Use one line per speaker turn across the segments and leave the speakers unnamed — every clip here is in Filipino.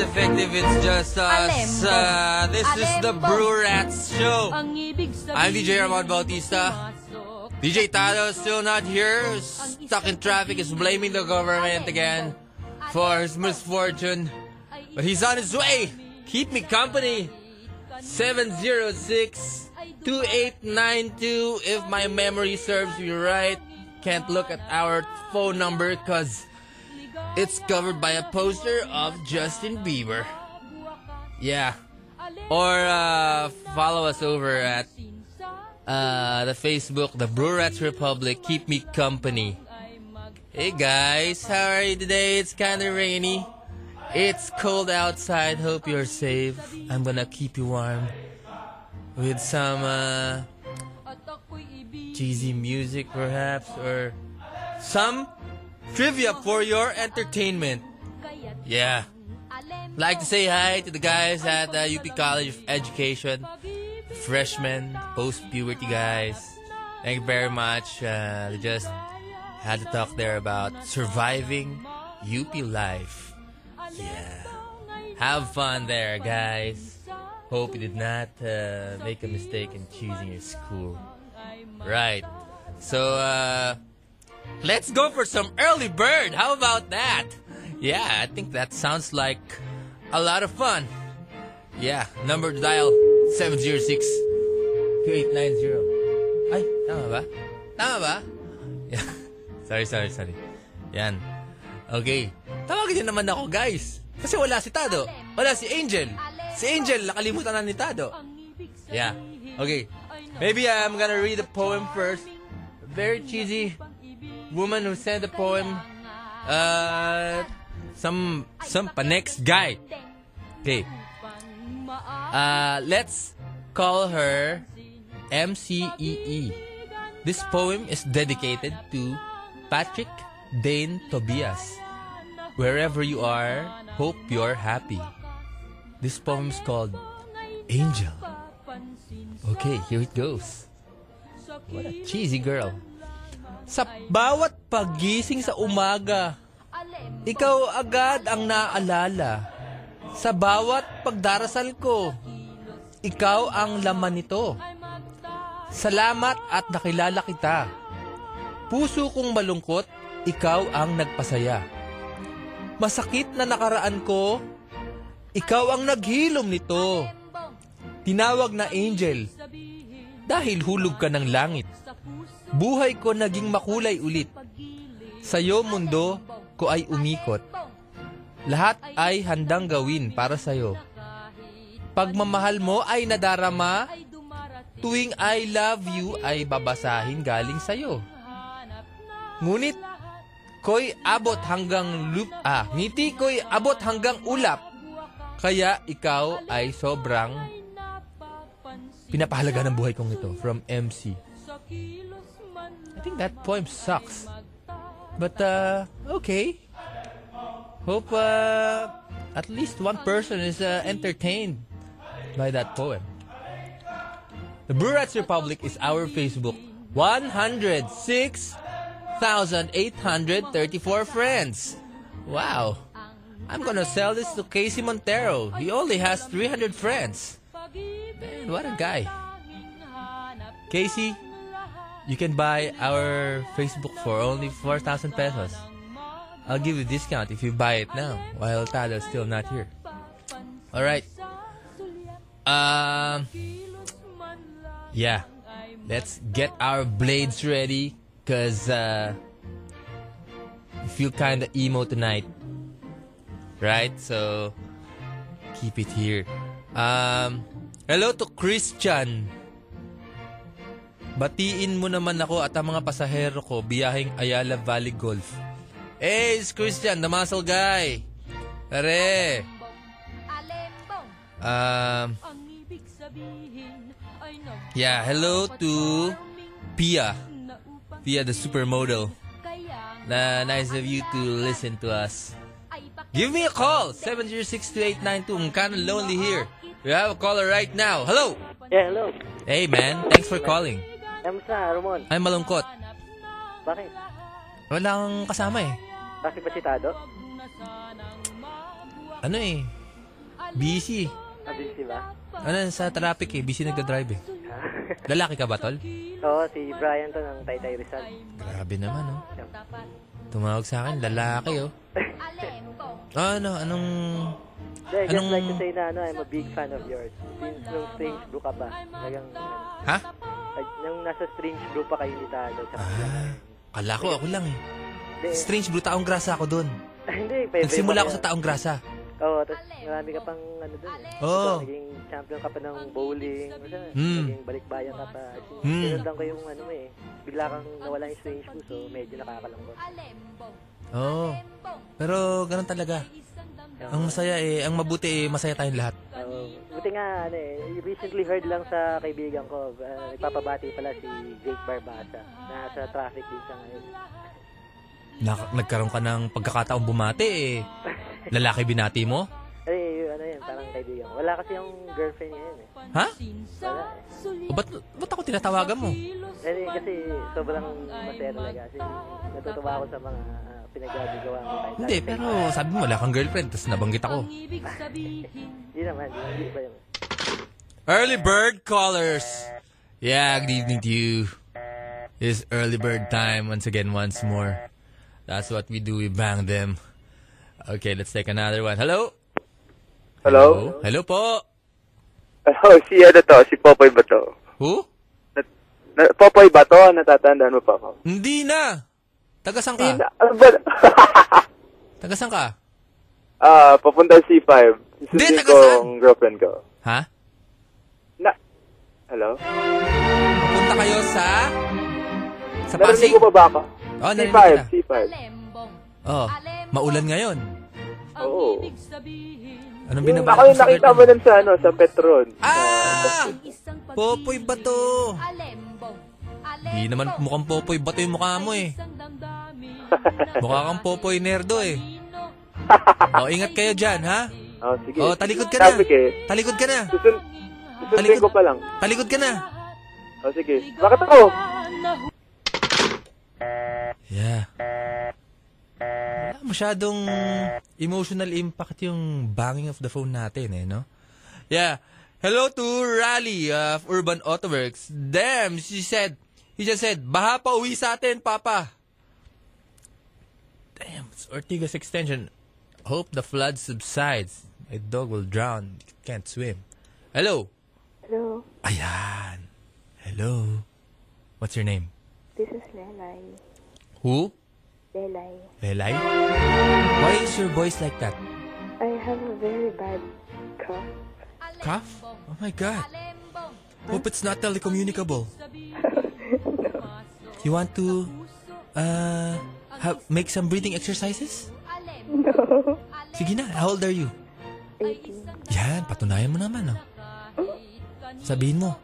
it's just us.
Alembo.
Uh, this is the
Alembo.
Brew Rats Show.
Ang ibig sabihin
I'm DJ Ramon Bautista.
pumasok.
DJ Tado is still not here. Stuck in traffic. Is blaming the government again for his misfortune. But he's on his way. Keep me company. 706-2892 if my memory serves me right. Can't look at our phone number because it's covered by a poster of Justin Bieber. Yeah. Or uh, follow us over at uh, the Facebook, the Brew Rats Republic. Keep me company. Hey guys, how are you today? It's kind of rainy. It's cold outside. Hope you're safe. I'm gonna keep you warm with some uh, cheesy music, perhaps, or some trivia for your entertainment. Yeah. Like to say hi to the guys at uh, UP College of Education, freshmen, post-puberty guys. Thank you very much. Uh, they just had to talk there about surviving UP life. Yeah. Have fun there, guys. Hope you did not uh, make a mistake in choosing your school. Right. So, uh, let's go for some early bird. How about that? Yeah, I think that sounds like a lot of fun. Yeah, number to dial 706-2890. Ay, tama ba? Tama ba? Yeah. sorry, sorry, sorry. Yan. Okay. Tawagin niyo naman ako, guys. Kasi wala si Tado. Wala si Angel. Si Angel, nakalimutan na ni Tado. Yeah. Okay. Maybe I'm gonna read the poem first. Very cheesy woman who sent the poem. Uh, some some pa next guy. Okay. Uh, let's call her MCEE. E. This poem is dedicated to Patrick Dane Tobias. Wherever you are, hope you're happy. This poem is called Angel. Okay, here it goes. What a cheesy girl. Sa bawat pagising sa umaga, ikaw agad ang naalala. Sa bawat pagdarasal ko, ikaw ang laman nito. Salamat at nakilala kita. Puso kong malungkot, ikaw ang nagpasaya. Masakit na nakaraan ko, ikaw ang naghilom nito. Tinawag na angel dahil hulog ka ng langit. Buhay ko naging makulay ulit. Sa'yo mundo ko ay umikot. Lahat ay handang gawin para sa'yo. Pagmamahal mo ay nadarama, tuwing I love you ay babasahin galing sa'yo. Ngunit, ko'y abot hanggang lup, ah, ngiti ko'y abot hanggang ulap. Kaya ikaw ay sobrang pinapahalaga ng buhay kong ito from MC. I think that poem sucks. But, uh, okay. Hope uh, at least one person is uh, entertained by that poem. The Brew Rats Republic is our Facebook. 106,834 friends. Wow. I'm gonna sell this to Casey Montero. He only has 300 friends. Man, what a guy. Casey, you can buy our Facebook for only 4,000 pesos. I'll give you a discount if you buy it now while Tado's still not here. Alright. Um, yeah. Let's get our blades ready because uh, I feel kind of emo tonight. Right? So, keep it here. Um, hello to Christian. Batiin mo naman ako at ang mga pasahero ko biyaheng Ayala Valley Golf. Hey, it's Christian, the muscle guy. Tare. Um,
Ang ibig sabihin ay nag-
yeah, hello to Pia.
na upang
Pia, the supermodel.
kaya
Na nice of you to listen to us.
ay bakit
Give me a call, 706-2892. I'm kind of lonely here. We have a caller right now. Hello!
Yeah, hello.
Hey man, thanks for calling.
Kamusta, Ramon?
I'm malungkot.
Bakit?
Wala kang kasama eh.
Bakit ba si Tado?
Ano eh, Busy.
Abisi ba?
Ano, sa traffic eh. Busy nagda-drive eh. Lalaki ka ba, tol?
Oo, si Brian to ng Taytay Rizal.
Grabe naman, oh.
Tapat.
Tumawag sa akin, lalaki, oh.
Alem ko.
Ah, Ano, anong...
Yeah, I just
Anong-
like to say na ano, I'm a big fan of yours. Since nung strange brew ka pa. Talagang, ano,
Ha?
ay, nung nasa strange brew pa kayo ni Tano. Sa
Ah, kala ko, ako lang eh.
Hindi,
Strange bro, taong grasa ako doon.
hindi. Pay,
Nagsimula ako sa taong grasa.
Oo, tapos marami ka pang ano dun. eh.
Oo.
Ikaw, Naging champion ka pa ng bowling. Wala,
Hmm.
Naging balikbayan ka pa.
Hmm.
Sinundan ko yung ano mo eh. Bigla kang nawala yung strange brew, so medyo nakakalangkot.
Oo. Oh, pero ganun talaga. Ang masaya eh, ang mabuti eh, masaya tayong lahat.
Oo. buti nga, ano eh, recently heard lang sa kaibigan ko, ah, nagpapabati pala si Jake Barbasa. Nasa traffic din siya ngayon.
Nak- nagkaroon ka ng pagkakataong bumati eh. Lalaki binati mo?
Ay, ano yan, parang kaibigan ko. Wala kasi yung girlfriend niya yun eh.
Ha?
Wala
O ba't, ba't ako tinatawagan mo?
eh. Ay, kasi sobrang masaya talaga. Kasi natutuwa ako sa mga uh, pinagagawa ko. kahit
Hindi,
dati.
pero sabi mo wala kang girlfriend, tapos nabanggit ako.
Ibig sabihin,
Di naman, di naman, di ba yun?
Early bird callers. Yeah, good evening to you. It's early bird time once again, once more. That's what we do. We bang them. Okay, let's take another one. Hello.
Hello?
Hello po.
Hello, si ano to? Si Popoy ba to?
Who?
Na, na, Popoy ba to? Natatandaan mo pa ako.
Hindi na. Taga saan
Hindi
ka?
na- ano ba?
Taga saan ka?
Ah, papunta sa C5.
Hindi,
Susunod
taga
ko
saan?
ang girlfriend ko.
Ha?
Na... Hello?
Punta kayo sa... Sa
Narinig
Pasig?
ko pa ba ako?
Oh, narinig
C5,
ko na.
C5.
alembong.
Oh, maulan ngayon.
Ang
Oo.
ibig sabihin,
Anong
Yung,
binabasa
ako yung nakita mo nun sa ano, sa Petron.
Ah!
isang pag
Popoy ba to?
Alembong. Alembong.
Hindi naman mukhang popoy. Bato yung mukha mo eh.
Isang damdamin.
Mukha kang popoy nerdo eh. Oh, ingat kayo dyan, ha?
Oh, sige.
Oh, talikod ka na.
Traffic eh.
Talikod ka na.
Susun, susundin
Talikod.
ko pa lang.
Talikod ka na.
Oh, sige. Bakit ako?
Yeah. Wala masyadong emotional impact yung banging of the phone natin eh, no? Yeah. Hello to Rally of Urban Autoworks. Damn, she said, he just said, baha pa uwi sa atin, Papa. Damn, it's Ortigas Extension. Hope the flood subsides. My dog will drown. It Can't swim. Hello.
Hello,
Ayan. Hello. What's your name?
this is Lelay.
Who?
Lelay,
Lelay? Why is your voice like that?
I have a very bad cough.
Cough? Oh my god. Hope it's not telecommunicable. You want to, uh, have, make some breathing exercises?
No.
Sige na, how old are you?
18.
Yan, patunayan mo naman, oh. Sabihin mo,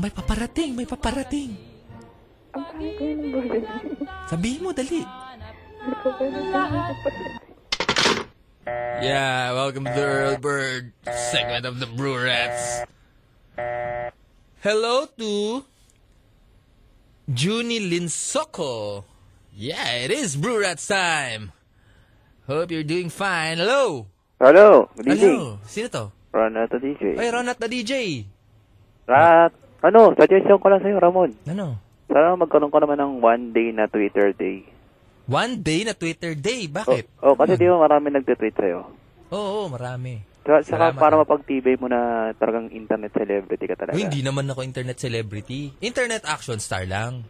may paparating, may paparating.
Ang pangit ko ng boses.
Sabihin mo, dali.
Hindi ko pa nasabi.
Yeah, welcome to the Earl Bird segment of the Brewerettes. Hello to Juni Linsoko. Yeah, it is Brewerettes time. Hope you're doing fine. Hello.
Hello, good
Hello. Sino to?
Ron at DJ.
Ay, Ronat na DJ.
Rat, ano, suggestion ko lang sa'yo, Ramon.
Ano?
Sana Ah, magkaroon ko naman ng one day na Twitter day.
One day na Twitter day. Bakit?
Oh, oh kasi di ba marami nagtitweet sa'yo?
Oo, oo, marami.
Sa, Oh. saka
Salamat,
para
ah.
mapag-tibay mo na talagang internet celebrity ka talaga.
Uy, hindi naman ako internet celebrity. Internet action star lang.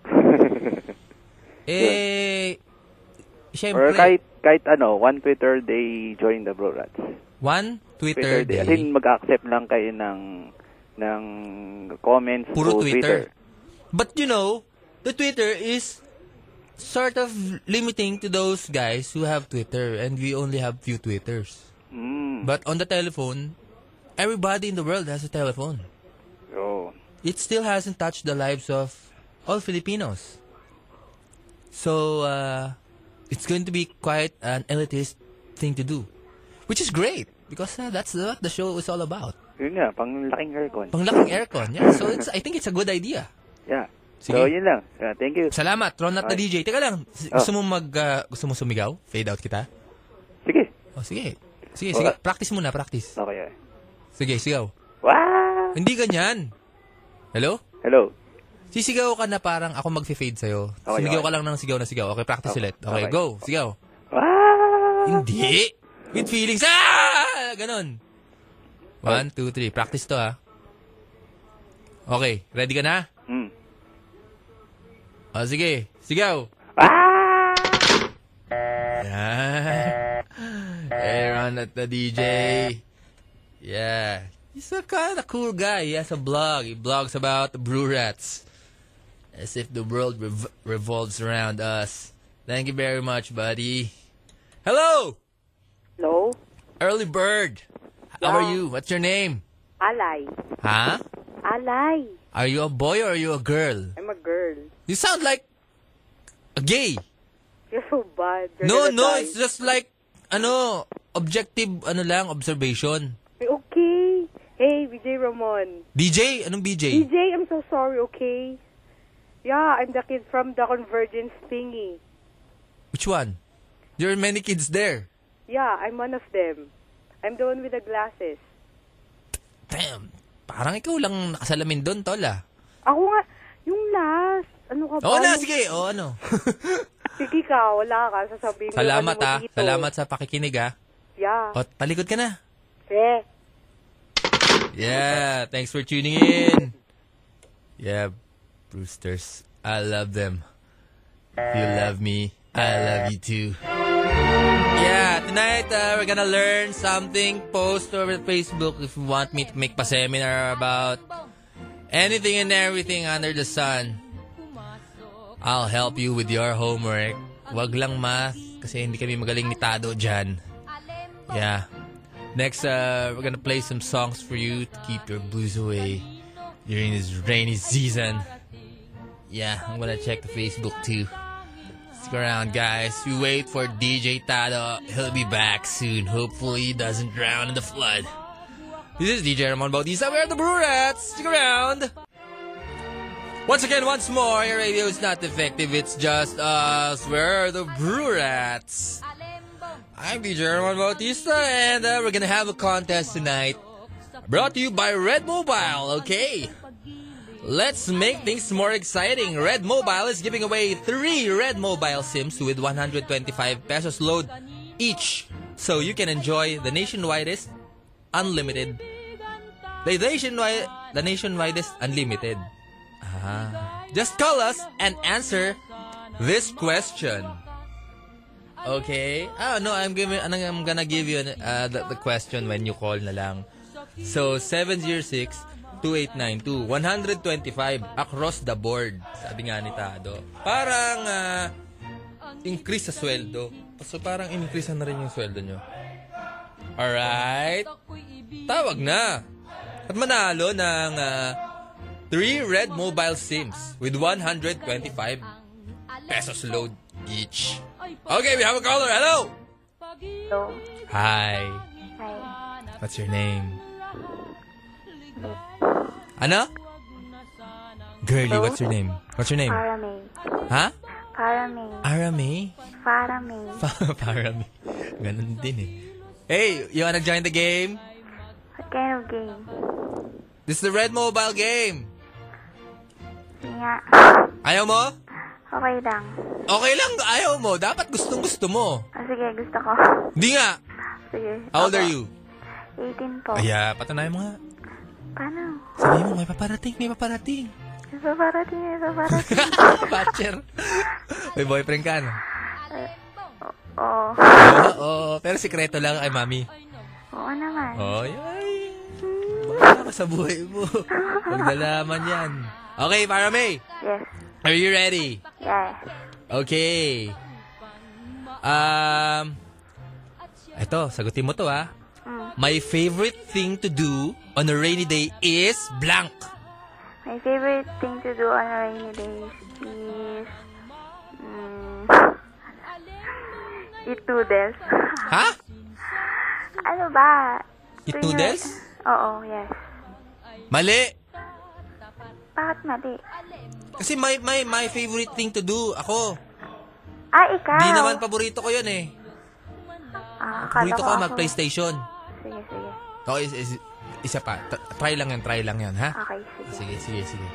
eh,
Or
syempre.
kahit, kahit ano, one Twitter day join the Bro Rats.
One Twitter, day.
As in, mag-accept lang kayo ng ng comments
Puro
to
Twitter. But you know, the Twitter is sort of limiting to those guys who have Twitter and we only have few Twitters.
Mm.
But on the telephone, everybody in the world has a telephone.
Oh.
It still hasn't touched the lives of all Filipinos. So, uh, it's going to be quite an elitist thing to do. Which is great because uh, that's what the show is all about.
Yun nga, pang laking aircon.
Panglaking aircon. Yeah, so it's, I think it's a good idea.
Yeah.
Sige.
So, yun lang. Yeah, thank you.
Salamat, Ronat na
Ay.
DJ. Teka lang, s-
Oh.
gusto mo mag, ah, gusto mo sumigaw? Fade out kita?
Sige.
O, sige. Sige, sige.
Wala.
Practice muna, practice.
Okay.
Sige, sigaw.
Wow!
Hindi ganyan. Hello?
Hello.
Sisigaw ka na parang ako mag-fade sa'yo.
Okay,
sigaw
okay.
ka lang ng sigaw na sigaw. Okay, practice
Okay,
ulit. Okay,
okay.
go. Sigaw.
Wow!
Hindi. With feelings. Ah! Ganon. One, two, three. Practice to, ah. Okay, ready ka na?
Mm.
O, sige. Sigaw.
Ah!
Yeah. Air on at the DJ. Yeah. He's a kind of cool guy. He has a blog. He blogs about the brew rats. As if the world rev- revolves around us. Thank you very much, buddy. Hello!
Hello?
Early Bird. How are you? What's your name?
Alay.
Huh?
Alay.
Are you a boy or are you a girl?
I'm a girl.
You sound like a gay.
You're so bad. You're
No,
gonna
no,
die.
it's just like, ano, objective, ano lang, observation.
Okay. Hey, BJ Ramon.
DJ? Anong BJ?
BJ, I'm so sorry, okay? Yeah, I'm the kid from the Convergence thingy.
Which one? There are many kids there.
Yeah, I'm one of them. I'm the one with the glasses.
Damn. Parang ikaw lang nakasalamin doon, tol ah.
Ako nga, yung last. Ano ka ba?
Oo na,
Yung-
sige. Oo, ano.
Sige ka, wala ka. Sasabihin ko
Salamat
ano mo
ah.
dito.
Salamat sa pakikinig ah.
Yeah.
O, talikod ka na.
Eh.
Yeah, thanks for tuning in. Yeah, Brewsters, I love them. If you love me, I love you too. Yeah, tonight uh, we're gonna learn something. Post over Facebook if you want me to make a seminar about anything and everything under the sun.
Pumasok.
I'll help you with your homework. Wag lang math kasi hindi kami magaling nitado dyan.
Alembo.
Yeah. Next, uh, we're gonna play some songs for you to keep your blues away during this rainy season. Yeah, I'm gonna check the Facebook too. Stick around, guys. You wait for DJ Tado. He'll be back soon. Hopefully, he doesn't drown in the flood. This is DJ Ramon Bautista. We're the Brew Rats. Stick around. Once again, once more, your radio is not defective. It's just us. We're the Brew Rats.
Alembo.
I'm DJ Ramon Bautista, and uh, we're gonna have a contest tonight. Brought to you by Red Mobile, okay? Let's make things more exciting. Red Mobile is giving away three Red Mobile SIMs with 125 pesos load each. So you can enjoy the nationwidest unlimited. The nationwide, the nationwidest unlimited. Ah. Just call us and answer this question. Okay. Ah, no, I'm giving ano, I'm gonna give you an- uh, the, the question when you call na lang. So 706-2892. 125 across the board. Sabi nga ni Tado. Parang ah, increase sa sweldo. So parang increase na rin yung sweldo nyo. Alright.
Ako'y ibig.
Tawag na. At manalo ng ah, three red mobile SIMs with 125 pesos load each. Okay, we have a caller. Hello.
Hello.
Hi.
Hi.
What's your name? Ano? Girlie, what's your name? What's your name?
Para May.
Ha?
Para May.
Ara May?
Para May.
Pa- Para May. Ganun din eh. Hey, you wanna join the game?
What kind of game?
This is the Red Mobile game.
Nga.
Ayaw mo?
Okay lang.
Okay lang, ayaw mo. Dapat gustong-gusto mo.
Ah, sige, gusto ko.
Hindi nga.
Sige.
How old
Opo.
are you?
18 po.
Aya, patunayan mo nga.
Paano?
Sabi mo, may paparating, may paparating.
Ano? Isa parating, isa parating.
Bachelor. may boyfriend ka, ano?
Oo.
Oo, oo. Pero sikreto lang ay mami.
Oo naman.
Oh, ay. Baka sa buhay mo. Magdalaman yan. Okay, para May.
Yes.
Are you ready?
Yes.
Okay. Um, eto, sagutin mo to ah. My favorite thing to do on a rainy day is blank.
My favorite thing to do on a rainy day
Mm,
is mm, eat noodles.
Ha?
ano ba?
Eat
Tuwing-
noodles?
Oo, yes.
Mali.
Bakit mali?
Kasi my, my, my favorite thing to do, ako.
Ah, ikaw!
Di naman paborito ko yun eh.
Ah, akala
Paborito
ko
ko
ako.
mag-PlayStation.
Sige, sige.
Okay, is, is, Isa pa. T- try lang yan, try lang yan, ha?
Okay,
Sige,
sige.
sige, sige.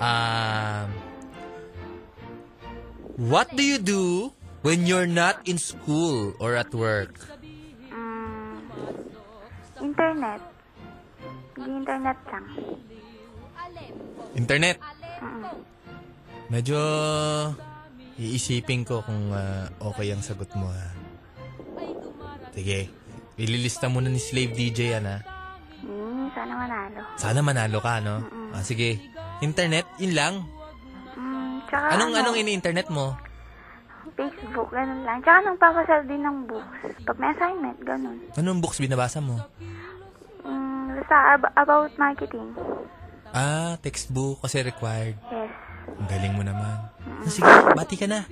Um, what do you do when you're not in school or at work?
Mm, internet. Nag-internet lang.
Internet. Medyo iisipin ko kung ah, okay ang sagot mo, ha? Sige. Ililista muna ni Slave DJ yan, ha?
Hmm, sana manalo.
Sana manalo ka, no? Ah, sige. Internet, yun lang.
Mm, tsaka
Anong, anong
ano,
ini-internet mo?
Facebook, ganun lang. Tsaka nagpapasal din ng books. Pag may assignment, ganun.
Anong books binabasa mo?
Mm, basta ab- about marketing.
Ah, textbook kasi required.
Yes.
Ang galing mo naman. Ah, sige, bati ka na.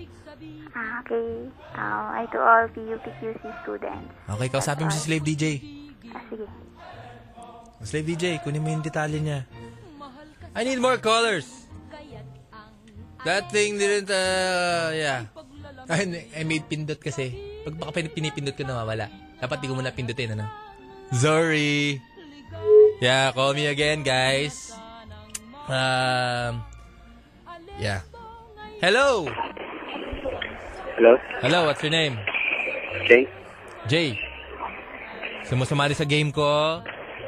Ah, okay. Uh, I to all PUPQC students.
Okay, kausapin mo si Slave DJ.
Ah, sige.
Slave DJ, kunin mo yung detalye niya. I need more colors. That thing didn't, uh, yeah. I, I made pindot kasi. Pag baka pin- pinipindot ko, nawawala. Dapat di ko muna pindutin, ano? Sorry. Yeah, call me again, guys. Um, yeah. Hello!
Hello?
Hello, what's your name?
Jay?
Jay. Sumusumali sa game ko.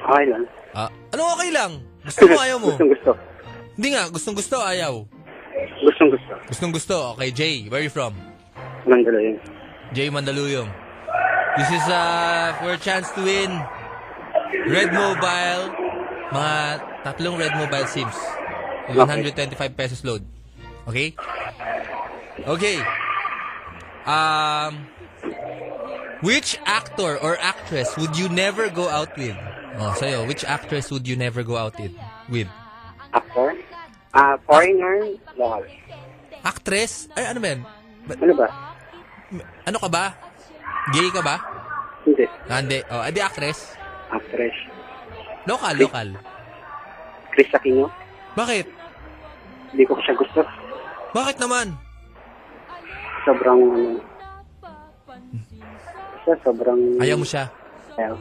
Okay lang.
Ah, ano okay lang? Gusto mo, ayaw mo?
Gustong gusto.
Hindi nga, gustong gusto, ayaw.
Gustong gusto.
Gustong gusto. Okay, Jay, where you from?
Nandalo yun.
Jay Mandaluyong. This is uh, for a chance to win Red Mobile. Mga tatlong Red Mobile SIMs. Yung 125 pesos load. Okay? Okay. Um, which actor or actress would you never go out with? Oh, sa'yo, which actress would you never go out with? with?
Actor? Ah, foreigner? Local.
Actress? Ay, ano ba yan? Ba-
Ano ba?
ano ka ba? Gay ka ba?
Hindi.
Ah, hindi. Oh, adi actress.
Actress.
Local, local.
Chris Aquino?
Bakit?
Hindi ko siya gusto.
Bakit naman?
Sobrang, ano, siya sobrang...
Ayaw mo siya.
Ayaw.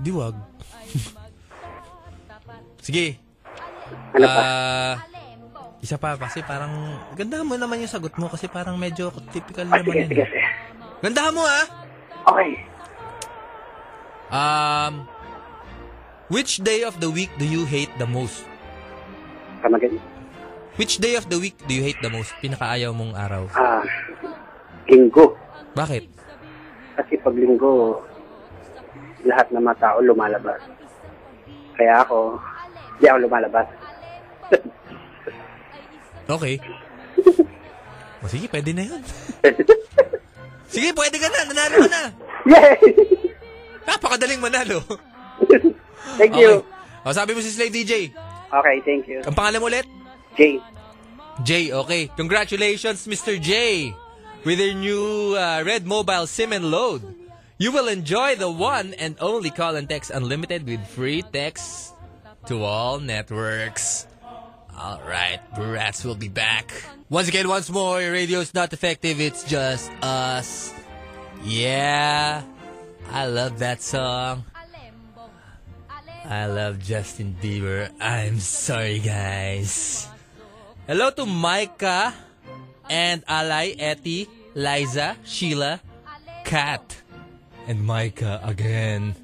Di wag. Sige.
Ano pa?
Ah, isa pa kasi parang ganda mo naman yung sagot mo kasi parang medyo typical
Ah,
naman
sige,
yun.
sige, sige.
Ganda mo ah.
Okay.
Um Which day of the week do you hate the most?
Kamagin.
Which day of the week do you hate the most? Pinakaayaw mong araw.
Ah, linggo.
Bakit?
Kasi pag linggo, lahat ng mga tao lumalabas. Kaya ako, hindi ako lumalabas.
Okay. O sige, pwede na yun. sige, pwede ka na. Nanalo ka na.
Yay!
Napakadaling manalo.
Thank
Okay.
you.
O, sabi mo si Slave DJ.
Okay, thank you.
Ang pangalan mo ulit?
Jay.
Jay, okay. Congratulations, Mr. Jay, with your new uh, Red Mobile SIM and load. You will enjoy the one and only call and text unlimited with free texts to all networks. All right, Brats will be back. Once again, once more, your radio is not effective. It's just us. Yeah, I love that song. I love Justin Bieber. I'm sorry, guys. Hello to Micah and Alay, Etty, Liza, Sheila, Kat, and Micah again.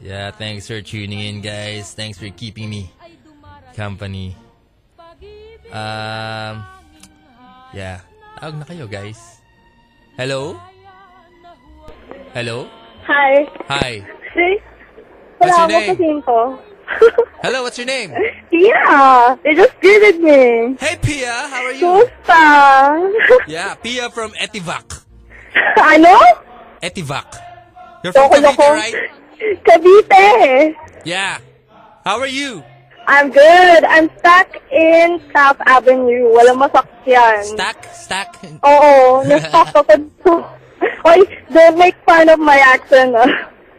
Yeah, thanks for tuning in, guys. Thanks for keeping me company. Um, yeah. Tawag na kayo, guys. Hello? Hello?
Hi.
Hi.
See?
What's your
Wala
name?
ako kasing ko.
Hello, what's your name?
yeah! They just greeted me.
Hey, Pia, how are you?
Kumusta?
Yeah, Pia from Etivac.
ano?
Etivac. You're from Cavite,
Loko-loko.
right?
Cavite.
Yeah. How are you?
I'm good. I'm stuck in South Avenue. Walang masakyan.
Stack? Stack?
Oo, na-stuck ako dito. Oy, don't make fun of my accent, ah.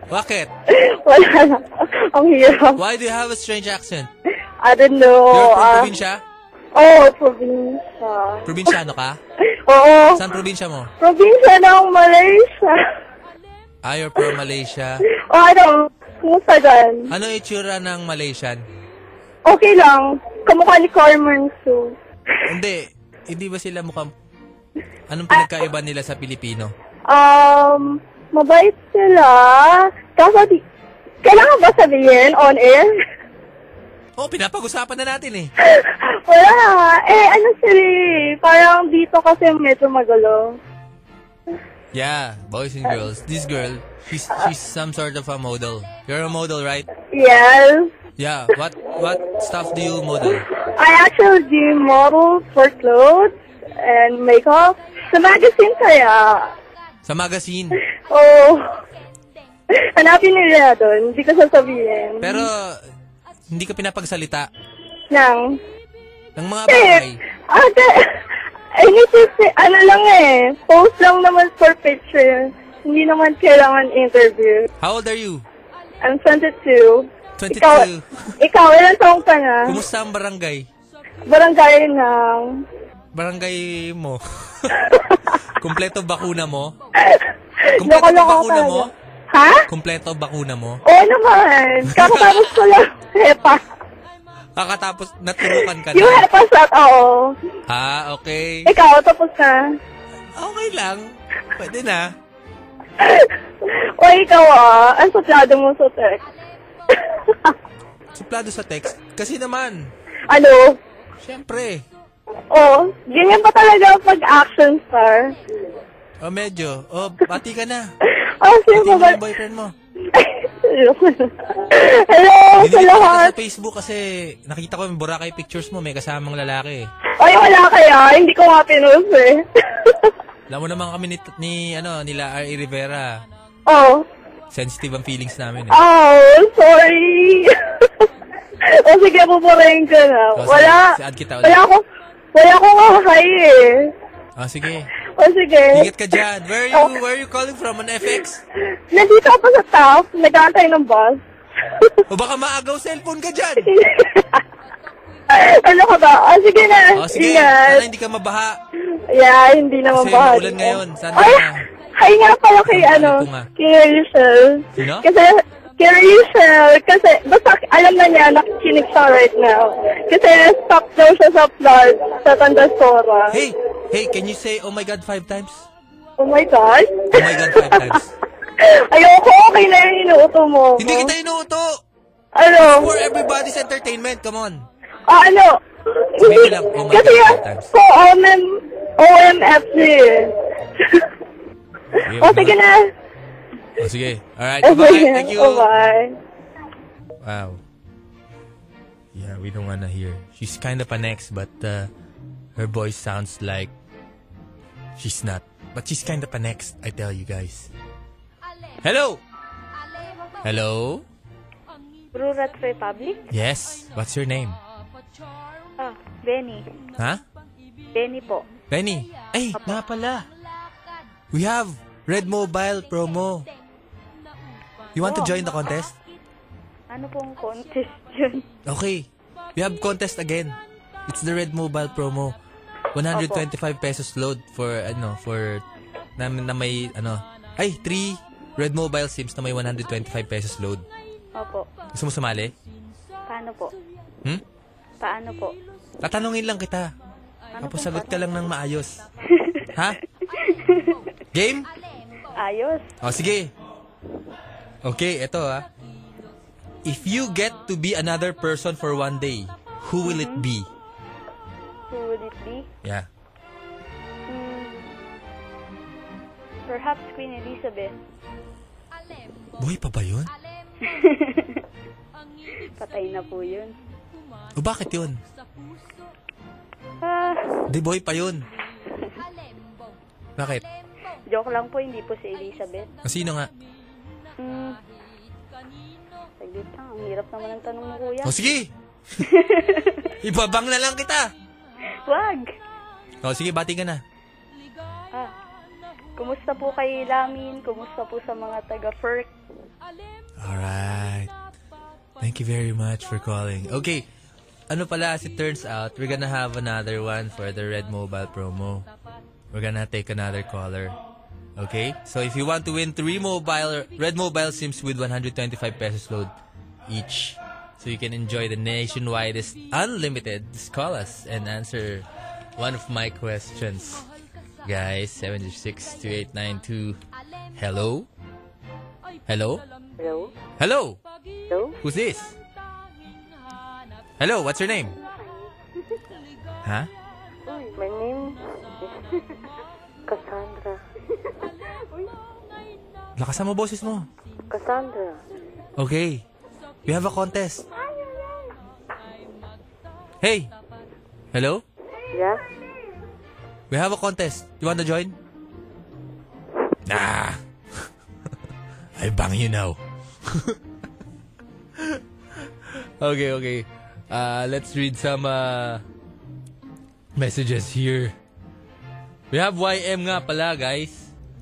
Bakit?
Wala na. Ang hirap.
Why do you have a strange accent?
I don't know.
You're from
ah.
probinsya?
Oo, probinsya.
Probinsyano ka?
Oo.
Saan probinsya mo?
Probinsya ng Malaysia.
Ah, you're from Malaysia.
Oh, I don't
Kumusta dyan?
Ano itsura ng Malaysian?
Okay lang. Kamukha ni Carmen Su.
Hindi. Eh, Hindi ba sila mukhang... Anong pinagkaiba nila sa Pilipino?
Um, mabait sila. Kaso, di, kailangan ba sabihin on air?
Oh, pinapag-usapan na natin eh.
Wala. Eh, ano sila eh. Parang dito kasi medyo magulo.
Yeah, boys and girls. This girl, she's, she's some sort of a model. You're a model, right?
Yes.
Yeah, what what stuff do you model?
I actually do models for clothes and makeup. Sa magazine kaya.
Sa magazine.
Oh. Hanapin nila doon. Hindi ko sasabihin.
Pero, hindi ka pinapagsalita
Nang.
ng mga bagay.
Tip! Ate! Ay, tip, ano lang eh. Post lang naman for picture. Hindi naman kailangan interview.
How old are you?
I'm 22.
22.
Ikaw, ikaw, ilan taong ka na?
Kumusta ang barangay?
Barangay ng...
Barangay mo. Kompleto bakuna mo? Kompleto ba
Loko-loko
bakuna mo?
talaga. Ha?
Kompleto bakuna mo?
Oo naman. Kakatapos ko lang. Hepa.
Kakatapos, naturukan ka
Yung
na.
hepa shot, oo.
Ah, okay.
Ikaw, tapos na.
Okay lang. Pwede na.
o ikaw ah, ang satyado mo sa text.
Suplado sa text. Kasi naman,
ano?
syempre,
Oo, ganyan pa talaga pag action star.
o medyo, o pati ka na.
Oh,
Pati
sino
mo
ba?
yung boyfriend mo.
Hello sa
Dinilip ko
lahat.
Sa Facebook kasi nakita ko yung Boracay pictures mo, may kasamang lalaki. eh.
Ay, wala kaya. Hindi ko nga pinus eh.
Alam mo naman kami ni, ni ano, nila R.A. Rivera.
oh,
Sensitive ang feelings namin. Eh.
oh, sorry. o sige, pupurahin ka na.
O, sige,
Wala.
si-add kita ulit.
Wala ko, wala ko nga hi eh.
Ah, sige.
O sige.
Ingat ka dyan. Where are you, where are you calling from? On FX?
Nandito ako sa top. Nag-aantay ng bus.
O baka maagaw cellphone ka dyan.
ano ka ba? Ah, sige na.
O sige,
Ingat.
sana hindi ka mabaha.
Yeah, hindi naman
Kasi
bahagi.
maulan ngayon. Sana
Ay,
na.
ay nga pala kay
Sana
ano,
ito nga.
kay Rachel.
Sino?
Kasi, kay Rachel, kasi, basta alam na niya, nakikinig siya right now. Kasi, stop daw siya sa flood, sa Tandasora.
Hey, hey, can you say, oh my God, five times?
Oh my God.
Oh my God, five times.
Ayoko, okay na yung inuuto mo. ako.
Hindi kita inuuto.
Ano?
For everybody's entertainment, come on.
Ah, ano?
Sabihin
Hindi,
ko lang, oh my
kasi
God,
ah, yun,
sometimes.
ko OMM, OMFG. o, Oh, sige na.
O sige. Alright,
O,
bye.
sige.
Thank you.
O, bye.
Wow. Yeah, we don't wanna hear. She's kind of an ex, but uh, her voice sounds like she's not. But she's kind of an ex, I tell you guys. Hello. Hello.
Rurat Republic?
Yes. What's your name?
Ah, Benny.
Huh?
Benny po.
Benny. Ay, nga pala. We have Red Mobile promo. You want to join the contest?
Ano pong contest yun?
Okay. We have contest again. It's the Red Mobile promo. 125 pesos load for ano for na, na may ano ay 3 Red Mobile SIMs na may 125 pesos load.
Opo.
Gusto mo sumali?
Paano po?
Hmm?
Paano po?
Tatanungin lang kita. Tapos sagot ka lang ng maayos. ha? Game?
Ayos.
O sige. Okay, eto ah. If you get to be another person for one day, who will it be?
Who would it be?
Yeah.
Hmm. Perhaps Queen Elizabeth.
Buhay pa ba yun?
Patay na po yun.
O bakit yun?
Ah,
Di boy pa yun. Bakit?
joke lang po, hindi po si Elizabeth.
O, Sino nga?
Hmm. Saglit lang, ang hirap naman ang tanong mo, kuya.
O Oh, sige! Ibabang na lang kita!
Wag!
O sige, bati ka na.
Ah, kumusta po kay Lamin? Kumusta po sa mga taga-FERC?
Alright. Thank you very much for calling. Okay. Ano pala, as it turns out, we're gonna have another one for the Red Mobile promo. We're gonna take another caller. Okay? So if you want to win three mobile red mobile SIMs with 125 pesos load each, so you can enjoy the nationwide unlimited, just call us and answer one of my questions. Guys, 762892. Hello? Hello?
Hello?
Hello?
Hello?
Who's this? Hello, what's your name? Huh?
My name is Cassandra.
Lakasan mo boses mo.
Cassandra.
Okay. We have a contest. Hey. Hello?
Yeah?
We have a contest. You want to join? Nah. I bang you now. okay, okay. Uh, let's read some uh, messages here. We have YM nga pala, guys.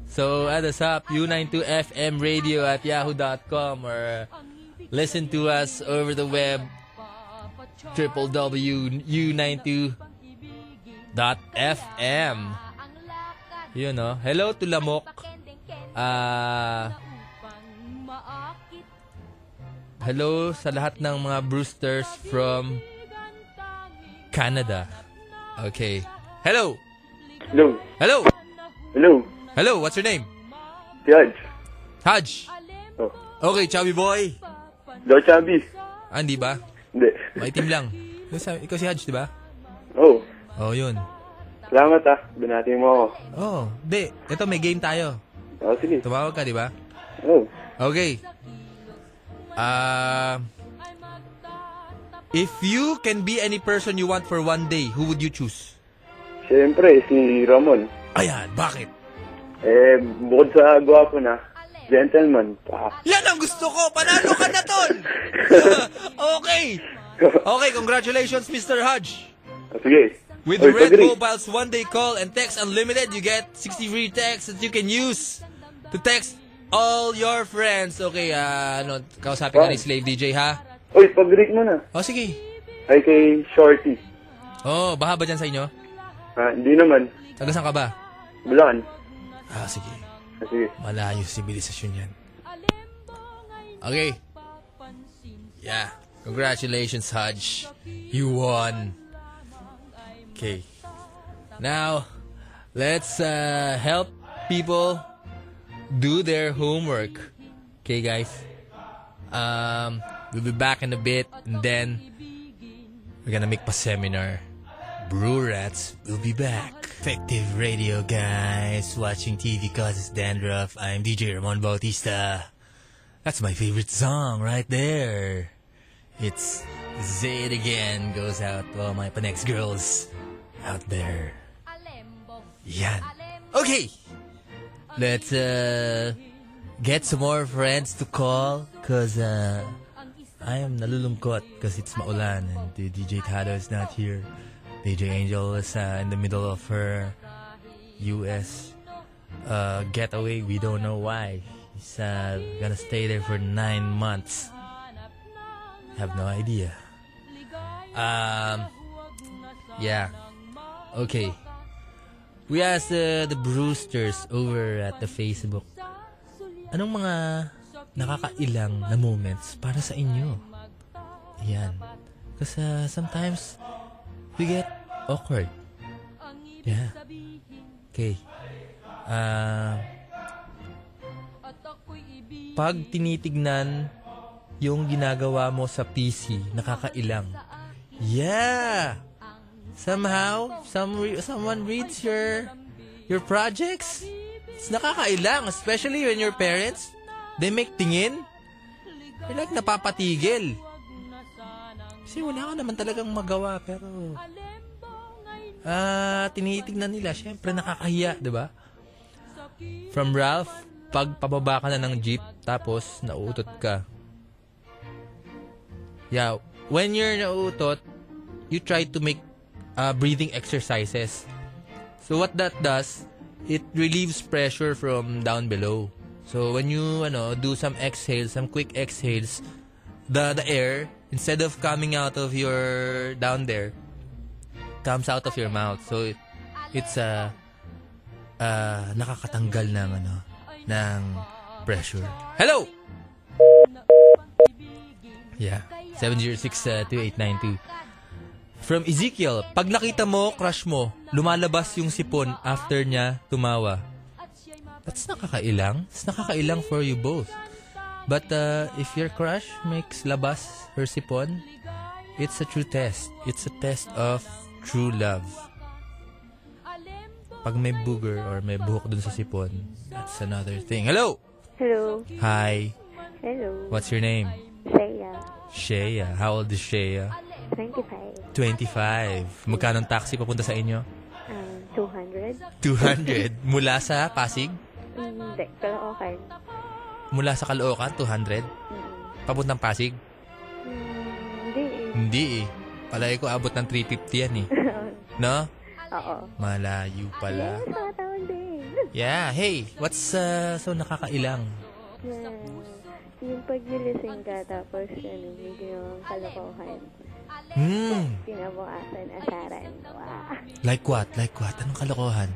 So, add us up, U92FM radio at yahoo.com or listen to us over the web, www.u92.fm. Yun, no? Hello to Lamok. Ah... hello sa lahat ng mga Brewsters from Canada. Okay. Hello!
Hello.
Hello!
Hello.
Hello, what's your name?
Judge.
Haj.
Oh.
Okay, chubby boy.
George Abby.
Ah, hindi ba?
Hindi.
Maitim lang. Ikaw sa- Ikaw si Haj, di ba?
Oh.
Oh, yun.
Salamat ah. Binati mo ako.
Oh, di. Ito, may game tayo.
Oh, sige.
Tumawag ka, di ba?
Oh.
Okay. Uh, if you can be any person you want for one day, who would you choose?
Siyempre, si Ramon.
Ayan, bakit?
Eh, bukod sa gwapo na, gentleman pa.
Yan ang gusto ko! Panalo ka na, Ton! okay! Okay, congratulations, Mr. Haj.
Sige.
With
Oy,
Red
Padre.
Mobile's one-day call and text unlimited, you get 60 free texts that you can use to text all your friends. Okay, ah, ano, kausapin ka ni Slave DJ, ha?
Uy, pag-greet mo na.
Oh, sige.
Ay kay Shorty.
Oh, baha ba dyan sa inyo?
Ah, hindi naman.
Taga saan ka ba?
Bulacan.
Ah, sige.
Ah, Sige.
Malayo sibilisasyon yan. Okay. Yeah. Congratulations, Haj. You won. Okay. Now, let's uh, help people do their homework. Okay, guys. Um, we'll be back in a bit, and then we're gonna make a seminar. Brew Rats will be back. Effective radio, guys. Watching TV causes dandruff. I'm DJ Ramon Bautista. That's my favorite song right there. It's Say It Again goes out to all my Panex girls out there. Yan. Okay. Let's uh, get some more friends to call because uh, I am nalulungkot because it's maulan and the DJ Tado is not here. DJ Angel is uh, in the middle of her U.S. Uh, getaway. We don't know why. He's uh, gonna stay there for nine months. Have no idea. Um, yeah. Okay. We asked uh, the Brewsters over at the Facebook. Anong mga nakakailang na moments para sa inyo? Yan. Kasi uh, sometimes we get awkward. Yeah. Okay. Ah, pag tinitignan yung ginagawa mo sa PC, nakakailang. Yeah! Somehow, some re- someone reads your your projects. It's nakakailang, especially when your parents, they make tingin. You're like napapatigil. Kasi wala ka naman talagang magawa, pero... Ah, tinitignan nila. Siyempre, nakakahiya, di ba? From Ralph, pag pababa ka na ng jeep, tapos nauutot ka. Yeah, when you're nauutot, you try to make uh, breathing exercises. So what that does, it relieves pressure from down below. So when you ano do some exhales, some quick exhales, the the air instead of coming out of your down there, comes out of your mouth. So it, it's a ah, nakakatanggal ng ano, ng pressure. Hello! Yeah. uh, 706-2892. From Ezekiel, pag nakita mo, crush mo, lumalabas yung sipon after niya tumawa. That's nakakailang. That's nakakailang for you both. But uh, if your crush makes labas her sipon, it's a true test. It's a test of true love. Pag may booger or may buhok dun sa sipon, that's another thing. Hello!
Hello.
Hi.
Hello.
What's your name?
Saya.
Shea. How old is Shea?
25.
25. Magkano ang taxi papunta sa inyo?
Um, 200.
200. Mula sa Pasig?
Mm, Hindi. Pero okay.
Mula sa Caloocan, 200.
Mm-hmm.
Papuntang Pasig?
Mm, Hindi. eh.
Hindi eh. Palagi ko abot ng 350 yan eh. No?
Oo.
Malayo pala.
Yes, mga taon din.
Yeah, hey, what's uh, so nakakailang?
Yeah. Yung pagilising ka, tapos ano, may ginawang kalokohan.
Hmm,
Pinabukasan, asaran. Wow.
like what? Like what? Anong kalokohan?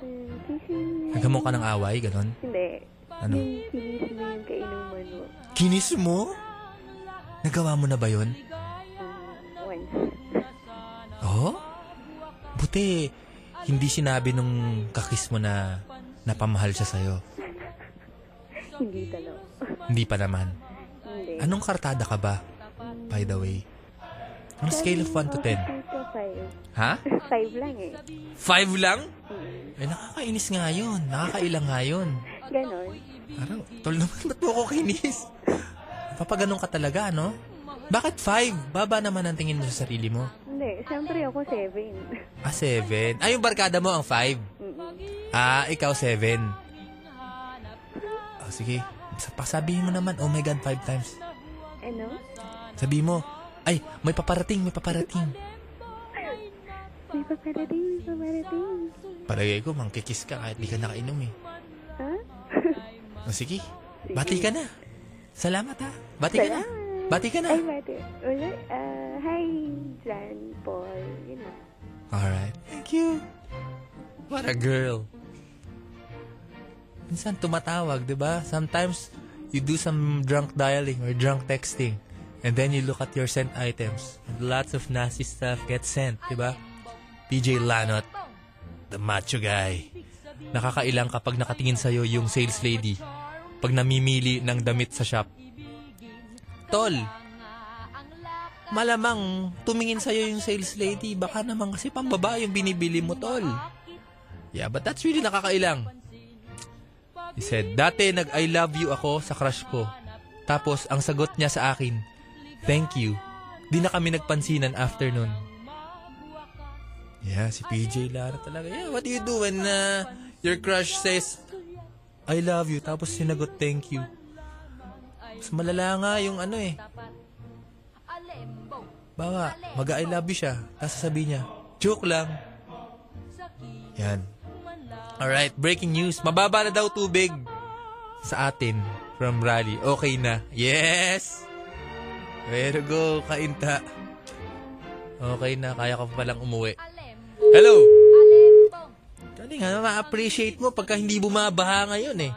Mm, Kissing.
Nagkamok ka ng away, ganon?
Hindi.
Ano?
Yung kinis mo yung kainuman mo.
Kinis mo? Nagawa mo na ba yon?
Once.
Oo? Oh? Buti, hindi sinabi nung kakis mo na napamahal siya sa'yo.
Hindi talaga.
Hindi pa naman.
Hindi.
Anong kartada ka ba, by the way? Anong scale of 1 to 10?
2 to 5.
Ha?
5 lang eh.
5 lang? Eh, nakakainis nga yun. Nakakailang nga yun.
Ganon.
Parang, tol naman, ba't mo ako kinis? Papaganon ka talaga, no? Bakit 5? Baba naman ang tingin mo sa sarili mo.
Hindi. Siyempre ako 7.
Ah, 7. Ay, yung barkada mo ang 5.
Mm-mm.
Ah, ikaw 7. Oh, sige. Sa- Pasabihin mo naman, oh my God, 5 times.
Ano?
Sabi mo, ay, may paparating, may paparating.
May paparating, may paparating.
Palagay ko, mangkikis ka kahit di ka nakainom eh.
Ha?
O sige, bati ka na. Salamat ha. Bati ka na. Bati ka na.
Ay, mati. Ulit. ah, hi, John Paul. Yun na.
Alright. Thank you. What a girl. Minsan tumatawag, di ba? Sometimes, you do some drunk dialing or drunk texting. And then you look at your sent items. And lots of nasty stuff gets sent, di ba? PJ Lanot, the macho guy. Nakakailang kapag nakatingin sa'yo yung sales lady. Pag namimili ng damit sa shop. Tol, malamang tumingin sa'yo yung sales lady. Baka naman kasi pambaba yung binibili mo, tol. Yeah, but that's really nakakailang. He said, dati nag-I love you ako sa crush ko. Tapos, ang sagot niya sa akin, thank you. Di na kami nagpansinan after nun. Yeah, si PJ Lara talaga. Yeah, what do you do when uh, your crush says, I love you, tapos sinagot thank you? Mas malala nga yung ano eh, Bawa, mag-I love you siya. Tapos sasabihin niya, joke lang. Yan. Alright, breaking news. Mababa na daw tubig sa atin from Raleigh. Okay na. Yes! Pero go, kainta. Okay na, kaya ka pa palang umuwi. Hello! Kasi nga, ma-appreciate mo pagka hindi bumabaha ngayon eh.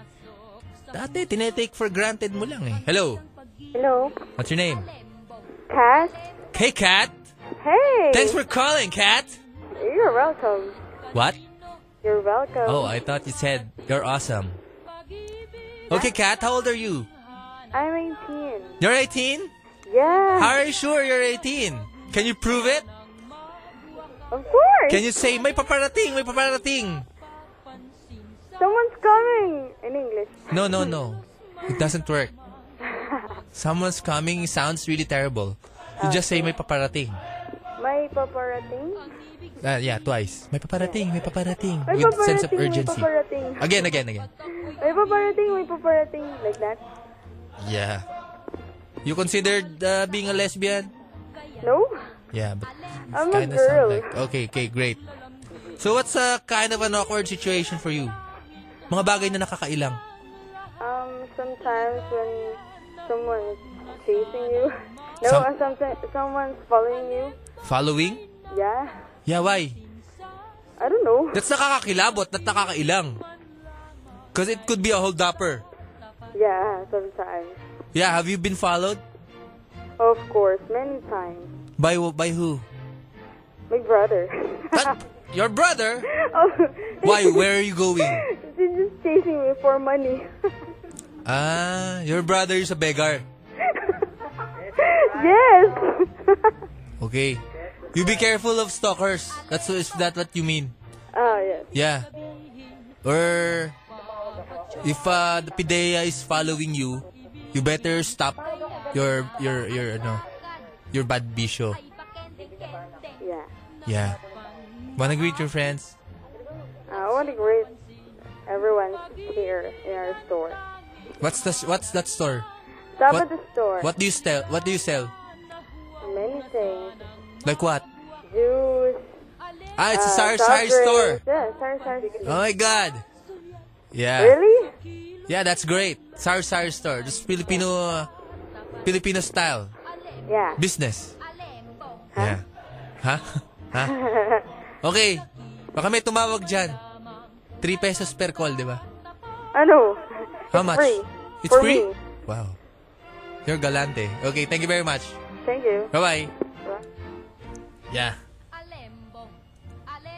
Dati, tinetake for granted mo lang eh. Hello!
Hello?
What's your name?
Kat?
Hey, Kat!
Hey!
Thanks for calling, Kat!
You're welcome.
What?
You're welcome.
Oh, I thought you said you're awesome. Okay, Kat, how old are you?
I'm 18.
You're 18?
Yeah.
How are you sure you're 18? Can you prove it?
Of course.
Can you say, may paparating, may paparating?
Someone's coming. In English.
No, no, no. It doesn't work. Someone's coming sounds really terrible. You just say, may paparating.
May paparating?
Ah, yeah, twice. May paparating, may paparating.
May
With
paparating,
sense of
May
urgency.
paparating.
Again, again, again.
May paparating, may paparating. Like that?
Yeah. You considered uh, being a lesbian?
No?
Yeah, but
I'm a
kinda sound
girl.
like- okay, okay, great. So what's a kind of an awkward situation for you? Mga bagay na nakakailang.
Um, sometimes when someone is chasing you. No,
Some-
sometimes someone's following you.
Following?
Yeah.
Yeah, why?
I don't know.
That's nakakakilabot, not nakakailang. Because it could be a hold-upper.
Yeah, sometimes.
Yeah, have you been followed?
Of course, many times.
By, wh- by who?
My brother.
Your brother?
oh,
Why? Where are you going?
He's just chasing me for money.
Ah, your brother is a beggar.
yes!
Okay. You be careful of stalkers. That's is that what you mean?
ah, yes.
Yeah. Or if uh, the pideya is following you, you better stop your your your ano your bad bisyo.
Yeah.
Yeah. Wanna greet your friends?
I want to greet everyone here in our store.
What's the what's that store?
Stop
What-
at the store.
What do you sell? What do you sell?
Many things.
Like what?
Juice.
Ah, it's a
uh,
sari
soft
sari
drinks.
store.
Yeah, sari sari.
Oh my god. Yeah.
Really?
Yeah, that's great. Sar Sar store. Just Filipino uh, Filipino style
Yeah.
business. Yeah. Ha? Ha? Okay. Baka may tumawag dyan. 3 pesos per call, di ba?
Ano?
How
It's
much?
Free.
It's
For
free?
me.
Wow. You're galante. Okay, thank you very much.
Thank you.
Bye-bye. Yeah.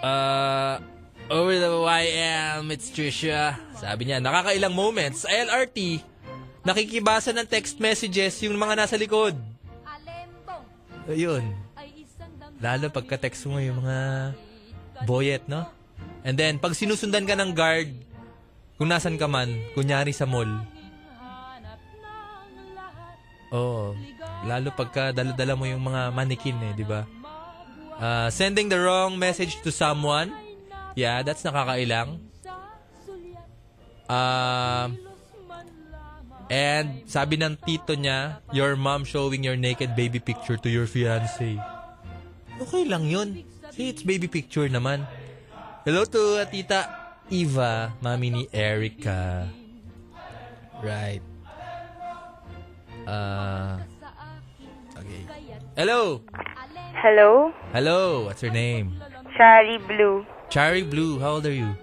Uh, over the YM, it's Trisha. Sabi niya, nakakailang moments. LRT, nakikibasa ng text messages yung mga nasa likod. Ayun. Lalo pagka-text mo yung mga boyet, no? And then, pag sinusundan ka ng guard, kung nasan ka man, kunyari sa mall. Oo. Lalo pagka daladala mo yung mga manikin eh, di ba? Uh, sending the wrong message to someone. Yeah, that's nakakailang. Um, and sabi ng tito niya, your mom showing your naked baby picture to your fiance. Okay lang yun. See, it's baby picture naman. Hello to uh, tita Eva, mami ni Erica. Right. Uh, okay. Hello!
Hello?
Hello, what's your name?
Shari Blue.
Cherry Blue, how old are you?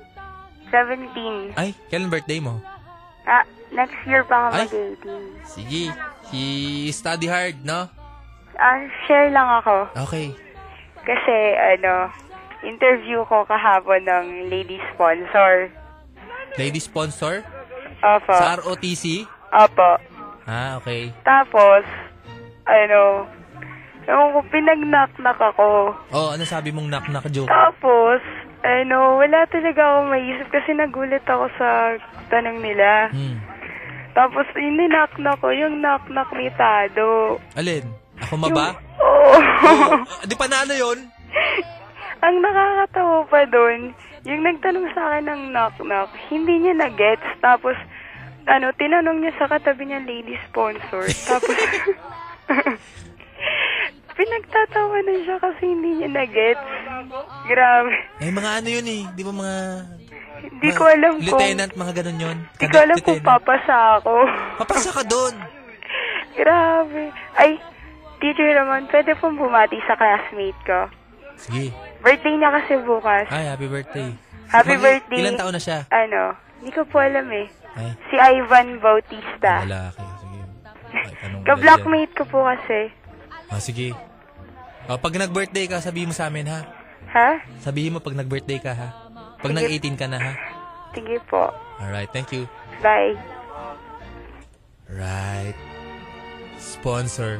17.
Ay, kailan birthday mo?
Ah, next year pa
Ay.
ako mag-18.
Sige, si study hard, no?
Ah, share lang ako.
Okay.
Kasi, ano, interview ko kahapon ng lady sponsor.
Lady sponsor?
Opo.
Sa ROTC?
Opo.
Ah, okay.
Tapos, ano, ewan ko, pinag-knock-knock ako.
Oh, ano sabi mong knock-knock joke?
Tapos, ano, wala talaga ako maisip kasi nagulat ako sa tanong nila.
Hmm.
Tapos, yung knock-knock ko, yung knock-knock ni Tado.
Alin? Ako maba?
Oo.
Oh, di panalo yun?
Ang nakakatawa pa doon, yung nagtanong sa akin ng knock-knock, hindi niya na-gets. Tapos, ano, tinanong niya sa katabi niya lady sponsor. Tapos, pinagtatawa na siya kasi hindi niya na-gets. Grabe.
Eh, mga ano yun eh. Di ba mga...
Hindi
mga
ko alam kung...
Lieutenant, mga ganun yun.
Hindi ko alam kung
Lieutenant.
papasa ako.
Papasa ka doon.
Grabe. Ay, Teacher Ramon, pwede pong bumati sa classmate ko.
Sige.
Birthday niya kasi bukas.
Ay, happy birthday.
Happy
Mag-
birthday.
Ilan Ah, taon na siya?
Ano, hindi ko po alam eh.
Ay,
Si Ivan Bautista.
wala kayo. Sige. Ay, anong-
Ka-blockmate ko po kasi.
Ah, sige. Oh, pag nag-birthday ka, sabihin mo sa amin, ha?
Ha?
Sabihin mo pag nag-birthday ka, ha? Pag nag-18 ka na, ha?
Sige po.
Alright, thank you.
Bye.
Right. Sponsor.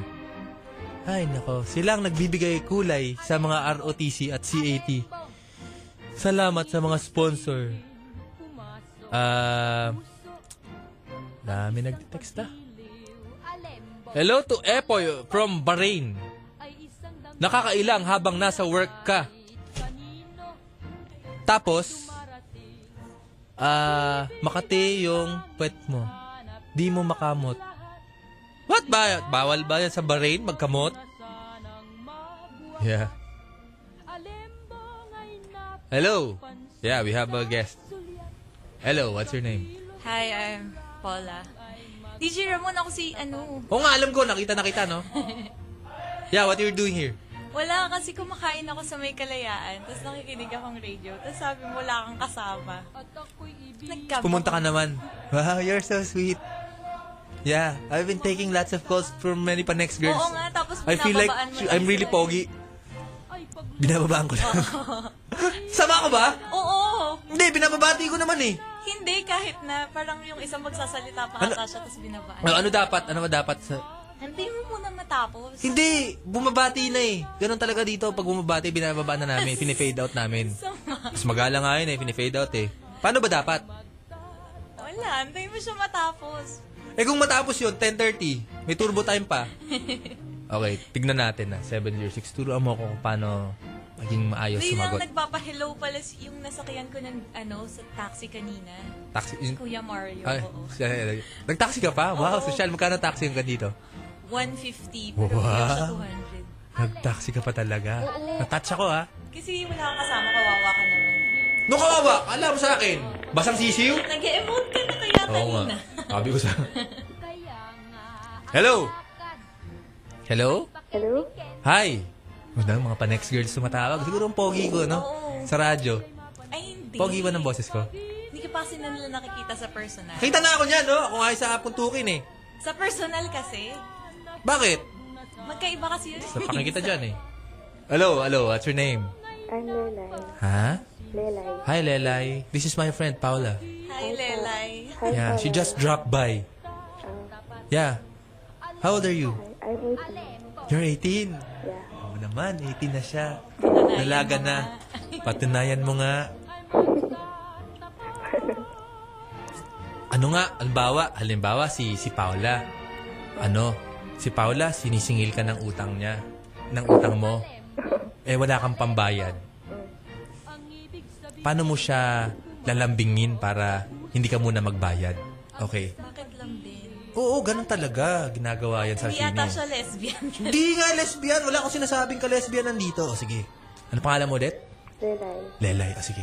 Ay, nako. Silang nagbibigay kulay sa mga ROTC at CAT. Salamat sa mga sponsor. Ah... dami nag-text na. Hello to Epoy from Bahrain. Nakakailang habang nasa work ka. Tapos, ah, makati yung puwet mo. Di mo makamot. What ba? Bawal ba yan sa Bahrain magkamot? Yeah. Hello. Yeah, we have a guest. Hello, what's your name?
Hi, I'm Paula. DJ Ramon, ako si ano.
Oo nga, alam ko. Nakita, nakita, no? Yeah, what you're doing here?
Wala kasi kumakain ako sa may kalayaan, tapos nakikinig akong radio, tapos sabi mo wala kang kasama. Nagkabang.
Pumunta ka naman. Wow, you're so sweet. Yeah, I've been taking lots of calls from many pa next girls.
Oo nga, tapos
I feel like
binababaan mo
sh-
lang
I'm really
sila. eh.
pogi. Binababaan ko lang. Sama ko ba?
Oo!
Hindi, binababati ko naman eh.
Hindi, kahit na parang yung isang magsasalita pa
Ano-
ata siya, tapos binabaan.
Ano, ano dapat? Ano ba dapat? Sa...
Hindi mo muna matapos.
Hindi, bumabati na eh. Ganun talaga dito. Pag bumabati, binababa na namin. Pinifade out namin.
Sama.
Mas magalang nga yun eh. Pinifade out eh. Paano ba dapat?
Wala, antay mo siya matapos.
Eh kung matapos yun, 10.30. May turbo time pa. Okay, tignan natin na. 7 years, 6. Turuan mo ako kung paano maging maayos
Hindi lang
sumagot.
nagpapahello pala si- yung nasakyan ko ng ano, sa taxi kanina. Si
Taxi. Yun,
Kuya Mario,
ay,
oo.
siya- siya- nag-taxi ka pa? Wow,
Oo.
social. Magkano taxi yung ganito?
150,
Wow.
pero wow. siya 200.
Nag-taxi ka pa talaga.
Oo.
Natouch ako ah. ha.
Kasi wala kang kasama, kawawa ka naman.
No, kawawa. Alam mo sa akin. Basang sisiw.
Nag-emote ka na kaya kanina.
Sabi ko sa... Hello? Hello?
Hello?
Hi! Wala, mga pa-next girls tumatawag. Siguro ang pogi ko, no?
Oo.
Sa radyo.
Ay, hindi.
Pogi ba ng boses ko?
Hindi ka pa kasi na nila nakikita sa personal.
Kita na ako niyan, no? Ako nga sa puntukin, eh.
Sa personal kasi,
Bakit?
magkaiba kasi yun.
Sa pakikita dyan, eh. Hello, hello, what's your name?
I'm Lelay.
Ha?
Lelay.
Hi, Lelay. This is my friend, Paula.
Hi, Lelay.
Hi,
Yeah, she
Paolo.
just dropped by. Yeah. How old are you?
I'm waiting.
You're 18.
Yeah.
Oo naman, 18 na siya. Dalaga na. Patunayan mo nga. Ano nga, halimbawa, halimbawa si si Paula. Ano? Si Paula sinisingil ka ng utang niya, ng utang mo. Eh wala kang pambayad. Paano mo siya lalambingin para hindi ka muna magbayad? Okay.
Bakit lang din?
Oo, ganun talaga ginagawa yan sa
Hindi
sini.
ata siya lesbian.
Hindi nga lesbian. Wala akong sinasabing ka lesbian nandito. O sige. Ano pangalan mo ulit?
Lelay.
Lelay. O sige.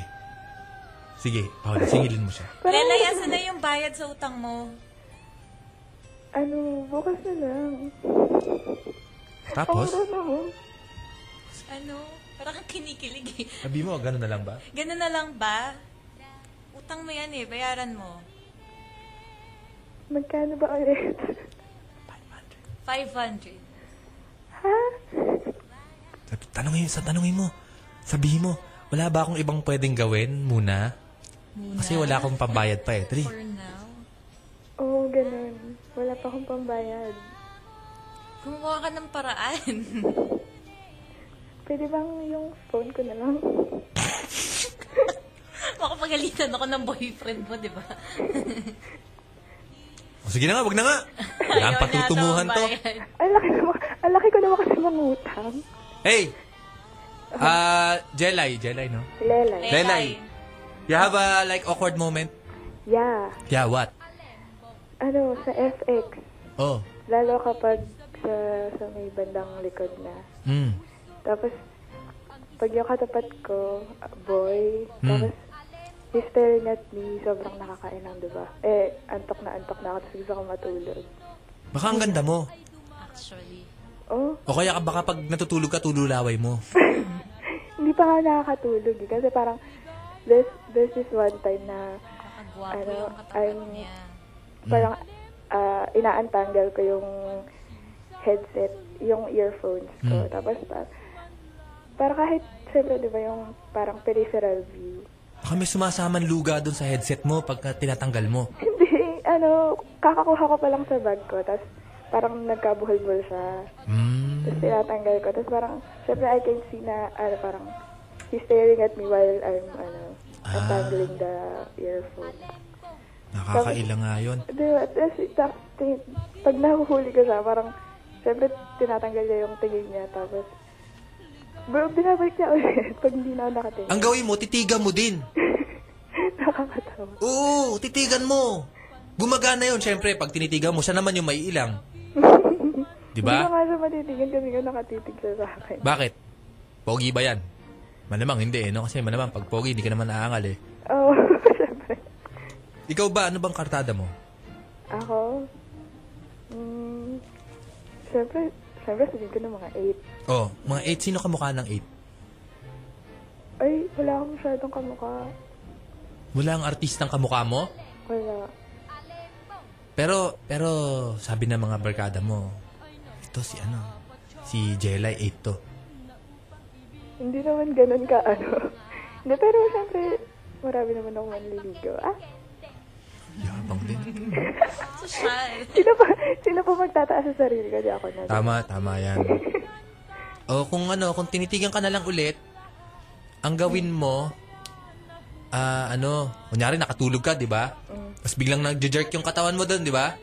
Sige, Paula, singilin mo siya.
Lelay, asan na yung bayad sa utang mo?
Ano, bukas na lang.
Tapos,
Oras na
oh.
mo.
Ano? Parang kang kinikilig eh.
sabi mo, ganun na lang ba?
Ganun na lang ba? Utang mo yan eh, bayaran mo.
Magkano ba ulit?
500.
Sabi, tanongin, sa tanongin mo. Sabihin mo, wala ba akong ibang pwedeng gawin muna?
Muna.
Kasi wala akong pambayad pa eh. Three.
For now.
Oo, ganun. Wala pa akong pambayad.
Gumawa ka ng paraan.
Pwede bang yung phone ko na lang?
Makapagalitan ako ng boyfriend mo, di ba?
O Oh, sige na nga, wag na nga. Wala
Ayaw
ang
niya
patutunguhan to.
tumambayad.
Ang laki naman, ang laki ko naman kasi mangutang.
Hey! Ah, Jelay. Jelay, no?
Lelay.
Lelay. You have a like awkward moment?
Yeah.
Yeah, what?
Ano, sa FX.
Oh.
Lalo kapag sa, sa may bandang likod na.
Mm.
Tapos, pag yung katapat ko, uh, boy,
Hmm.
tapos, he's staring at me, sobrang nakakailang, di ba? Eh, antok na antok na ako, tapos gusto ko matulog.
Baka ang ganda mo.
Actually.
Oh,
O kaya ka baka pag natutulog ka, tululaway mo.
hindi pa nga nakakatulog eh, kasi parang, there's, there's this one time na,
Kakagwapo
Ano,
yung katawan
I'm-
niya.
parang, ah, inaantanggal ko yung headset, yung earphones ko.
Hmm.
Tapos, parang, para kahit, syempre, di ba, yung parang peripheral view.
Baka may sumasamang luga doon sa headset mo pagka tinatanggal mo.
Hindi, ano, kakakuha ko pa lang sa bag ko, tapos parang nagkabuhol-buhol siya.
Mm.
Tapos tinatanggal ko, tapos parang, syempre I can see na, ano, parang, he's staring at me while I'm, ano,
Ah.
untangling the earphone.
Nakakaila nga yun.
Di ba, tapos, ta- tin- pag nahuhuli ko siya, parang, syempre tinatanggal niya yung tingin niya, tapos, bro, binabalik niya ulit pag hindi na ako nakatingin.
Ang gawin mo, titigan mo din.
Nakakatawa.
Oo, titigan mo. Gumagana yun, syempre. Pag tinitigan mo, siya naman yung may ilang. Di
Hindi ko
ba?
nga siya matitigil kasi nga nakatitig siya sa akin.
Diba? Bakit? Pogi ba yan? Malamang hindi eh, no? Kasi malamang pag pogi, hindi ka naman aangal eh.
Oo, syempre.
Ikaw ba, ano bang kartada mo?
Ako? Mm, Hmm, syempre, Siyempre, sabihin ko ng mga
Oh, mga 8. Sino kamukha ng 8?
8. Ay, wala akong masyadong kamukha.
Wala ang artistang kamukha mo?
Wala.
Pero, pero, sabi ng mga barkada mo, ito si ano, si eh, Jelay 8 to.
Hindi naman ganun ka, ano. Hindi, pero siyempre, marami naman akong manliligaw. Ah,
Yabang din.
Social.
sino pa, sino pa magtataas sa sarili ko? Di ako na.
Tama, tama yan. O kung ano, kung tinitigan ka na lang ulit, ang gawin mo, ah, ano, kunyari nakatulog ka, di ba? Tapos biglang nag-jerk yung katawan mo doon, di ba?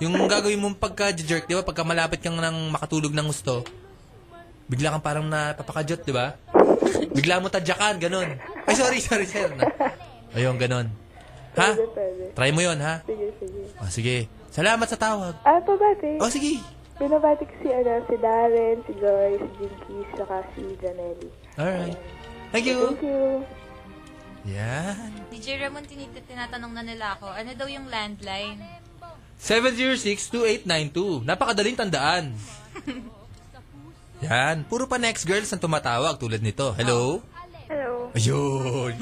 Yung gagawin mong pagka-jerk, di ba? Pagka malapit kang nang makatulog ng gusto, bigla kang parang napapakajot, di ba? bigla mo tadyakan, ganun. Ay, sorry, sorry, sir. Na. Ayun, ganun. Ha?
Pwede, pwede.
Try mo yon ha?
Sige, sige.
O, sige. Salamat sa tawag.
Ah, pabati.
O, Oh, sige.
Binabati ko si, ano, si Darren, si Joy, si Jinky, saka si Janelli.
Alright. Thank you.
Thank you.
Yan.
DJ Ramon, tinit- tinatanong na nila ako, ano daw yung landline?
706-2892. Napakadaling tandaan. Yan. Puro pa next girls ang tumatawag tulad nito. Hello?
Hello.
Ayun.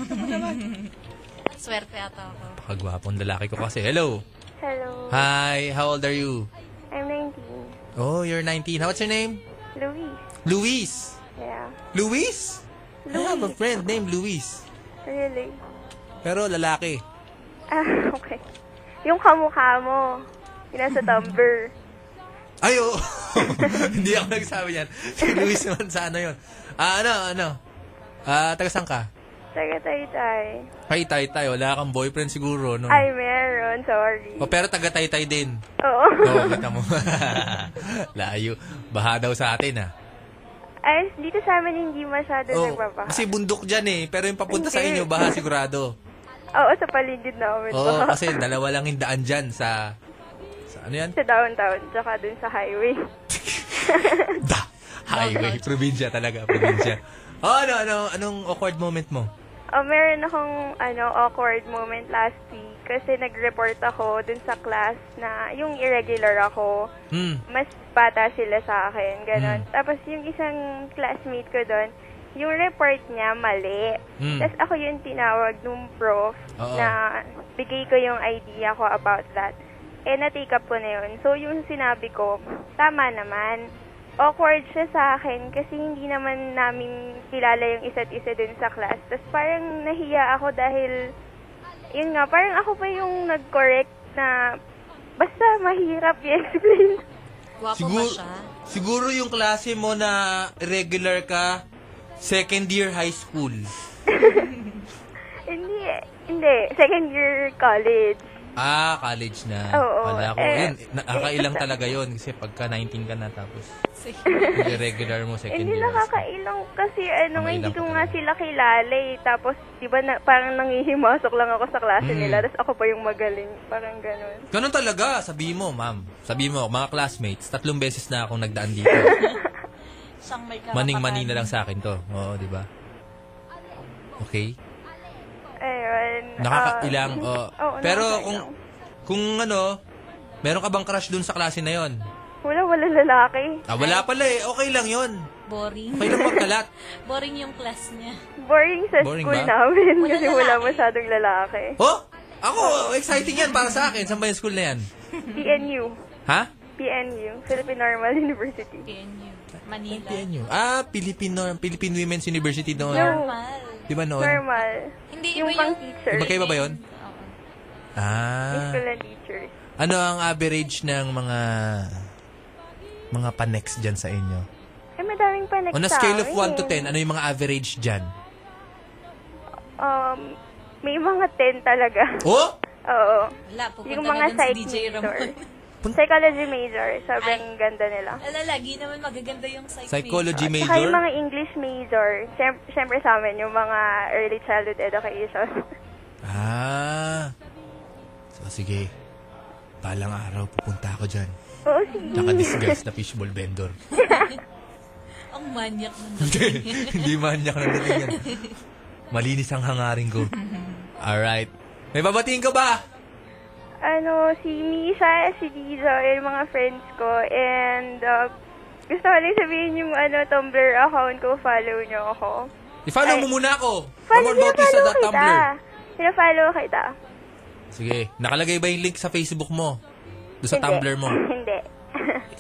Swerte ata ako.
Pakagwapong lalaki ko kasi. Hello.
Hello.
Hi. How old are you?
I'm 19.
Oh, you're 19. How- What's your name?
Louis.
Luis.
Yeah.
Luis? I have a friend named Luis.
Really?
Pero lalaki.
Ah, okay. Yung kamukha mo. Yung nasa Tumblr.
Ay, oo. Hindi ako nagsabi yan. Si Luis naman sa ano yun. Ah, ano, ano? Ah, taga saan ka?
Taga tay
Hey, tay, tay. Wala kang boyfriend siguro. No?
Ay, meron. Sorry.
O, Oh, pero taga-taytay din.
Oo.
Oo, kita mo. Layo. Baha daw sa atin, ah. ha?
Ay, dito sa amin hindi masyado
Oo,
nagbabaha.
kasi bundok dyan, eh. Pero yung papunta sa inyo,
Hindi.
baha sigurado.
Oo, sa paligid na kami.
Oo, kasi dalawa lang yung daan dyan sa... Sa ano yan?
Sa downtown, tsaka dun sa highway.
Da! Highway. Probinsya talaga, probinsya. Oh, ano, ano, anong awkward moment mo?
Oh, meron akong ano, awkward moment last week kasi nag-report ako dun sa class na yung irregular ako.
Hmm.
Mas bata sila sa akin, ganon.
Mm.
Tapos yung isang classmate ko dun, yung report niya mali.
Mm.
Tapos ako yung tinawag nung prof
Oo.
na bigay ko yung idea ko about that. Eh, na-take up ko na yun. So, yung sinabi ko, tama naman. Awkward siya sa akin kasi hindi naman namin kilala yung isa't isa dun sa class. Tapos parang nahiya ako dahil, yun nga, parang ako pa yung nag-correct na basta mahirap i-explain.
Gwapo
Siguro,
ba siya?
siguro yung klase mo na regular ka, second year high school.
hindi, hindi. Second year college.
Ah, college na.
Oo,
Wala ko.
eh,
yun, nakakailang talaga yun. Kasi pagka 19 ka na tapos. Sige. regular mo second
Hindi
year.
nakakailang kasi ano nga,
Nakailang
hindi
ka
ko nga
talaga.
sila kilala eh. Tapos, di ba, na, parang nangihimasok lang ako sa klase
Mm.
nila. Tapos ako pa yung magaling. Parang ganun.
Ganun talaga. Sabi mo, ma'am. Sabi mo, mga classmates, tatlong beses na akong nagdaan dito.
Siyang may karapatan.
Maning-mani na lang sa akin to. Oo, di ba? Okay?
Ayun. ah,
Nakakailang. oo.
oo,
Pero
nakakailang.
kung, kung ano, meron ka bang crush dun sa klase na yon?
Wala, wala lalaki.
Ah, wala pala eh. Okay lang yon.
Boring.
Okay lang magkalat.
Boring yung class niya.
Boring sa
Boring
school
ba?
namin.
Wala
kasi wala
lalaki.
masyadong lalaki.
Oh! Ako, exciting yan para sa akin. Saan ba yung school na yan?
PNU.
Ha?
PNU. Philippine Normal University.
PNU. Manila.
PNU. Ah, Filipino, Philippine Women's University noon.
Normal.
Di ba noon?
Normal.
Hindi
Yung
iba
pang
yung...
teacher.
Iba kayo ba ba yun?
Oo.
Ah.
School and teachers.
Ano ang average ng mga mga panex dyan sa inyo?
Ay, madaming pa next
On a scale of
sa
1 to
amin.
10, ano yung mga average dyan?
Um, may mga 10 talaga.
Oh!
Oo.
Wala, pupunta
Yung
na
mga
dun sa
psych
DJ
major.
Ramon.
Psychology major. Sobrang ganda nila.
Ala, lagi naman magaganda yung psych
Psychology
Saka
major?
yung mga English major. Siyem- Siyempre sa amin, yung mga early childhood education.
Ah. So, sige. Balang araw, pupunta ako dyan.
Oo, Oh, sige.
Naka-disguise na fishball vendor.
major. Ang manyak mo.
Hindi manyak na dating yan. Malinis ang hangarin ko.
Mhm.
Alright. May babatiin ka ba?
Ano, si Misa, si Dizo, yung mga friends ko, and uh, Gusto ko lang sabihin yung ano, Tumblr account ko, follow niyo ako.
I-follow
Ay.
mo muna ako.
Follow, follow kita.
RamonBautista.tumblr.
Sinafollow kita.
Sige. Nakalagay ba yung link sa Facebook mo? Doon sa
Hindi.
Tumblr mo?
Hindi.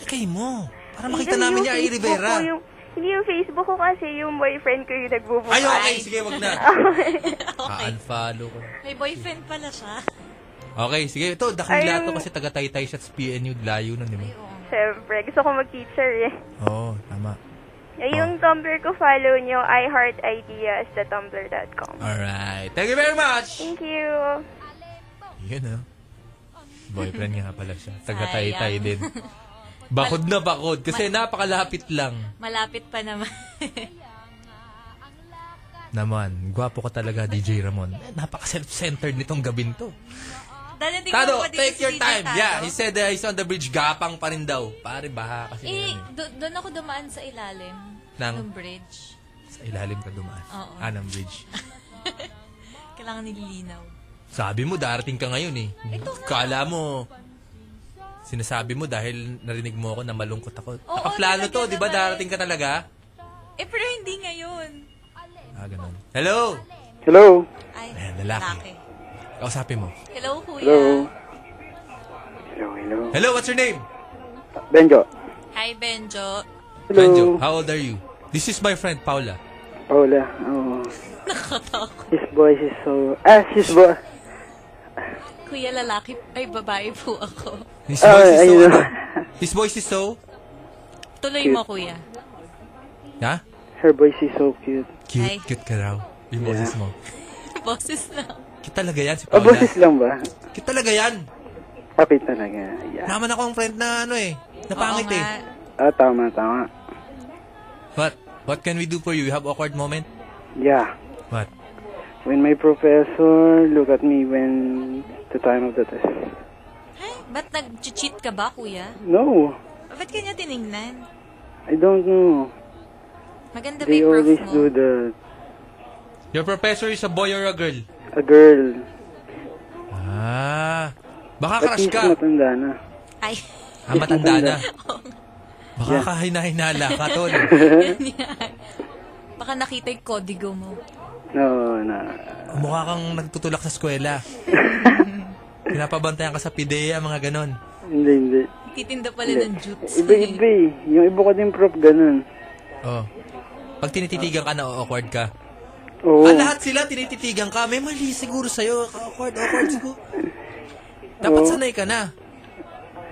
Ilagay mo. Para makita
Yung-
namin niya,
yung
Ay
Facebook
Rivera.
ko, yung- Hindi yung Facebook ko kasi yung boyfriend ko yung nagbubuhay.
Ay, okay. Sige, wag na.
Ah,
okay.
Ah-unfollow ko.
May boyfriend pala siya.
Okay, sige. Ito, dakila
Ay,
to
yung-
kasi taga-taytay siya at PNU. Layo nun, di ba?
Siyempre, gusto ko mag-teacher eh.
Oo, oh, tama.
Yung Tumblr ko, follow nyo, iHeartIdeas.tumblr.com.
Alright. Thank you very much!
Thank you.
Yun ah. Boyfriend nga pala siya. Taga-taytay din. Bakod na bakod. Kasi napakalapit lang.
Malapit pa naman.
Naman, gwapo ka talaga, DJ Ramon. Eh, Napaka-self-centered nitong gabin to.
Dadating ko
Tado,
pa dito
take
si
your
DJ
time.
Tado.
Yeah, he said uh, he's on the bridge. Gapang pa rin daw. Pare, baha kasi
Eh,
ngayon eh.
do- doon ako dumaan sa ilalim.
Ng?
Ng bridge.
Sa ilalim ka dumaan.
Oo.
Ah, ng bridge.
Kailangan nililinaw.
Sabi mo, darating ka ngayon eh.
Ito nga.
Kala mo, sinasabi mo dahil narinig mo ako na malungkot ako.
Oo,
Nakaplano to,
nilagyan
di ba?
naman.
Darating ka talaga?
Eh, pero hindi ngayon.
Ah, ganun. Hello!
Hello?
Ay,
Ayan, lalaki. Kausapin mo.
Hello, kuya.
Hello. Hello, hello.
Hello, what's your name?
Benjo.
Hi, Benjo.
Hello.
Benjo, how old are you? This is my friend, Paula.
Paula. Oh.
Nakatakot.
His voice is so... Ah, his voice...
Kuya, lalaki. Ay, babae po ako.
His
Ah,
voice is so...
ayun.
His voice is so...
Tuloy mo, kuya.
Ha?
Her voice is so cute.
Cute,
Ay.
cute ka raw. Yung boses mo.
Boses lang.
Cute talaga yan si
Oh,
Paula.
boses lang ba?
Cute talaga yan.
Kapit talaga. Yeah.
Naman akong friend na ano eh. Napangit
Oo
eh.
nga.
Ah, tama, tama.
What? What can we do for you? You have awkward moment?
Yeah.
What?
When my professor look at me when the time of the test.
Ay, ba't nag-cheat ka ba, kuya?
No,
Ba't kanya tiningnan?
I don't know.
Maganda ba
They
yung proof
always
mo?
do the
Your professor is a boy or a girl?
a girl.
Ah. Baka
At
crush
least
ka.
matanda na.
Ay,
Ah, matanda na.
oo nga,
Baka kahinahinala ka, tol.
yun yan. Baka nakita yung kodigo mo.
No, na.
Mukha kang nagtutulak sa eskwela. Pinapabantayan ka sa PIDEA, mga ganon.
Hindi, hindi.
Titinda pala ng jutes.
Iba, iba eh. Yung iba ko din prof, ganun.
Oh. Pag tinititigan ka na, awkward ka.
Oo.
Ah, lahat sila tinititigan ka. May mali siguro sa'yo. Awkward, awkward siguro. Dapat sanay ka na.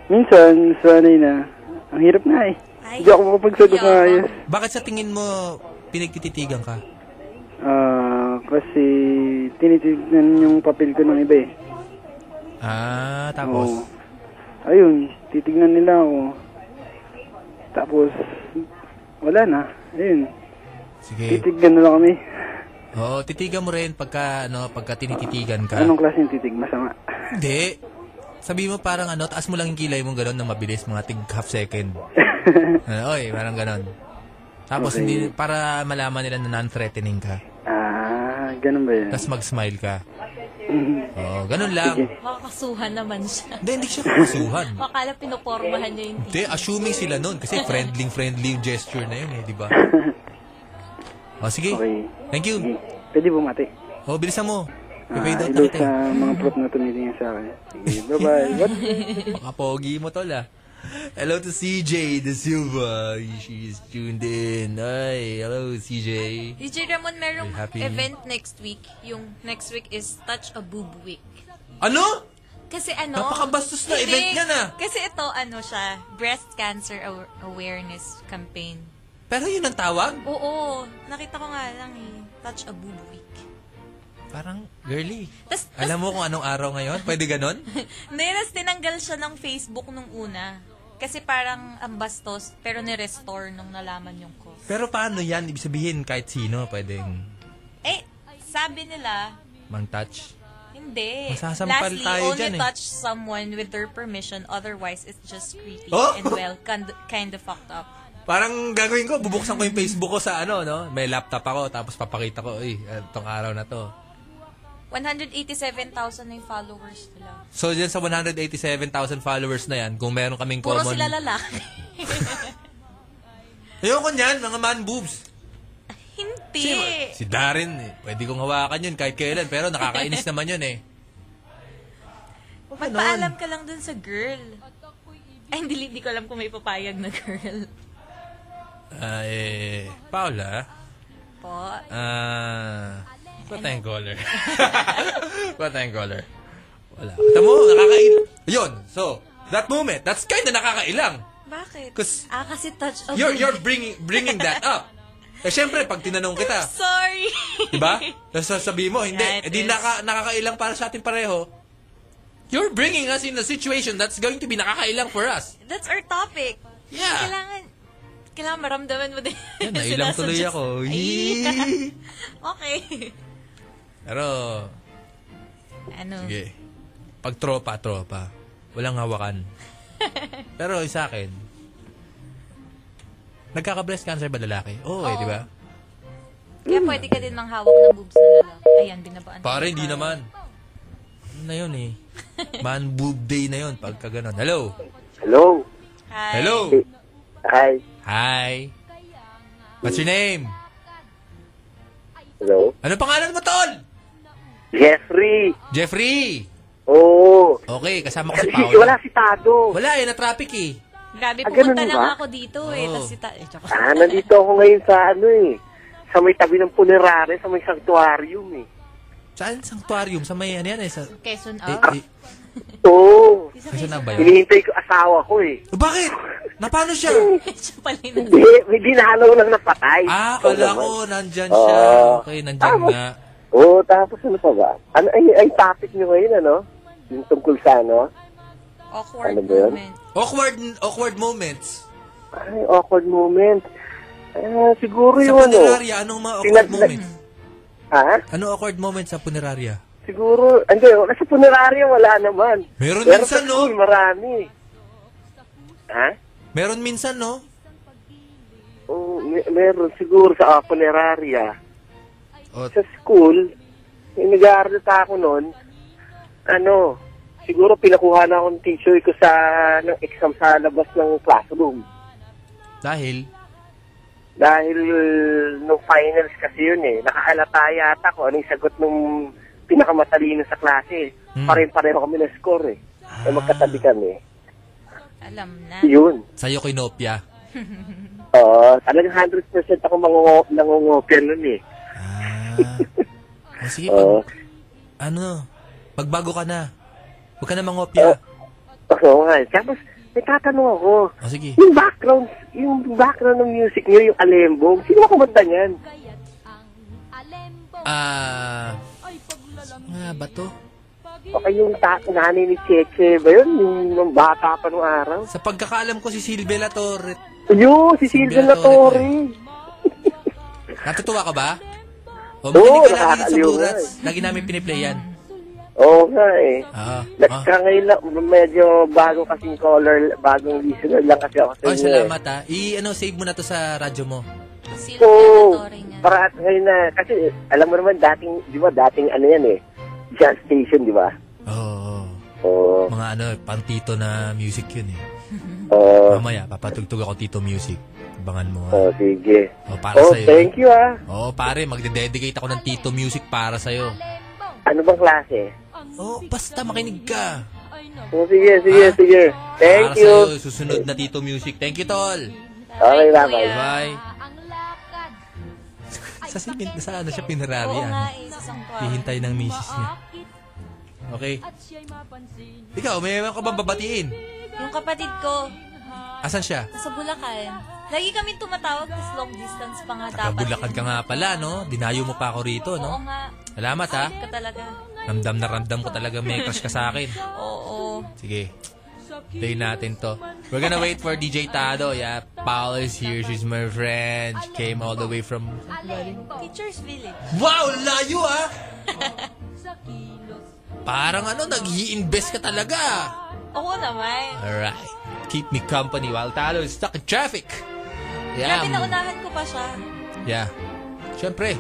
Minsan, sanay na. Ang hirap na eh.
Ay,
Hindi ako makapagsagot
Ayoko.
na ayos.
Bakit sa tingin mo pinagtititigan ka?
Ah, kasi tinitignan yung papel ko ng iba eh.
Ah,
Oo. Ayun, titignan nila ako. Tapos, wala na. Ayun,
Sige.
titignan na lang kami.
Oo, oh, titigan mo rin pagka, ano, pagka tinititigan ka.
Anong klaseng titig? Masama.
Hindi. Sabi mo parang ano, taas mo lang yung kilay mo gano'n na mabilis, mga tig half second. ano, oy, parang gano'n.
Okay.
Tapos hindi, para malaman nila na non-threatening ka.
Ah, ganun ba yun?
Tapos mag-smile ka.
Mhm.
Oo, ganun lang.
makakasuhan naman siya.
Hindi, hindi siya kasuhan.
Akala pinupormahan niya yung
Hindi, assuming sila nun. Kasi friendly-friendly yung gesture na yun eh, di ba? O, sige.
Okay.
Thank
Sige.
you.
Pwede bumati.
O, bilisan mo.
Ah,
Pipay daw
hello
kita
sa
eh.
mga prop na tumitingin sa akin. Sige, bye-bye. What?
Mga pogi mo tol ah. Hello to CJ De Silva. She's tuned in. Ay, hello CJ.
DJ Ramon, merong
Very happy.
event next week. Yung next week is Touch a Boob Week.
Ano?
Kasi ano...
Napakabastos na
Hindi.
event yan ah.
Kasi ito, ano siya, Breast Cancer Aw- Awareness Campaign.
Pero yun ang tawag?
Oo, nakita ko nga lang eh. Touch a Boob Week.
Parang girly.
Tas-
Alam mo kung anong araw ngayon? Pwede ganon?
Neras tinanggal siya ng Facebook nung una. Kasi parang ang bastos, pero nirestore nung nalaman yung ko.
Pero paano yan? Ibig sabihin kahit sino pwedeng
Eh, sabi nila,
mang-touch.
hindi.
Masasampal
Lastly,
tayo
only
dyan eh.
touch someone with their permission, otherwise it's just creepy
Oh!
and well, kind, kind of fucked up.
Parang gagawin ko, bubuksan ko yung Facebook ko sa ano, no? May laptop ako, tapos papakita ko, eh, itong araw na to.
187,000 na yung followers nila.
So, dyan sa 187,000 followers na yan, kung meron kaming
Puro
common...
sila lalaki.
Ayoko niyan, mga man boobs.
Hindi.
Si Darren, eh. pwede kong hawakan yun kahit kailan, pero nakakainis naman yun eh. Ano?
Magpaalam ka lang dun sa girl. Ay, hindi, hindi ko alam kung may papayag na girl.
Ah, eh, Paula,
Po.
ah, ba't tayong caller? ba't tayong caller? Wala. Kita mo, nakakailang. Yun, so, that moment, that's kinda nakakailang.
Bakit?
'Cause
ah, kasi touch of
You're,
the-
you're bringing, bringing that up. Eh, syempre, pag tinanong kita,
Sorry.
Diba? Tapos sasabihin mo, hindi.
Yeah, it
Eh, di
is.
naka, nakakailang para sa atin pareho. You're bringing us in a situation that's going to be nakakailang for us.
That's our topic.
Yeah.
Kailangan, kailangan maramdaman mo din.
Yan, eh. nailang
Sinasuggest-
tuloy ako.
Ay.
Yee.
okay.
Pero,
Ano?
sige. Pag tropa, tropa. Walang hawakan. Pero sa akin, nagkaka-breast cancer ba lalaki? Oo, eh,
Oo.
di ba?
Kaya pwede ka din manghawak ng boobs ng lalaki. Ayan, binabaan.
Pare, hindi naman. Ano na yun eh? Man boob day na yun pagka ganun. Hello?
Hello?
Hi.
Hello?
Hi.
Hi. What's your name?
Hello?
Ano pangalan mo, Tol?
Jeffrey!
Jeffrey!
Oo.
Okay, kasama ko si
Kasi
Paolo.
wala si Tado.
Wala eh, na-traffic eh.
Grabe,
Ah,
pumunta
ganun
lang
ba?
ako dito eh.
Oo.
Tapos si ta... Eh, tsaka.
Ah, nandito ako ngayon sa ano eh. Sa may tabi ng punerare, sa may sanctuarium eh.
Saan? Sanctuarium? Sa may ano yan eh. Sa,
Quezon ah.
eh,
Ah.
out.
eh,
Oo.
Quezon na ba yun?
Hinihintay ko asawa ko eh.
Oh, bakit? Napano siya?
Siya pala yun.
Hindi, may dinalaw lang Ano na patay.
Ah,
Ikaw
wala
naman.
ko. Nandyan siya.
Oo.
Okay, nandyan
Tapos-
nga.
Oo, tapos ano pa ba? Ano, ay, ay topic nyo ngayon ano? Yung tungkol sa ano?
Awkward
Ano ba yun?
moment.
Awkward, awkward moments.
Ay, awkward moment. Ah, siguro
Sa
yung ano.
punerarya, anong mga awkward
Pinag-
moments?
Ha?
Ano awkward moments sa punerarya?
Siguro, hindi, wala sa punerarya, wala naman.
Meron
Pero
minsan,
sa school,
no?
marami. Ha?
Meron minsan, no?
Oo, me- meron siguro sa ah, punerarya.
O,
Sa school, yung nag-aaral pa ako noon, ano, siguro pinakuha na akong teacher ko sa ng exam sa labas ng classroom.
dahil,
Dahil nung finals kasi yun eh, nakahalata yata ko anong sagot nung pinakamatalino sa klase.
Hmm. Ah.
Pare-pareho kami ng score eh. Eh, magkatabi kami.
Alam na.
Yun.
sa'yo kinopia.
Oo, talagang 100% ako mangungo- nangungopia nun eh.
Ah. O, sige,
Oo.
pag, ano, magbago ka na. Huwag ka na mangopia.
Oo nga. eh. Tapos, may tatanong ako.
O, Ah, sige.
Yung background, yung background ng music niyo, yung alembong, sino ba kumanta niyan?
kaya't ang alembo
Ah,
ay paglalamig
nga ba to?
O kaya yung ta- nanay ni Cheche ba yun? Yung nung bata pa nung araw?
Sa pagkakaalam ko si Silvia La Torre.
Yo, si Silvia
Silvia
La
Torre.
Torre.
Natutuwa ka ba? O,
Oo,
makinig Oh, ka lagi dito sa
nakakaliw
Burats.
nga eh.
Lagi namin piniplay yan.
Oo nga eh.
Ah, ah.
Nagka ngayon lang, medyo bago kasing caller, bagong listener lang kasi ako sa
Oy,
inyo. eh.
salamat ha. I, ano, save mo na to sa radyo mo.
Sila
Oo,
oh. Torre nga.
para at ngayon na, kasi alam mo naman dating, di ba, dating ano yan eh, jazz station, di ba?
Oo.
Oo,
mga ano, pang tito na music yun eh.
oo,
Mamaya, papatugtog ako tito music. Abangan mo ha.
oo, sige.
O, para
Oh,
sa'yo.
thank you ah.
Oo, pare, magdededicate ako ng tito music para sa'yo.
alembo
Ano bang klase?
ang
Oo, Oh, basta makinig ka.
ay nag
Oh, sige, sige,
Ah.
sige. Thank
para
you.
sa'yo, susunod na tito music. Thank you, tol.
Okay, bye-bye.
Bye.
ang lakad
Sa, simin, sa ano siya,
Oo
pinararian.
nga eh, sa sanctuary.
Hihintay ng misis niya.
maakit
Okay.
at siya'y mapansin
Ikaw, may mga ka bang babatiin?
Yung kapatid ko,
Asan siya?
nasa Bulacan. Lagi kami tumatawag, tas long distance pa nga dapat.
Kabulakan ka nga pala, no? Dinayo mo pa ako rito,
Oo
no?
nga.
Salamat, ah. ha?
Ka talaga.
Ramdam na ramdam ko talaga may crush ka sa akin.
Oo.
Sige. Play natin to. We're gonna wait for DJ Tado. Yeah, Paul is here. She's my friend. She came all the way from...
Teacher's Village.
Wow! Layo, ah! Parang ano, nag invest ka talaga.
Oo naman.
Alright. Keep me company while Tado is stuck in traffic. Yeah.
Grabe,
um,
naunahan ko pa siya.
Yeah. Siyempre.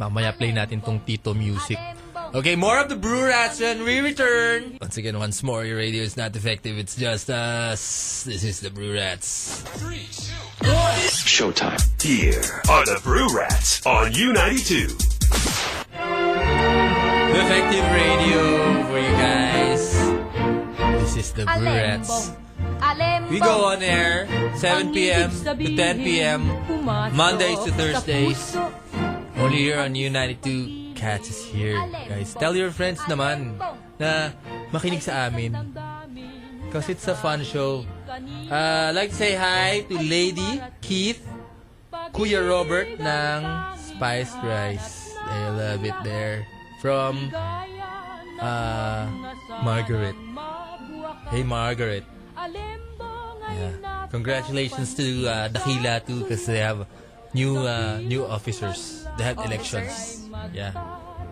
Mamaya play natin tong Tito Music. Okay, more of the Brew Rats when we return. Once again, once more, your radio is not defective. It's just us. This is the Brew Rats. Three, two, one.
It's showtime. Here are the Brew Rats on U92.
Effective Radio for you guys. This is the Brew
Alembong.
Rats.
Alembong.
We go on air 7 p.m. to 10 p.m. Mondays to Thursdays. Only here on U92. Cats is here. Guys, tell your friends naman na makinig sa amin. Kasi it's a fun show. Uh, I'd like to say hi to Lady, Keith, Kuya Robert ng Spice Rice. I love it there. From uh, Margaret. Hey, Margaret. Yeah. Congratulations to uh, Dakila too because they have new uh, new officers. They had elections. Yeah.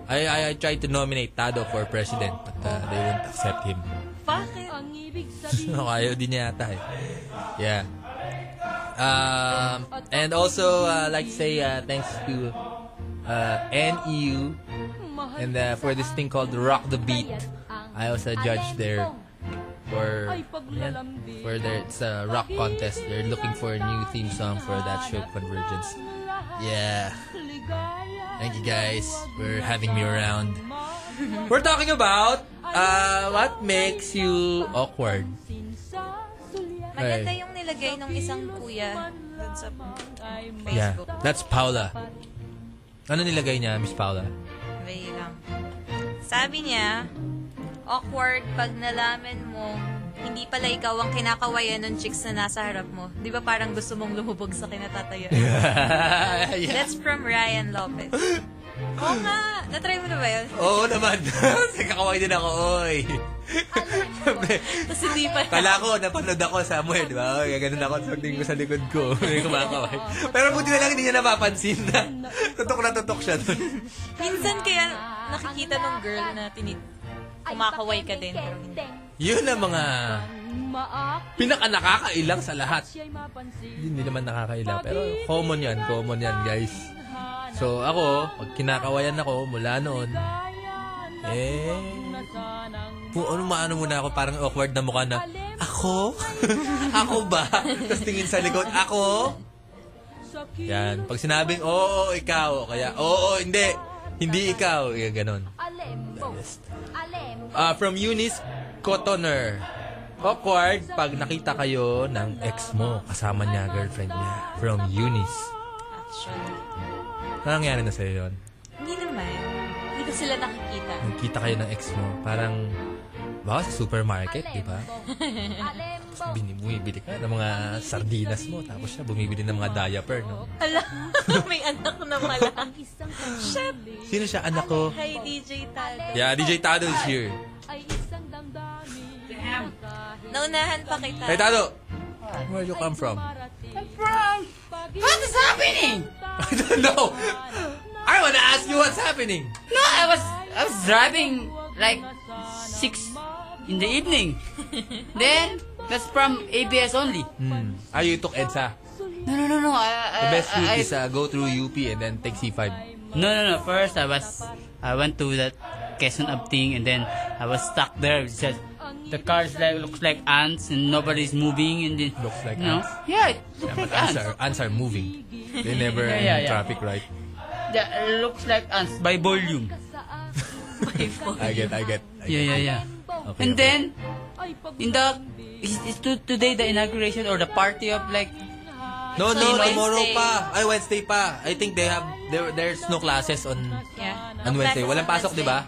I, I I tried to nominate Tado for president but uh, they won't accept him.
Bakit?
no, ayaw din niya yata eh. Yeah. Um, and also, uh, I'd like to say uh, thanks to uh, NEU and uh, for this thing called Rock the Beat. I was a judge there for yeah, for their it's a rock contest. They're looking for a new theme song for that show, Convergence. Yeah. Thank you guys for having me around. Mm-hmm. We're talking about uh, what makes you awkward.
Maganda yung nilagay ng isang kuya dun sa
Yeah,
Facebook.
that's Paula. Ano nilagay niya, Miss Paula?
Wait lang. Sabi niya, awkward pag nalaman mo hindi pala ikaw ang kinakawayan ng chicks na nasa harap mo. Di ba parang gusto mong lumubog sa kinatatayuan?
yeah.
That's from Ryan Lopez. Oo nga! Natry mo na ba yun?
Oo naman. Nagkakaway din ako, oy.
Tapos hindi pa.
Kala ko, napanood ako somewhere, di ba? Oy, ganun ako, something ko sa likod ko. May kumakaway. Pero buti na lang hindi niya napapansin na. Tutok na tutok siya doon.
Minsan kaya nakikita ng girl na tinit kumakaway ka din. Pero hindi.
Yun ang mga pinaka nakakailang sa lahat. Hindi naman nakakailang, pero common yan, common yan, guys. So ako, pag kinakawayan ako mula noon, eh, kung ano maano muna ako, parang awkward na mukha na, ako? ako ba? Tapos tingin sa likod, ako? Yan. Pag sinabing, oo, ikaw, o kaya, oo, hindi, hindi ikaw, yan, ganon.
Alembong. Alembong.
Ah, from Eunice Cotoner. Awkward pag nakita kayo ng ex mo kasama niya, girlfriend niya. From Eunice.
Actually,
Ano nangyari na sa'yo yun?
hindi naman. Hindi ko sila nakikita.
Nagkita kayo ng ex mo, parang baka sa supermarket, di ba?
Alembong.
Bini- Bumibili ka ng mga sardinas mo, tapos siya bumibili ng mga diaper, no?
Ala, may anak na pala. Shit!
Sino siya, anak ko?
Hi, DJ Tad.
Yeah, DJ Tado is here.
Ay isang damdamin.
Naunahan pa kita.
Hey, Tado! Where you come from?
What is happening?
I don't know! I wanna ask you what's happening!
No, I was I was driving like six in the evening. then that's from ABS only.
Hmm. Ah, you took EDSA.
No, no, no, no. I, I,
The best
I,
route
I-
is uh, go through UP and then take C5.
No, no, no. First, I was I went to that Quezon up thing, and then I was stuck there. It's just the cars like looks like ants, and nobody's moving, and then
Looks like
you know?
ants.
Yeah, it looks
But
like
ants
ants.
are, ants are moving. They never
Yeah,
end
yeah,
in
yeah.
traffic, right?
Yeah, it looks like ants by volume.
I get, I get. I
Yeah,
get.
yeah, yeah.
Okay,
And
okay.
then in the is, is to, today the inauguration or the party of like
No, no,
Wednesday.
tomorrow pa. Ay, Wednesday pa. I think they have, there, there's no classes on,
Yeah.
on Wednesday. Walang pasok, di ba?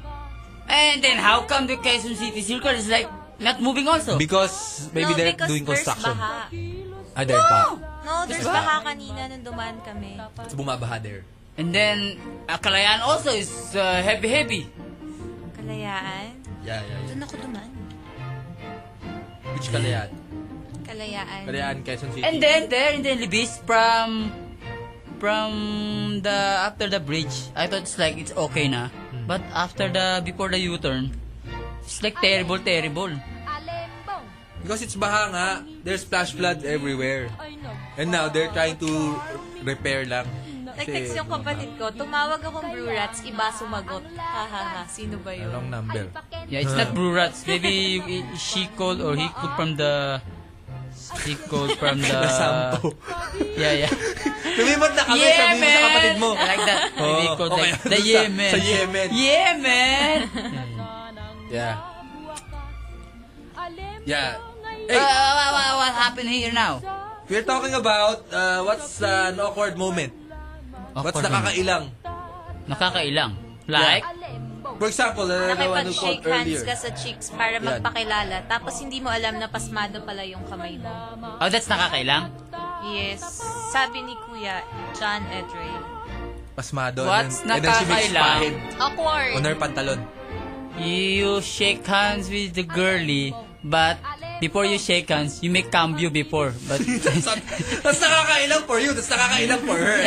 And then how come the Quezon City Circle is like not moving also?
Because maybe
no,
they're
because
doing construction.
There's baha.
Ah, there pa.
No, there's baha kanina nung dumaan kami.
It's bumabaha there.
And then uh, Kalayaan also is uh, heavy heavy.
Kalayaan.
Yeah, yeah, yeah.
Doon ako dumaan.
Which Kalayaan?
Kalayaan.
Kalayaan, Quezon City.
And then there in the Libis from from the after the bridge, I thought it's like it's okay na.
Hmm.
But after the before the U-turn, it's like terrible terrible.
Alembong.
Because it's baha nga, there's flash flood everywhere. And now, they're trying to repair lang.
Nag-text yung kapatid ko, tumawag akong Brew Rats, iba sumagot. Ha ha ha, sino ba yun?
Anong number?
Yeah, it's not Brew Rats. Maybe she called or he called from the Zip code from the...
Nasampo.
Yeah, yeah.
Lumimot na kami, sabihin mo sa kapatid mo.
I like that.
Oo,
Zip code,
o
like,
kaya
the
dun sa-
Yemen.
sa Yemen.
Yemen!
Yeah. Yeah.
Hey. Uh, what, what, what happened here now?
We're talking about uh, what's uh, an awkward moment. what's
Awkward
nakakailang?
Nakakailang? Like?
For example, uh, the one who
Nakipag-shake
called
hands
earlier.
ka sa cheeks para
Yan.
magpakilala. Tapos hindi mo alam na pasmado pala yung kamay mo.
Oh, that's nakakailang?
Yes. Sabi ni Kuya John Edray.
Pasmado.
What's
and then she makes
nakakailang?
pahid On
Awkward.
her pantalon.
You shake hands with the girly, but before you shake hands, you make cambio before. But
Tapos nakakailang for you, tapos nakakailang for her.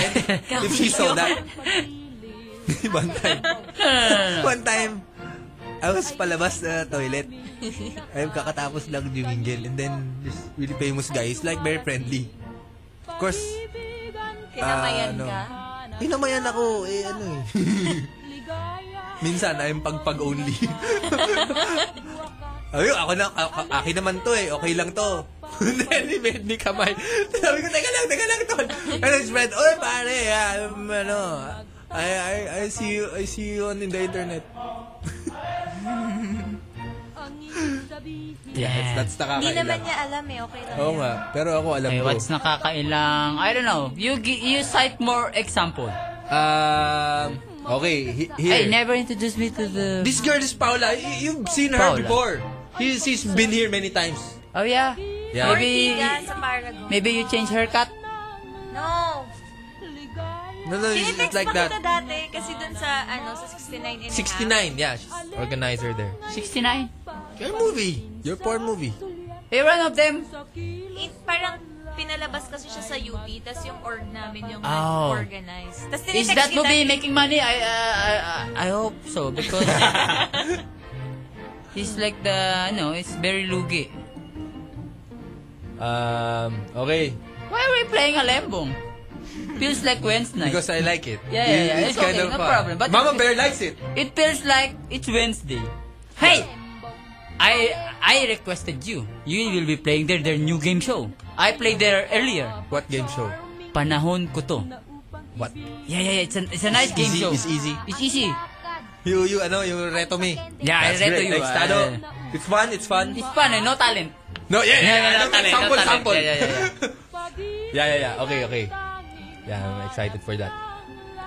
And if she saw that. one time. one time, I was palabas sa toilet. I'm kakatapos lang jumingle. And then, this really famous guy is like very friendly. Of course,
Kinamayan
Ah, ano.
ka.
pinamayan ako. Eh, ano eh. Minsan, I'm pagpag only. Ay, ako na, a- a- akin naman to eh. Okay lang to. And then, he made me kamay. Sabi ko, teka lang, teka lang, tol. And then, spread, oy, pare, ah, um, ano, I, I, I see you, I see you on the internet.
Yeah.
That's
Hindi naman
nakakailang.
niya alam eh. Okay lang.
Oo
yan.
nga, pero ako alam
Okay,
ko.
what's nakakailang? I don't know. You gi- you cite more example.
Um, okay, he- here.
Hey, never introduce me to the.
This girl is Paula. Y- You've seen her
Paula.
before. He- She's been here many times.
Oh yeah.
Yeah.
Maybe
Ortiga sa Paragon.
maybe you change haircut.
No.
No, no, it's
Tinitext
like
pa kita
that.
dati kasi dun sa, ano, sa 69 and a half.
69, yeah. She's organizer there.
69.
Your movie. Your porn movie.
You're one of them.
It, parang pinalabas kasi siya sa UP, tas yung org namin yung
Oh.
organized. Tas
Is
tinitext
that
kita-
movie making money? I uh, I, I I hope so because he's like the no, it's very lugi.
Um, okay.
Why are we playing a lembong? Feels like Wednesday.
Because I like it.
Yeah, yeah, yeah. It's okay, no
fun.
problem.
uh,
But-
Mama Bear likes it.
It feels like it's Wednesday. Hey! I I requested you. You will be playing their their new game show. I played there earlier.
What game show?
Panahon ko to.
What?
Yeah, yeah, yeah. It's a, it's a nice game
easy,
show.
it's easy.
It's easy.
You, you, ano, you reto me.
Yeah, I
That's
read to
great.
you.
Thanks,
ah.
Tado. It's fun, it's fun.
It's fun, eh? no talent.
No, yeah, yeah, yeah.
no talent,
sample,
no talent.
sample.
Yeah, yeah, yeah.
yeah, yeah, yeah. Okay, okay. Yeah, I'm excited for that.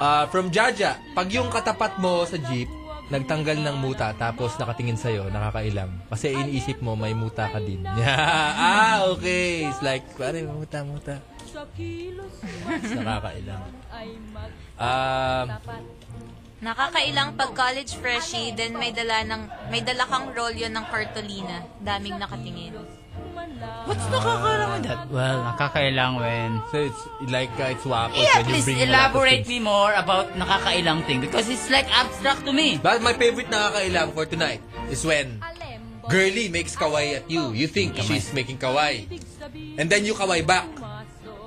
Uh, from Jaja, pag yung katapat mo sa jeep, nagtanggal ng muta tapos nakatingin sa'yo, nakakailang. Kasi iniisip mo, may muta ka din. Yeah. Ah, okay. It's like, pare, muta, muta. It's nakakailang. Um,
Nakakailang pag college freshie, then may dala, ng, may dala kang rolyo ng cartolina. Daming nakatingin.
What's nakakailang with that? Well, nakakailang when...
so it's like, uh, it's wapo when
Yeah,
you
please
bring a lot of
elaborate
things.
me more about nakakailang thing because it's like abstract to me.
But my favorite nakakailang for tonight is when girly makes kawaii at you. You think she's making kawaii. And then you kawaii back.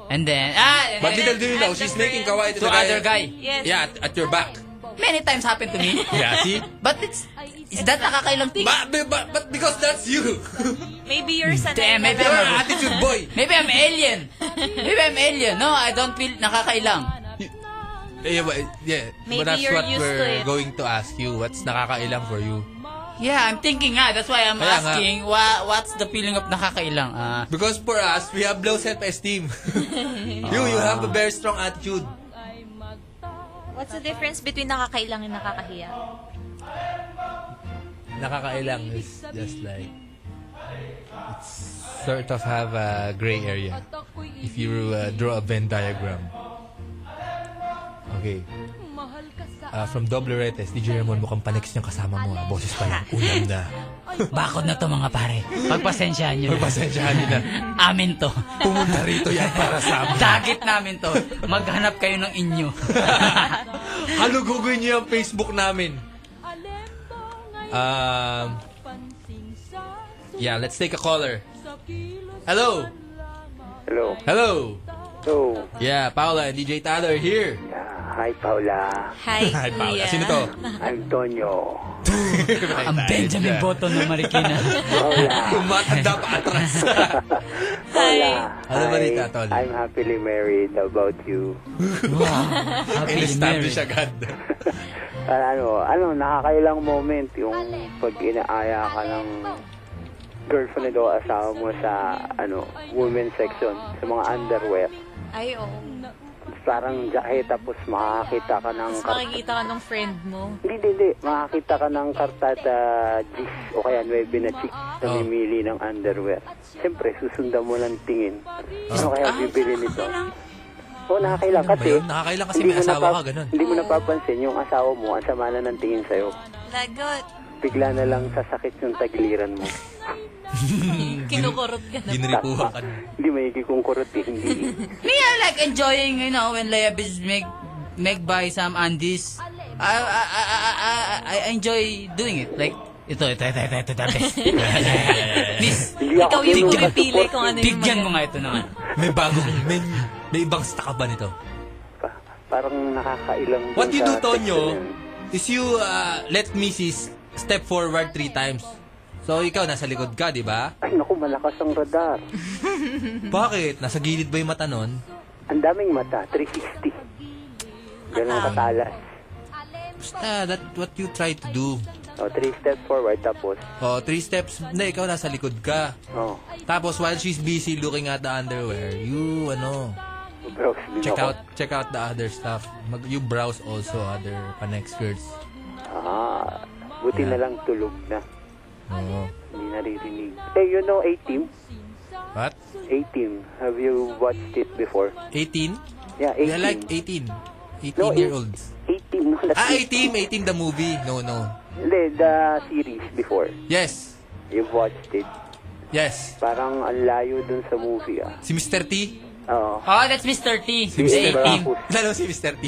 And then, ah,
But little do you know,
At the
she's making kawaii to,
to
the guy.
other guy.
Yes.
Yeah, at, at your back.
Many times happened to me.
Yeah, see?
But it's, is that nakakailang thing?
But, but, but because that's you.
Maybe you're sanay
Damn
na
it.
You're
lang.
an attitude boy.
Maybe I'm alien. Maybe I'm alien. No, I don't feel nakakailang.
Eh, Yeah, but, yeah.
Maybe
but that's
you're
what
used
we're
to it.
going to ask you. What's nakakailang for you?
Yeah, I'm thinking nga. That's why I'm
Kaya nga.
asking, wha- what's the feeling of nakakailang? Ah,
Because for us, we have low self-esteem. you, you have a
Ah.
very strong attitude.
What's the difference between nakakailang and nakakahiya?
Nakakailang is just like, it's sort of have a gray area. If you uh, draw a Venn diagram. Okay.
Mahal ka sa
Ah, from Double Retes, DJ Ramon, mukhang panex niyang kasama mo. ah. Boses pa lang. Ulam na.
bakod na to mga pare. Pagpasensyahan nyo. na.
Pagpasensyahan niyo na.
Amin to.
Pumunta rito yan para sa amin.
Dagit namin to. Maghanap kayo ng inyo.
Halugugoy niyo ang Facebook namin. Um, yeah, let's take a caller. Hello.
Hello.
Hello.
So,
Yeah, Paula and DJ Tyler here.
yeah,
Hi, Paula.
Hi, Hi, Paula. Kuya. Sino to?
Antonio.
Ang Benjamin Button ng Marikina.
Tumatanda pa atras.
Paula.
Ano ba dito,
I- I'm happily married. How about you?
In-establish agad.
Ah, ano, ano, nakakailang moment yung pag inaaya ka ng girlfriend o asawa mo sa, ano, women's section, sa mga underwear.
Ay, oo.
Tapos Parang jacket, tapos makakita ka ng
Tapos
kar-
makikita ka ng friend mo.
Hindi, hindi, hindi. Makakita ka ng kartada G's o kaya 9 na chick na mimili ng underwear. Siyempre, susundan mo ng tingin. Ano kaya bibili nito? Oo, nakakailang
Ano ba
kasi.
yun? Nakakailang kasi
hindi
may
mo
asawa
napap-
ka, ganun.
Hindi mo napapansin yung asawa mo, ang sama na ng tingin sa'yo.
Lagot.
Bigla na lang sasakit yung tagliran mo.
Kinukurot ka na.
Ginripuhan ka.
Hindi maigi kung kurot eh, hindi.
Me, I like enjoying, you know, when Leia is make, make buy some undies. I, I, I, I, I- I enjoy doing it. Like, ito, ito, ito, ito, ito, ito. Please,
Ikaw yung pumipili kung ano yung
Bigyan mo nga ito naman.
May bagong, may, may ibang stock ba nito?
Parang nakakailang... dun
What you
sa
do, Tonyo,
section yun.
is you uh, let Mrs. step forward three times. So, ikaw, nasa likod ka, di ba?
Ay, naku, malakas ang radar.
Mm-hmm.
Bakit? Nasa gilid ba yung mata nun?
Ang daming mata, 360. Ganun katalas.
Basta, that what you try to do.
O, Oh, three steps forward, tapos...
O, three steps. Hindi, ikaw nasa likod ka.
Oh.
Tapos, while she's busy looking at the underwear, you, ano,
Brooks, din
check
ako.
out check out the other stuff. Mag, you browse also other Panex skirts.
Ah, buti na lang tulog na.
Oo.
Hindi naririnig. Hey, you know A-Team?
What?
A-Team. Have you watched it before?
18?
Yeah, 18.
I like 18. 18
No,
year olds.
18. No, that's
Ah, 18. 18 the movie. No, no.
Hindi, the series before.
Yes.
You've watched it.
Yes.
Parang ang layo dun sa movie, ah.
Si Mr. T?
Oo.
Oh, that's Mr. T.
Si Mr. T.
Baracus.
Lalo si Mr. T.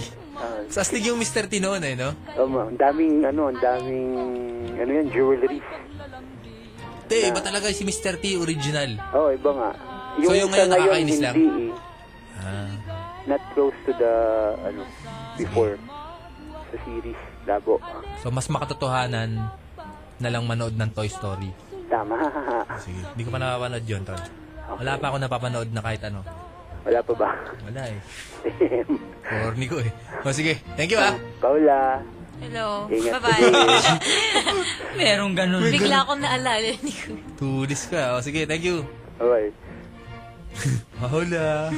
Sa astig yung Mr. T noon eh, no?
Ah. Um, ang daming, ano, ang daming, ano yan, jewelry.
Te, iba talaga si Mr. T original.
Oo, oh, iba nga.
So, yung ngayon
sa
nakakainis lang?
Hindi, eh.
Ah.
Not close to the, ano, before. Sa series, labo.
So, mas makatotohanan na lang manood ng Toy Story.
Tama.
Sige. Hindi ko pa napapanood yun, Tol. Wala pa ako napapanood na kahit ano.
Wala pa ba?
Wala eh. Corny ko eh. O sige, thank you ah.
Paula.
Hello.
Ingat
Bye-bye.
Merong ganun.
Bigla akong naalala ni Kuya.
Tulis ka. O sige, thank you.
Alright.
Hola.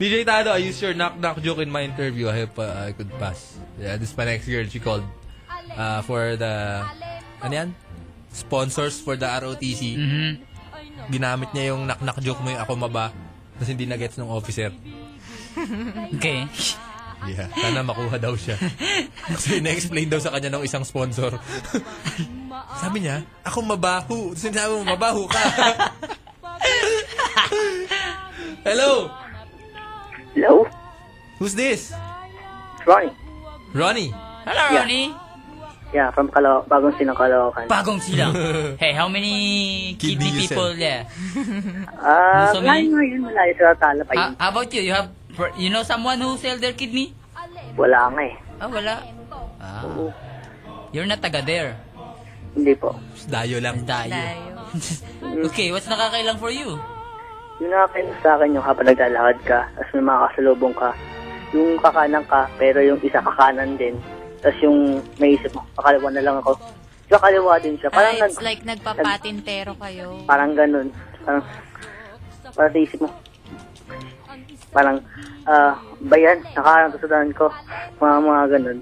DJ Tado, I used your knock-knock joke in my interview. I hope uh, I could pass. Yeah, this pa next girl, she called uh, for the, ano yan? Sponsors for the ROTC. Ginamit niya yung knock-knock joke mo yung ako maba. Tapos hindi na-gets ng officer.
Okay.
Yeah, sana makuha daw siya. Kasi na-explain daw sa kanya ng isang sponsor. Sabi niya, ako mabaho. Tapos sinabi mo, mabaho ka. Hello!
Hello?
Who's this?
Ronnie.
Ronnie.
Hello, Ronnie.
Yeah, from Kalo bagong sinang Caloocan.
Bagong silang. hey, how many kidney, people there?
Ah,
So,
wala
may-
nga yun, malayo sa tala pa yun.
Ah, how about you? You have, you know someone who sell their kidney?
Wala nga eh.
Ah, wala. Ah. You're not taga there.
Hindi po.
Dayo lang.
Dayo. okay, what's nakakailang for you?
Yung nakakain sa akin yung kapag naglalakad ka, tapos may makakasalubong ka, yung kakanan ka, pero yung isa kakanan din, tapos yung may isip mo, pakalawa na lang ako. Sa kaliwa din siya. Parang,
Ah,
nag,
it's like nagpapatintero kayo.
parang ganun. Parang, parang sa isip mo. Parang, ah, ba yan? Nakakasudahan ko. Mga mga ganun.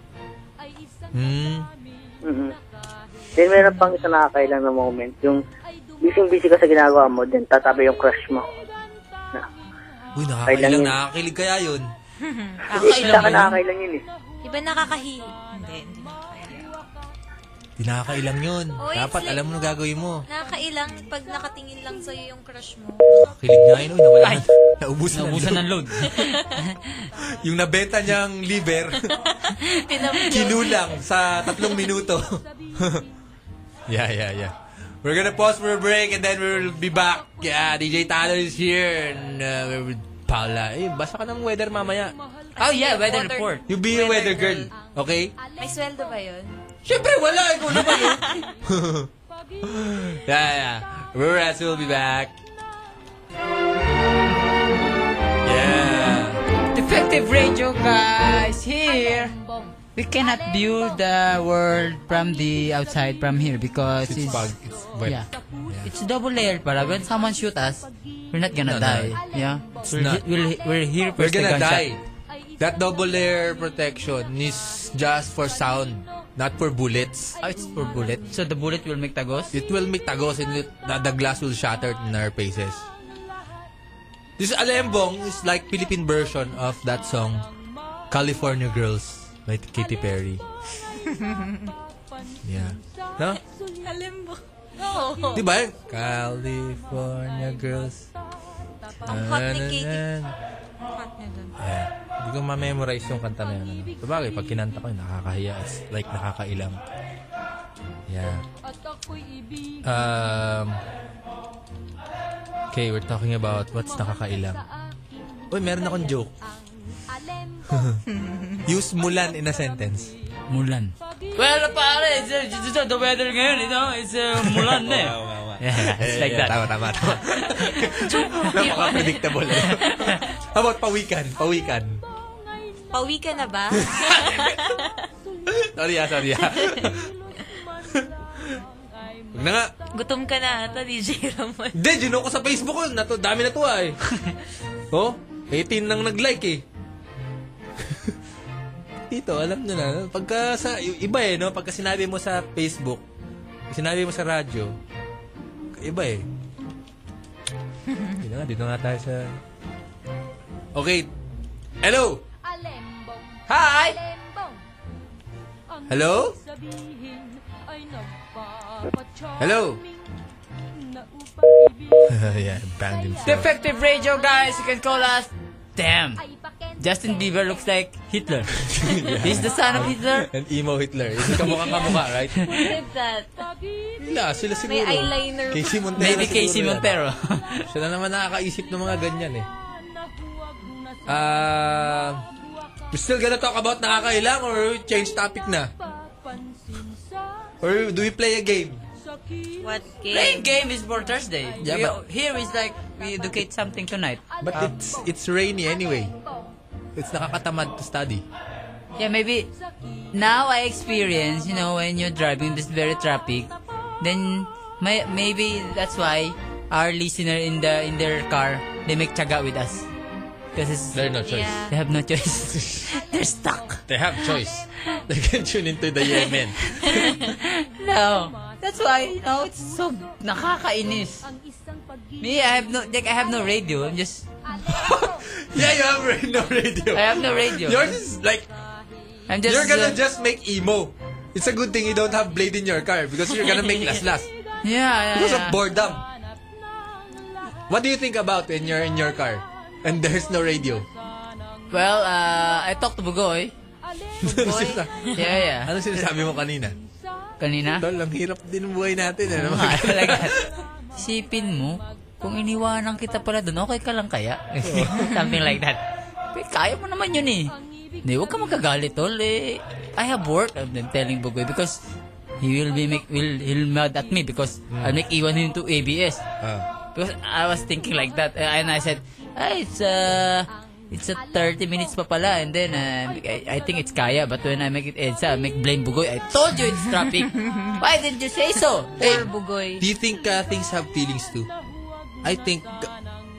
Hmm.
mm Then meron pang isa nakakailan na moment, yung busy-busy ka sa ginagawa mo, then tatabi yung crush mo.
Uy,
Kailan
nakakailang.
yun?
Nakakakilig kaya yun.
Nakakailan yun? Nakakailan yun eh.
Iba nakakahi. Hindi, hindi nakakahi.
Di nakakailang yun.
Oh, it's
Dapat
like-
alam mo na gagawin mo.
Nakakailang pag nakatingin lang sa'yo yung crush mo.
Kilig niya yun. Uy, nawala. Naubusan,
Naubusan ng load.
yung nabenta niyang liver, kinulang sa tatlong minuto. yeah, yeah, yeah. We're gonna pause for a break and then we'll be back. Yeah, DJ Talo is here. And, uh, we're with Paula. Eh, basa ka ng weather mamaya.
Oh, yeah, weather
Water-
report.
You be a weather girl. Okay?
May sweldo ba yun?
Siyempre, wala. Ikaw naman oh. yun. yeah, yeah. Rurettes will be back.
Defective radio, guys. Here, we cannot view the world from the outside from here because
It's
it's,
bug- Oh, it's web.
Yeah. It's double layered para when someone shoot us, we're not gonna
No, no.
die. Yeah.
It's
we're,
not.
we're, we're here
We're
first the
gonna
gunshot.
die. That double layer protection is just for sound, not for bullets.
Ah,
Oh, it's for bullet.
So the bullet will make tagos?
It will make tagos and it, the, the glass will shatter in our faces. This Alembong is like Philippine version of that song, California Girls by Katy Perry. Yeah. No?
Alam mo. Oo.
Di ba? California Girls.
Ang hot ni Katy. Hot niya dun.
Yeah. Hindi ko ma-memorize yung kanta na yun. ano. Sabagay, pag kinanta ko, yun, nakakahiya. It's like nakakailang. Yeah.
At ako'y ibig
Um, okay, we're talking about what's nakakailang. Uy, meron akong joke. Use mulan in a sentence.
Mulan. Well, pare, it's, uh, it's, it's the weather ngayon, you know? It's uh, mulan na eh. Yeah, it's like that.
Tama, tama, tama.
eh.
Napaka-predictable. eh. How about pawikan? Pawikan.
Pawi ka na ba?
Sorry ah, sorry ah. Huwag na nga.
Gutom ka na ata, DJ Ramon.
Hindi, ginawa ko sa Facebook ko. Nato, dami na to ah eh. oh, 18 nang nag-like eh. Dito, alam nyo na. Pagka sa, y- iba eh, no? Pagka sinabi mo sa Facebook, sinabi mo sa radyo, iba eh. Dito nga, dito nga tayo sa... Okay. Hello!
alembong
Hi!
Alembong Ang
Hello?
ibig sabihin ay nagpapatsyaming
Hello!
na upang ibig
yeah, banned himself.
Defective radio, guys. You can call us. Damn. Justin Bieber looks like Hitler. He's the son of Hitler.
An emo Hitler. Yung kamukha-kamukha, right?
Who did that?
Sila, sila Ah, siguro.
May eyeliner.
Casey Montero.
Maybe
siguro
Casey
yan.
Montero.
Siya na naman nakakaisip ng mga ganyan eh. Ah, we still gonna talk about nakakailang or we change topic na? Or do we play a game?
What
Playing
game?
game is for Thursday.
Yeah,
We-
but-
here is like we educate something tonight.
But
Um,
it's it's rainy anyway. It's nakakatamad to study.
yeah, maybe now I experience, you know, when you're driving this very traffic, then may, maybe that's why our listener in the in their car they make chaga with us because it's
They're no choice.
they have no choice. They're stuck.
They have choice. They can tune into the Yemen.
No, that's why you know it's so nakakainis. Me, I have no like I have no radio. I'm just
yeah, you have ra- no radio.
I have no radio.
Yours is like,
I'm just
you're gonna
uh,
just make emo. It's a good thing you don't have blade in your car because you're gonna make las-las.
yeah yeah
Because
yeah.
of boredom. What do you think about when you're in your car and there's no radio?
Well, uh, I talked to Bugoy. Yeah, yeah.
ano sinasabi mo kanina?
Kanina?
Tol, ang hirap din ng buhay natin. Ano?
Ah, talaga. Isipin mo, kung iniwanan kita pala doon, okay ka lang kaya? Something like that. Pero kaya mo naman yun eh. Hindi, huwag ka magkagalit, tol. Eh, I have work, I'm telling Bugoy, because he will be make, will, he'll mad at me because I'll make iwan him to ABS.
Hmm. Ah.
Because I was thinking like that, uh, and I said, ah, it's uh, it's a 30 minutes pa pala, and then uh, I, I think it's kaya, but when I make it EDSA, I make blame Bugoy. I told you it's traffic. Why did you say so?
Or Bugoy?
Do you think uh, things have feelings too? I think uh,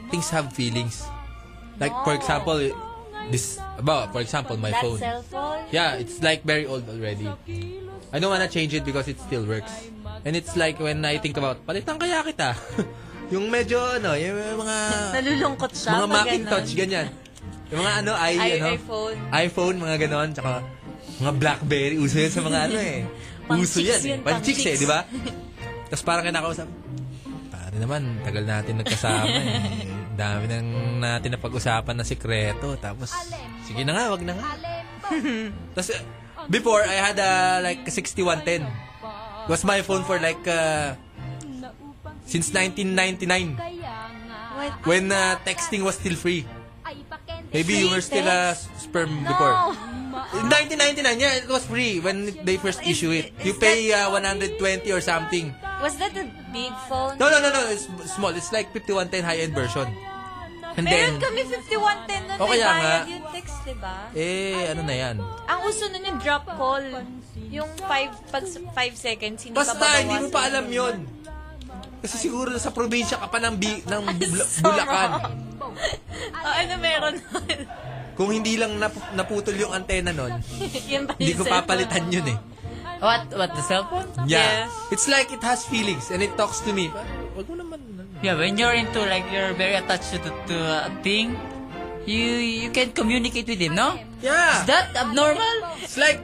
things have feelings. Like for example, this about for example my
That
phone.
cellphone?
Yeah, it's like very old already. I don't wanna change it because it still works. And it's like when I think about palitan kaya kita. yung medyo ano, yung mga
Nalulungkot siya.
mga
pag
Macintosh
ganun.
ganyan. Yung mga ano, i,
Ay,
ano,
iPhone.
iPhone, mga ganon, tsaka mga BlackBerry, uso yan sa mga ano eh. uso
Pang-chicks
yan, eh.
yun,
Pang-chicks eh,
pang-chicks.
di ba? Tapos parang kinakausap, pare naman, tagal natin nagkasama eh. Ang Dami nang natin napag-usapan na sikreto. Tapos, sige na nga, wag na nga. Tapos, eh, before, I had a, like, 6110. It was my phone for like, uh, since
kaya
1999.
nga
What?
When uh, texting was still free.
ay pakende
Maybe you were still a sperm before. In 1999, yeah, it was free when they first issue it. You pay uh, 120 or something.
Was that the big phone?
No, no, no, no. It's small. It's like 5110 high-end version. And
Meron
then,
kami 5110 nun.
O,
may
kaya
bayad
nga.
yung text, di ba?
eh, ano na yan?
Ang uso nun yung drop call. Yung 5 pag 5 seconds, hindi
Basta,
pa babawasan.
hindi mo pa alam yon. Kasi siguro sa probinsya ka pa ng, bi- ng Bula- Bulacan.
oh, ano meron nun?
Kung hindi lang nap- naputol yung antena nun,
Yan pa
hindi
yung
ko
cellphone.
papalitan yun eh.
What? What? The cell phone?
Yeah. It's like it has feelings and it talks to me. Wag mo naman.
Yeah, when you're into like you're very attached to, to a thing, you you can communicate with him, no?
Yeah.
Is that abnormal?
It's like,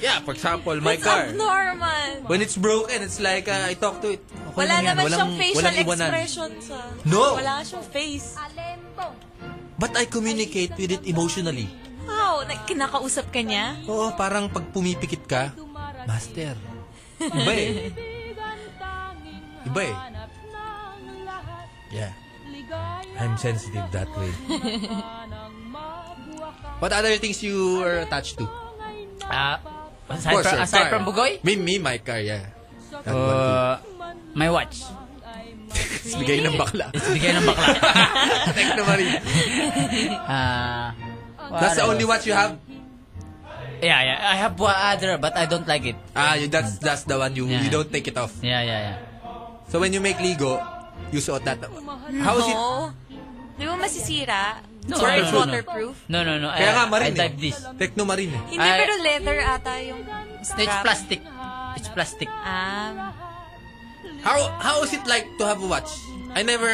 yeah, for example, my
It's
car.
abnormal.
When it's broken, it's like uh, I talk to it. Okay
Wala
lang yan.
naman
walang,
siyang facial
walang iwanan.
expression sa...
No.
Wala siyang face.
But I communicate with it emotionally.
Wow, na- kinakausap ka niya?
Oo, parang pag pumipikit ka, master. Iba eh. Iba eh. Yeah. I'm sensitive that way. What other things you are attached to?
Ah, aside,
Of course,
from,
your
aside
car.
from Bugoy?
Me, me, my car, yeah. That one too.
Uh, my watch.
It's bigay ng bakla.
It's bigay ng bakla.
Tek na Marie.
Ah, what
That's the
else?
only watch you have?
Yeah, yeah. I have one other, but I don't like it.
Ah, you- that's that's the one you you
Yeah.
don't take it off.
Yeah, yeah, yeah.
So when you make Ligo, you suot that. How is it?
No. Di ba masisira?
No,
Or
no,
it's
no, no.
waterproof?
No, no, no.
Kaya
I,
nga, marin
I
eh.
like this.
Tekno marin eh.
Hindi,
I-
pero leather ata yung
No, It's
strap.
plastic. It's plastic.
Ah,
How how is it like to have a watch? I never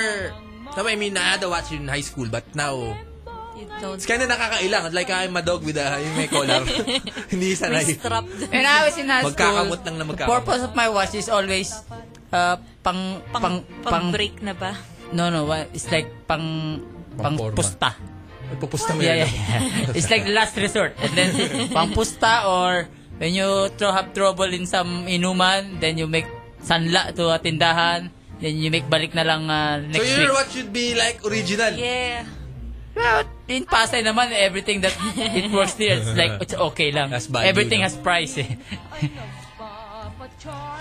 No, I mean, I had a watch in high school, but now,
you don't.
it's kinda nakakailang. Like, I'm a dog with a, yung may collar. Hindi sanay.
Strap.
When I was in high school,
Magkakamot lang na
the
magkakamot.
purpose of my watch is always uh, pang, pang,
Pang break na ba?
No, no. wa- It's like pang, pang
Pang-forma.
pusta.
Ipupusta mo yan.
Yeah, yeah, yeah. It's like the last resort. And then, pang pusta or when you tro have trouble in some inuman, then you make sanla to a tindahan, then you make balik na lang uh,
So,
next week.
your watch should be like original.
Yeah.
Well, in Pasay naman, everything that it works there, it's like, it's okay lang.
That's value,
everything
no?
has price eh.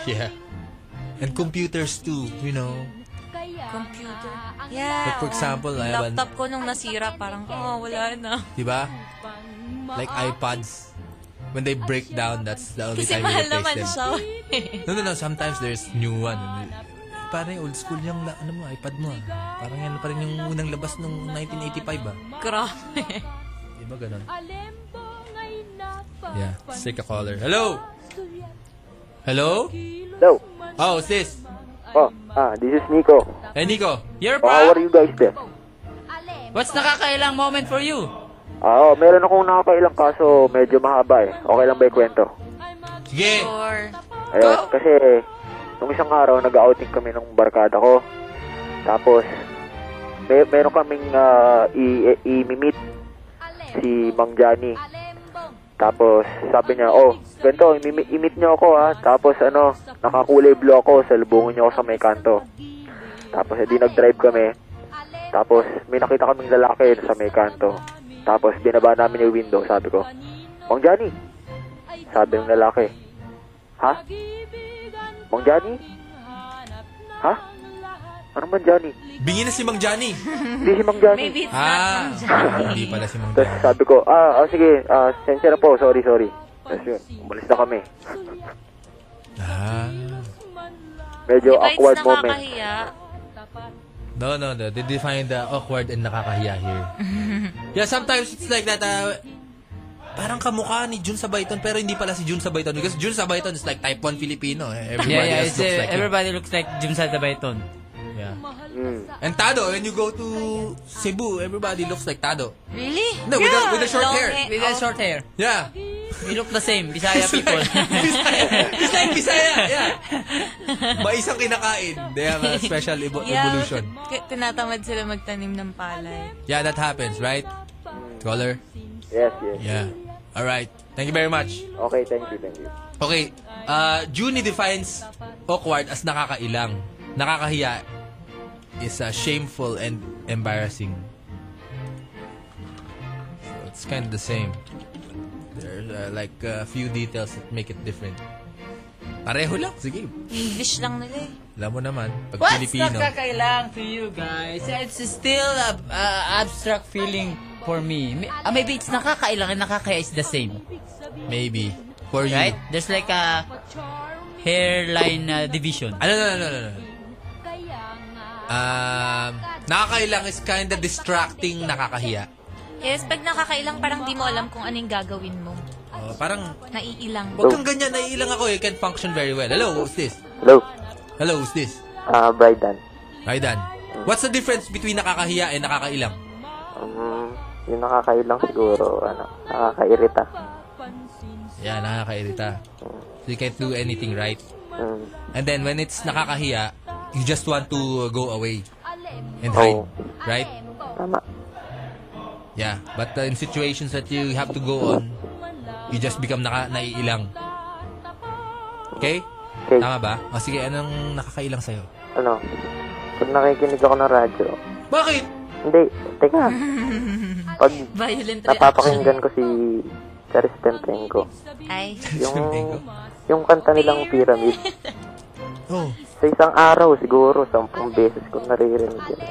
Yeah. And computers too, you know.
Computer. Yeah.
Like, for
oo.
example, I have an-
Laptop ko nung nasira, parang, oh, wala na.
Diba? Like iPods. When they break down, that's the only
Kasi
time
mahal
you
naman
replace
siya.
them. No, no, no. Sometimes there's new one. Parang yung old school yung la- ano mo, iPad mo. ah. Parang yan pa rin yung unang labas nung 1985 ba?
Grabe.
Diba ganun? Yeah. Let's take a caller. Hello? Hello?
Hello.
Oh, sis.
Oh, ah, this is Nico.
Hey, Nico.
You're
Oh, how
proud?
are you guys there?
What's nakakailang moment for you?
Ah, oh, meron akong nakakailang kaso medyo mahaba eh. Okay lang ba ikwento?
Sige.
Or,
Ayun, kasi nung isang araw nag-outing kami ng barkada ko. Tapos may meron kaming ah, i- i- i-meet si Mang Johnny. Tapos sabi niya, "Oh, ganito, imi- i-meet niyo ako ha." Tapos ano, nakakulay blue ako, salubungin niyo ako sa may kanto. Tapos edi nag-drive kami. Tapos may nakita kaming lalaki sa may kanto. Tapos binaba namin yung window, sabi ko. Mang Johnny. Sabi ng lalaki. Ha? Mang Johnny? Ha? Ano man Johnny?
Bingi na si Mang Johnny.
Hindi si Mang Johnny.
maybe it's not
Ah.
from Jack.
Hindi pala si Mang
Tapos
Johnny.
sabi ko, ah, ah sige, ah, sensya na po, sorry, sorry. Tapos yun, umalis na kami.
Ah.
Medyo
Diba it's
awkward moment.
nakakahiya?
No, no, no. They define the awkward and nakakahiya here. yeah, sometimes it's like that. Uh, parang kamukha ni Jun Sabayton pero hindi pala si Jun Sabayton because Jun Sabayton is like type 1 Filipino. Eh, Everybody
Yeah, yeah.
else
It's,
looks
uh,
like him.
everybody looks like Jim Satabaiton.
Yeah.
Mm.
And Tado, when you go to Cebu, everybody looks like Tado.
Really?
No, with the- with the short
Long
hair.
hair.
With that short hair.
Yeah.
We look the same, Bisaya
It's like-
people.
Bisaya. It's like Bisaya. Yeah. Maisang kinakain. They have a special evo-
Yeah,
evolution.
k- tinatamad sila magtanim ng palay.
Yeah, that happens, right? Caller?
Yes, yes.
Yeah. All right. Thank you very much.
Okay, thank you, thank you.
Okay, uh, Junie defines awkward as nakakailang. Nakakahiya is uh, shameful and embarrassing. So it's it's kind of the same. There's uh, like a few details that make it different. Pareho lang. Sige.
English lang nila eh.
Alam mo naman, pag
What's
Pilipino.
nakakailang to you guys? It's still a, a abstract feeling for me. May- ah, maybe it's nakakailang and nakakaya is the same.
Maybe. For you.
Right? There's like a hairline uh, division.
Ano, ano, ano, ano, ano? Um, nakakailang is kind of distracting nakakahiya.
Yes, pag nakakailang parang di mo alam kung anong gagawin mo.
Oh, parang,
Naiilang.
wag kang ganyan, naiilang ako, you can function very well. Hello, who's this?
Hello.
Hello, who's this?
Ah, Brydan.
Hi, Dan. What's the difference between nakakahiya and nakakailang?
Um, yung nakakailang siguro, ano,
Ah,
nakakairita.
Yeah, nakakairita. So you can't do anything right.
Mm.
And then when it's nakakahiya, you just want to go away and
Oh.
hide, right?
Tama.
Yeah, but uh, in situations that you have to go on, you just become naka naiilang. Okay? Tama ba? O sige, anong nakakailang sa'yo?
Ano, pag nakikinig ako ng radyo,
Bakit?
hindi, teka. Pag
Violent
napapakinggan ko si Charis Tempenko,
Ay.
yung, yung kanta nilang Pyramid,
Oh.
sa isang araw siguro, sampung beses ko naririnig yun.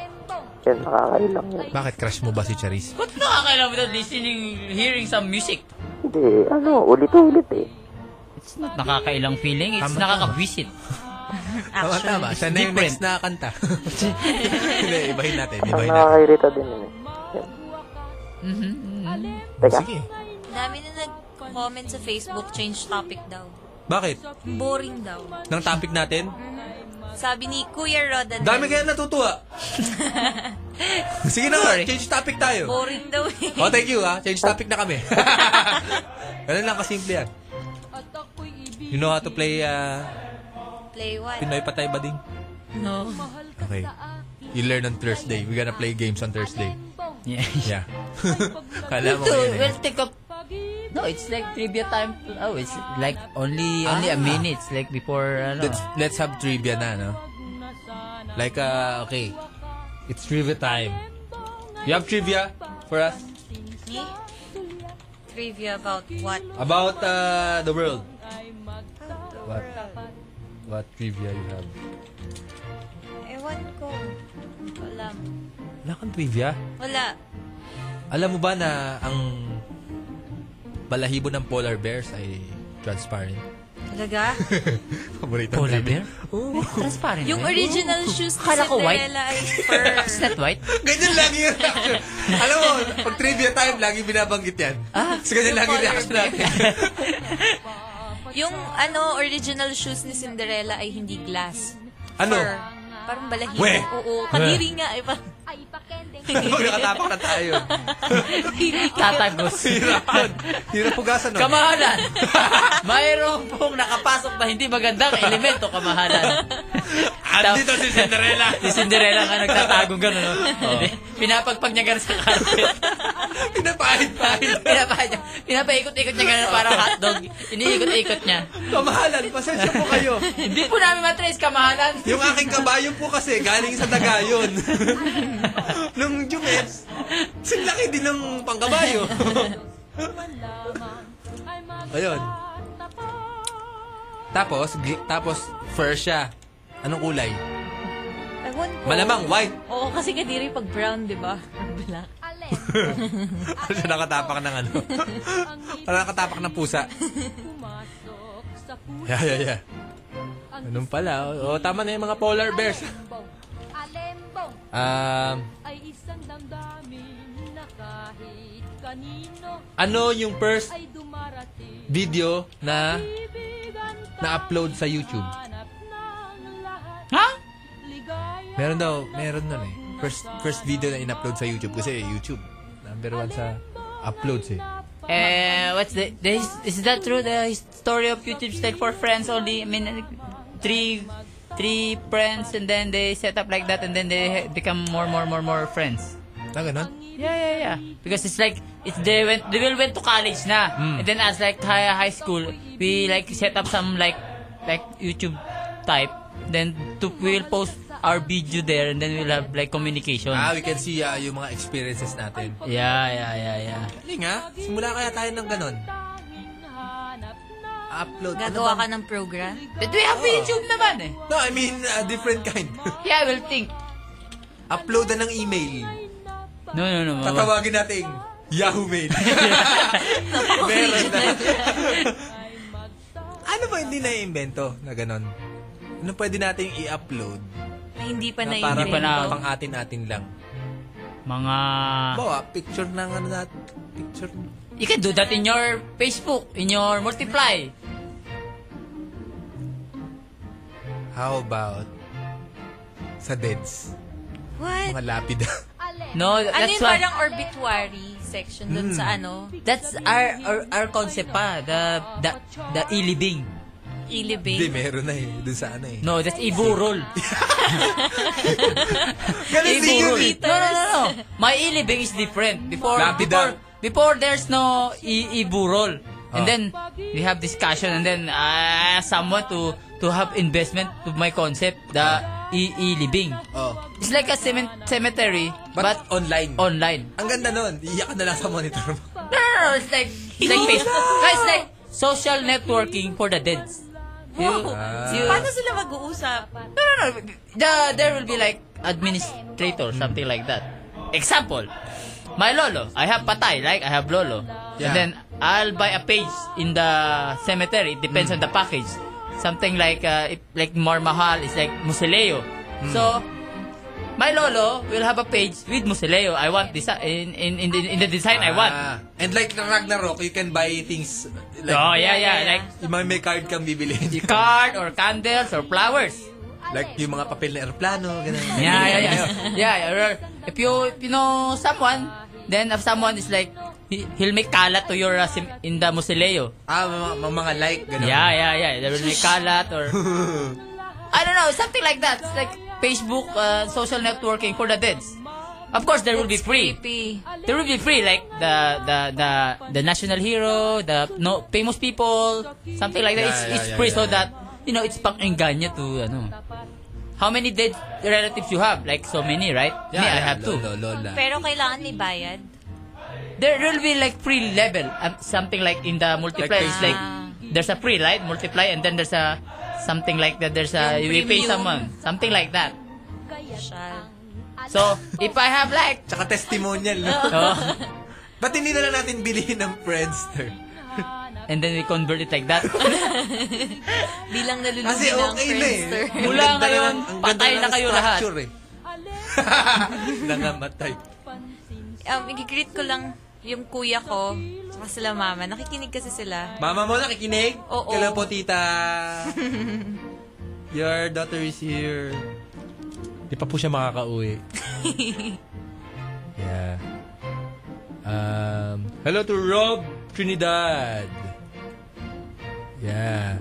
Yun, nakakailang yun.
Bakit crush mo ba si Charis?
Ba't nakakailang without listening, hearing some music?
Hindi,
eh.
ano, ulit-ulit eh.
It's not nakakailang feeling, it's
Tama,
nakakabwisit.
Tama, tama.
it's
Siya na yung
different.
next na kanta. Hindi, ibahin natin.
Ang
Ibahin natin.
nakakairita din yun eh. Yun. Teka.
Mhm, Sige.
Dami na nag-comment sa Facebook, change topic daw.
Bakit?
Boring daw.
Nang topic natin?
Sabi ni Kuya Rodan.
Dami kaya natutuwa. Sige na nga, change topic tayo.
Boring daw eh.
Oh, thank you ha. Change topic na kami. Ganun lang kasimple yan. You know how to play uh,
Play what?
Pinoy Patay Bading?
No.
Okay. You learn on Thursday. We gonna play games on Thursday.
Yeah.
Yeah. Kala mo
Ito,
yun eh.
we'll take up... No, it's like trivia time. Oh, it's like only only
Ah.
a minute. It's like before, ano.
Let's, let's have trivia na, no? Like, uh, okay. It's trivia time. You have trivia for us
Me? Trivia about what?
about uh, the world.
The
What?
world.
What trivia you have?
Ewan ko. Alam.
Wala kang trivia?
Wala.
Alam mo ba na ang balahibo ng polar bears ay transparent?
Talaga?
Paborito polar bear? Oh.
Transparent.
Yung
eh.
original shoes ni
Akala ko white.
Cinderella ay fur.
Is that white?
Ganyan lagi yung reaction. Alam mo, pag trivia time, lagi binabanggit yan. Ah, so, ganyan lagi yung reaction natin.
Yung ano, original shoes ni Cinderella ay hindi glass.
Ano?
Fur. Parang balahibo.
Weh!
Oo, kadiri nga. Eh, parang,
Pag nakatapak na tayo.
Tatagos.
Hirapan. Hirap pugasan nun.
Kamahalan! Mayroon pong nakapasok na hindi magandang elemento, kamahalan.
Andito si Cinderella.
Si Cinderella nga nagtatagong gano'n. No? Pinapagpag niya gano'n sa carpet.
Pinapahid-pahid.
Pinapahid niya. Pinapaikot-ikot niya gano'n parang hotdog. Iniikot-ikot niya.
Kamahalan, pasensya po kayo.
Hindi po namin matrace, kamahalan.
Yung aking kabayo po kasi galing sa Dagayon. Nung Jumets, sinlaki din ng pangkabayo. Ayun. Tapos, gi- tapos, fur siya. Anong kulay?
ewan ko.
Malamang white.
Oo, kasi kadiri pag brown, di ba? Black.
Ano siya nakatapak ng ano? Parang nakatapak ng pusa. Yeah, yeah, yeah. Anong pala? O, oh, tama na yung mga polar bears.
Alembong
Um,
ay isang damdamin na kahit kanino
ano yung first
ay dumarating
video na na-upload sa YouTube?
Ha?
Meron daw, meron nun eh. First, first video na in-upload sa YouTube kasi YouTube, number one sa uploads eh.
Eh, what's the, the his- is that true? The story of YouTube is like for friends only. I mean, like, three three friends and then they set up like that and then they ha- become more more more more friends.
Na Ah, ganun?
Yeah, yeah, yeah. Because it's like it's they went they will went to college na.
Hmm.
And then as like high high school, we like set up some like like YouTube type. Then to we will post our video there and then we'll have like communication.
Ah, we can see ah, yung mga experiences natin.
Yeah, yeah, yeah, yeah.
Galing ah. Simula kaya tayo ng ganun. Upload. Ano
Gagawa ka ng program?
But we have YouTube naman eh.
No, I mean, a different kind.
yeah, I will think.
Upload na ng email.
No, no, no. mama.
Tatawagin natin Yahoo Mail. Meron na. ano ba hindi na-invento na ganun? Ano pwede nating i-upload?
Na hindi pa
na
na
parang
Hindi pa na-
pang atin-atin lang.
Mga...
Bawa, picture ng ano na, picture.
You can do that in your Facebook, in your Multiply.
How about sa deads?
What?
Mga lapida.
No,
Ano
that's
yung
what...
parang obituary section dun
Mm.
Hmm.
sa ano?
That's our, our, our concept pa. The, the, the ilibing.
Hindi,
Ilibing.
meron na eh. Doon sa ano eh.
No, that's iburol.
Ganun din yun eh.
No, no, no, no. My ilibing is different. Before,
Lapida.
before, before there's no i iburol.
Ah.
And then, we have discussion and then ah someone to to have investment to my concept, the i ilibing.
Oh.
It's like a cemen- cemetery,
But,
but
online.
online.
Ang ganda nun. Iiyak ka na lang sa monitor mo.
No, no, no, it's like, it's like Facebook. No, it's like social networking for the dead. You, you,
Paano sila mag-uusap?
no, no, no. The, there will be like administrator, something like that. Example, my lolo, I have patay, like I have lolo.
Yeah.
And then I'll buy a page in the cemetery. It depends on the package. Something like uh, if, like more mahal is like musileo.
Hmm.
So my lolo will have a page with musileo. I want this in in in, the- in the design I want.
Ah. And like Ragnarok, you can buy things. Like,
oh yeah yeah like
Yung mga may card kang bibilihin.
card or candles or flowers.
like yung mga papel na aeroplano, ganun.
Yeah, yeah, yeah. yeah, or if you if you know someone, then if someone is like he, he'll make kalat to your uh, sim- in the musileo.
Ah, mga, mga- mga like, ganun.
Yeah, yeah, yeah. There will make kalat or I don't know, something like that. It's like Facebook uh, social networking for the deads. Of course there will be free.
Creepy.
There will be free like the the the the national hero, the no famous people, something like that.
Yeah,
it's
yeah,
it's
yeah,
free
yeah,
so
yeah.
that you know it's pang enganya to ano. How many dead relatives you have? Like so many, right?
Yeah,
Me, I
yeah,
have two.
lolo, lola.
Pero kailangan may bayad.
There will be like free level, um, something like in the multiply. it's like there's a free right multiply, and then there's a something like that. There's a
Yung
you pay
premium.
someone, something like that.
Shal.
So if I have like Oh.
Tsaka testimonial. No?
Oo.
Ba't hindi na lang natin bilhin ng Friendster?
and then we convert it like that.
Bilang nalulugi
Kasi
ng
okay na eh.
Friendster.
Ang
Mula
ganda
ngayon,
na- ang ganda
patay
na
na
ng
kayo lahat.
structure Eh. Nangamatay.
Um, i-greet ko lang yung kuya ko, tsaka sila mama. Nakikinig kasi sila.
Mama mo nakikinig?
Oo.
Hello po, tita. Your daughter is here. Di pa po siya makakauwi. yeah. Um, hello to Rob Trinidad. Yeah.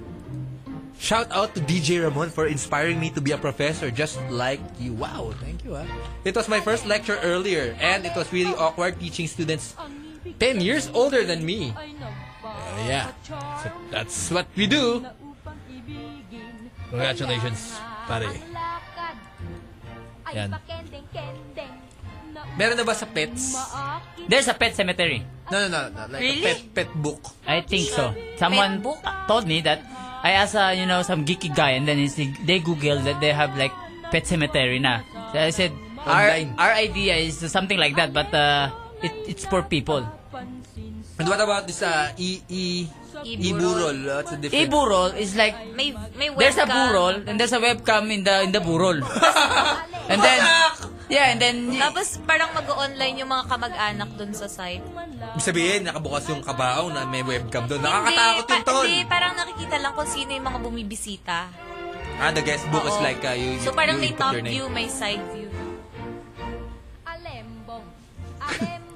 Shout out to DJ Ramon for inspiring me to be a professor just like you. Wow, thank you. Ah. It was my first lecture earlier and it was really awkward teaching students 10 years older than me. Uh, yeah. So that's what we do. Congratulations, pare. Yan. Meron na ba sa pets?
There's a pet cemetery.
No, no, no. no. Like
Really?
a pet, pet book.
I think so. Someone
Facebook?
told me that I asked, uh, you know, some geeky guy, and then he's, they Googled that they have like pet cemetery na. So I said, our,
Online.
our idea is something like that, but uh, it, it's for people.
And what about this uh, e, e,
Iburol.
iburol? What's the difference?
Iburol is like
May, may webcam.
there's a burol and there's a webcam in the in the burol, and then yeah, and then
Tapos parang mag-online yung mga kamag-anak dun sa site.
Ibig sabihin, nakabukas yung kabaong na may webcam doon. Nakakatakot
Hindi,
yun,
pa-
tol.
Hindi, parang nakikita lang kung sino yung mga bumibisita.
Ah, the guest book is
Oo.
like uh, you, you,
So parang
you
may
input
top
your name.
view, may side view.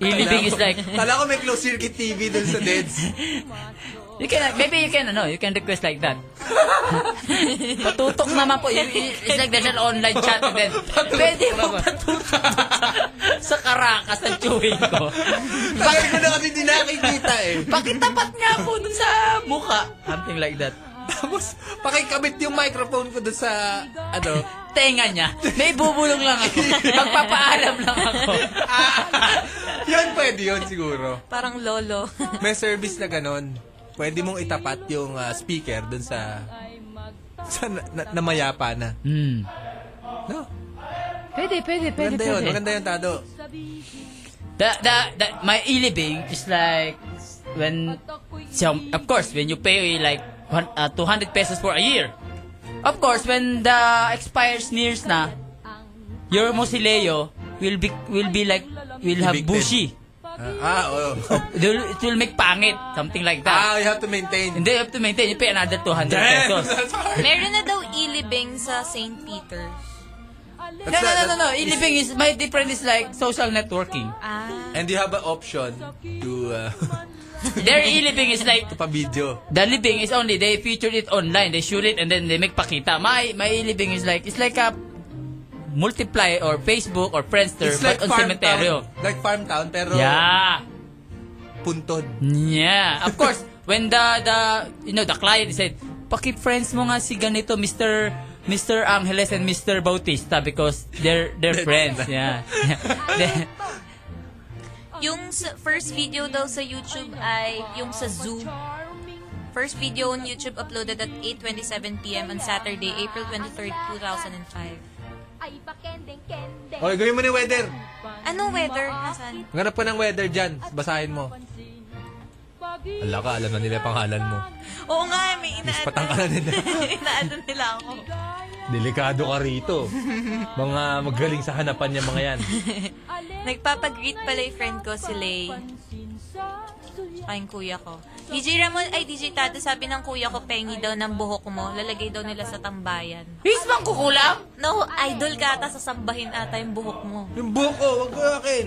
ilibing is like
Kala ko may closed circuit TV doon sa Deads.
you can maybe you can ano you can request like that. patutok naman po. You- you- It's like there's an online chat and then pwede mo patutok sa karakas ng chewing ko.
Tagal ko na kasi di nakikita eh.
Pakitapat nga po dun sa mukha. Something like that.
Tapos, pakikabit yung microphone ko doon sa, ano,
tenga niya, may bubulong lang ako. Magpapaalam lang ako.
Yun, pwede yun siguro.
Parang lolo.
May service na ganun. Pwede mong itapat yung ah, speaker dun sa... sa na, na, namayapa na.
Hmm.
No?
Pwede, pwede, pwede.
Maganda yun. Maganda yun, Tado.
The, the, the, my e-living is like, when, so, of course, when you pay like one, uh, 200 pesos for a year, of course, when the expires nears na, your mosileo will be, will be like, will have bushy.
ah, oh.
it, will, it will make pangit, something like that.
Ah, you have to maintain.
Hindi, you have to maintain. You pay another
Damn,
200 pesos.
that's
Meron na daw ilibing sa St. Peter's.
No, no, no, no, no. E-living is, my different is like social networking.
Ah.
And you have an option to... Uh,
Their e-living is like,
to pa-video.
The living is only they featured it online. They shoot it and then they make pakita. My my living is like it's like a multiply or Facebook or Friendster
It's like
but on
farm
cemeterio.
town. Like farm town, pero...
Yeah.
Puntod.
Yeah. Of course, when the the you know the client said, "Paki friends mo nga si ganito Mr. Mr. Angeles and Mr. Bautista because they're they're friends." Yeah. Yeah.
Yung sa- first video daw sa YouTube ay yung sa zoo. First video on YouTube uploaded at 8.27pm on Saturday, April 23, 2005.
Okay, gawin mo na yung weather.
Anong
Ano
weather? Nasaan?
Maghanap ka ng weather dyan. Basahin mo. Ala ka, alam na nila yung pangalan mo.
Oo nga, may inaano.
Patang ka na nila.
inaano nila ako.
Delikado ka rito. Mga magaling sa hanapan niya mga yan.
Nagpapag-greet pala yung friend ko, si Lay. Tsaka yung kuya ko. DJ Ramon, ay DJ Tato, sabi ng kuya ko, pengi daw ng buhok mo. Lalagay daw nila sa tambayan.
Is bang kukulam?
No, idol ka ata, sasambahin ata yung buhok mo.
Yung buhok ko, wag ko akin.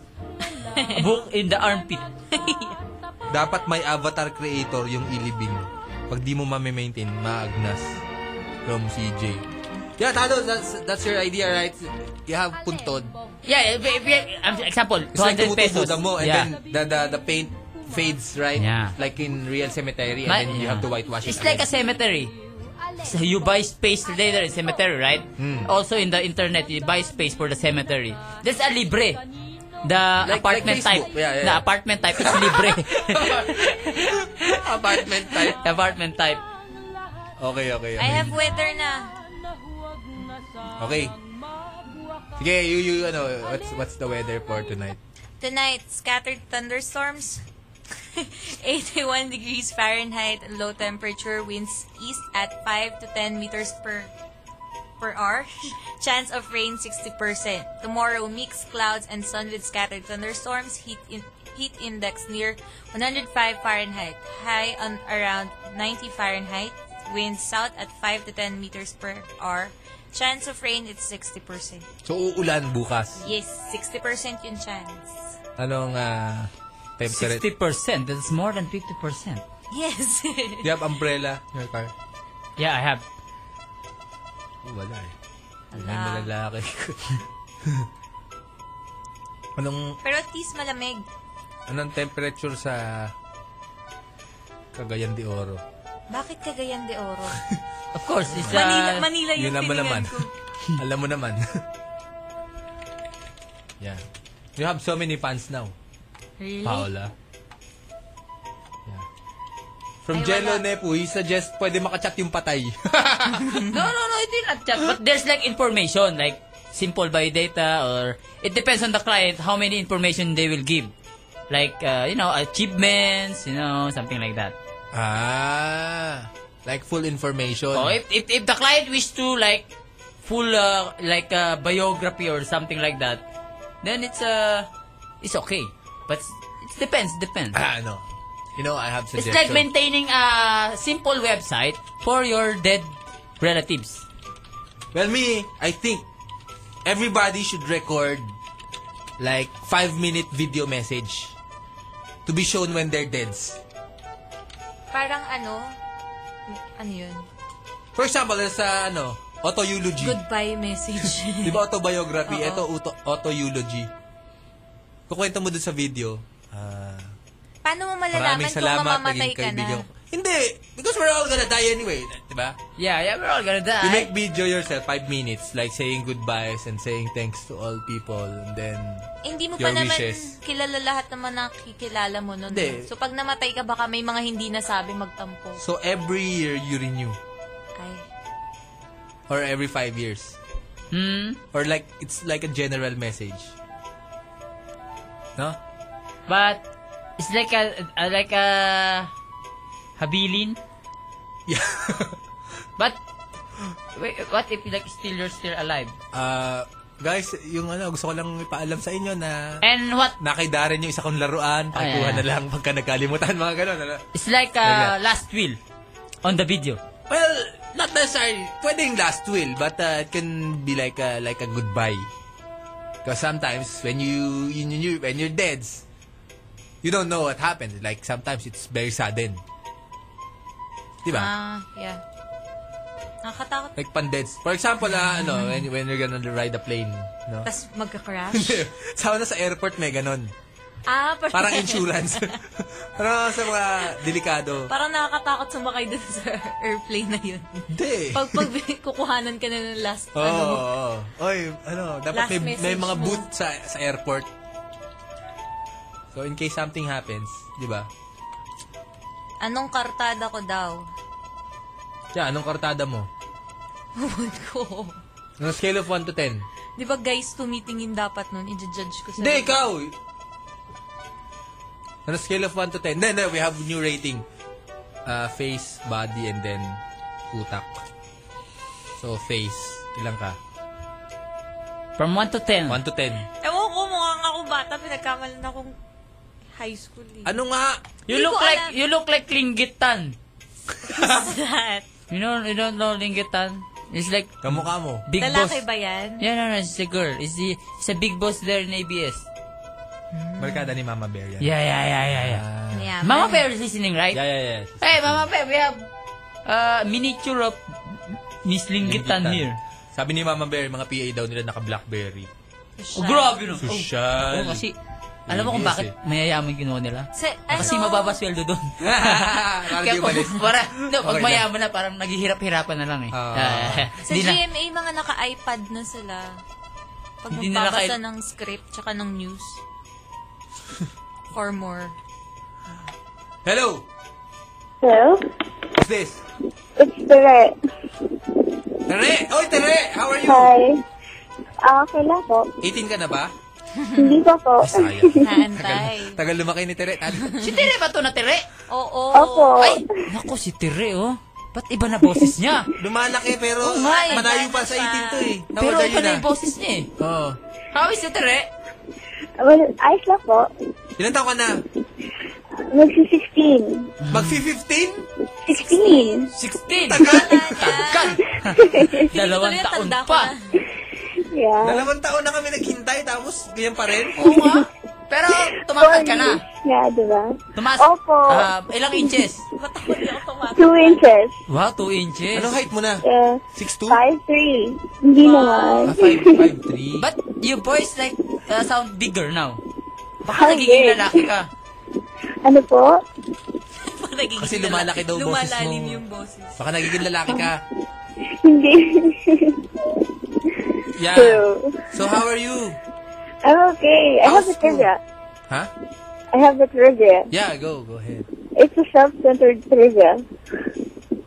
Book in the armpit.
Dapat may avatar creator yung ilibing. Pag di mo mame-maintain, maagnas. From CJ. Yeah, Tado, that's, that's your idea, right? You have puntod.
Yeah, if, if, um, example, 200
It's like
pesos.
tumututoda mo and
yeah.
then the, the, the paint fades, right?
Yeah.
Like in real cemetery and
Ma-
then you
yeah.
have to whitewash it
It's like a
again.
cemetery. So you buy space later in cemetery, right?
Hmm.
Also in the internet, you buy space for the cemetery. There's a libre. The apartment type.
Facebook. Yeah, yeah,
The
yeah.
apartment type is libre.
apartment type.
apartment type.
Okay, okay,
I
okay.
have weather na.
Okay. Sige, you, you, ano, what's, what's the weather for tonight?
Tonight, scattered thunderstorms. 81 degrees Fahrenheit and low temperature winds east at 5 to 10 meters per per hour. Chance of rain 60%. Tomorrow, mixed clouds and sun with scattered thunderstorms. Heat in, heat index near 105 Fahrenheit. High on around 90 Fahrenheit. Wind south at 5 to 10 meters per hour. Chance of rain it's 60%.
So, uulan bukas.
Yes, 60% yung chance.
Anong ah, temperature?
60%. That's more than 50%.
Yes.
Do you have umbrella in your car?
Yeah, I have.
Oh, wala eh. Wala.
Wala.
Yung lalaki ko. anong,
Pero at least malamig.
anong temperature sa Cagayan de Oro?
Bakit Cagayan de Oro?
Of course, it's
Manila,
uh,
Manila yung
Yun naman
tiningan
naman.
ko.
Alam mo naman. yeah. You have so many fans now.
Really?
Paola. Yeah. From
Ay,
Jello
wala.
Nepu, he suggest pwede makachat yung patay.
no, no, no, hindi not chat. But there's like information, like simple by data or it depends on the client how many information they will give. Like, uh, you know, achievements, you know, something like that.
ah. Like full information.
Oh, if, if, if the client wish to like full uh, like uh, biography or something like that, then it's uh it's okay. But it depends, depends.
Ah, no. You know, I have
It's
suggestion.
like maintaining a simple website for your dead relatives.
Well, me, I think everybody should record like five minute video message to be shown when they're dead.
Parang ano? Ano yun?
For example, there's a, ano, auto-eulogy.
Goodbye message.
Di ba autobiography?
Oo.
Ito, auto- auto-eulogy. Kukwento mo dun sa video. Ah,
Paano mo malalaman
maraming
kung
salamat,
mamamatay
naging
ka na?
kaibigan ko. Hindi. Because we're all gonna die anyway. Diba?
Yeah, yeah, we're all gonna die.
You make video yourself five minutes, like saying goodbyes and saying thanks to all people, and then
eh, Hindi mo pa
your
naman
wishes.
kilala lahat naman na kikilala mo nun.
Hindi.
So pag namatay ka, baka may mga hindi nasabi magtampo.
So every year you renew,
Ay.
or every five years,
Hmm?
or like it's like a general message. No?
But, it's like a, a- like a, habilin?
Yeah.
But, wait, what if like still you're still alive?
Ah, guys, yung ano, gusto ko lang ipaalam sa inyo na
And Oh, what?
Nakaidaran yung isa kong laruan, pakuha
Ayan.
na lang pagka nagkalimutan, mga ganun. Ano?
It's like a uh, last will on the video.
Well, not necessarily. Pwedeng last will, but uh, it can be like a, like a goodbye. Because sometimes when you, you, you you- when you're dead, you don't know what happened. Like sometimes it's very sudden. Di ba?
Ah, yeah. Nakakatakot.
like pandeds. For example, ah, ano, when, when you're gonna ride a plane, no?
Tapos magka-crash.
Sama na sa airport may ganun.
ah, parang,
Parang insurance. Parang sa mga delikado.
parang nakakatakot sumakay dun sa airplane na yun.
Hindi.
Pag, pag kukuhanan ka na ng last,
Oo.
ano,
Oh, Oy, ano, dapat
Last
may, may
message
mga
mo.
booth sa, sa airport. So, in case something happens, di ba?
anong kartada ko daw?
Yeah, anong kartada mo?
Huwag ko.
Anong scale of 1 to 10?
Di ba guys, tumitingin dapat nun? I-judge ko sa...
Hindi, ikaw! Anong scale of 1 to 10? No, no, we have new rating. Uh, face, body, and then utak. So, face. Ilang ka?
From 1 to 10.
1 to 10.
Ewan ko, mukhang ako bata. Pinagkamalan akong high school eh.
Ano nga?
You look like you look like Linggitan.
What's that?
You know, you don't know Linggitan? It's like
kamukha mo.
Big boss.
Lalaki ba yan?
Yeah, no, no, it's a girl. It's the it's a big boss there in ABS.
Barkada ni Mama Bear yan.
Yeah, yeah, yeah, yeah, yeah.
Hmm. Yeah,
Mama Bear is listening, right?
Ah. Yeah, yeah, yeah.
Hey, Mama Bear, we have uh, miniature of Miss Linggitan
Linggitan.
here.
Sabi ni Mama Bear, mga PA daw nila naka-blackberry.
Oh, grabe no.
Social.
Oh, kasi, alam mo kung
Yes,
bakit
eh.
mayayaman ginawa nila?
Sa,
Kasi
ano?
mababa sweldo doon. Kaya
di
kung,
umalis.
para, no, pag
Okay lang.
mayaman na, parang naghihirap-hirapan na lang eh. Ah,
Sa
di na.
GMA, mga naka-iPad na sila. Pag
Hindi nila
magbabasa
kail-
ng script, tsaka ng news. Or more.
Hello!
Hello?
Who's this?
It's Tere.
Tere! Oy, Tere! How are you?
Hi. Ah, okay lang po.
18 ka na ba?
Hindi pa
Ah,
po.
Naantay.
Tagal lumaki ni Tere. Tal-
Si Tere ba to na Tere?
Oo.
ano, Opo.
Ay, nako si Tere oh. Ba't iba na boses niya?
Lumalaki pero
Oo nga eh.
malayo pa sa 18 to eh. How
Pero
old are
iba
you
na yung boses niya eh.
Oo.
How is it, Tere?
Well, ayos lang po.
Ilan taon ka na?
Magsi-16.
Mag-15?
16.
16.
Tagal!
Dalawang
Tuloy ang
taon
tanda ko
pa.
Yeah.
Dalawang taon na kami naghintay tapos ganyan pa rin?
Oo nga. Pero tumakad ka na.
Yeah, di ba?
Tumas.
Opo.
Ah, ilang inches?
Two inches.
Wow, 2 inches.
Anong height mo na?
Yeah.
6'2"?
5'3". Hindi naman.
Ah, 5'3".
But you boys like uh, sound bigger now. Baka
How
nagiging
big?
lalaki ka.
Ano po?
Kasi lumalaki daw boses mo.
Lumalalim yung boses.
Baka nagiging lalaki ka.
Hindi.
Yeah.
True.
So how are you?
I'm okay. I have
How's
a trivia.
Ha?
I have a trivia.
Yeah, go. Go ahead.
It's a self-centered trivia.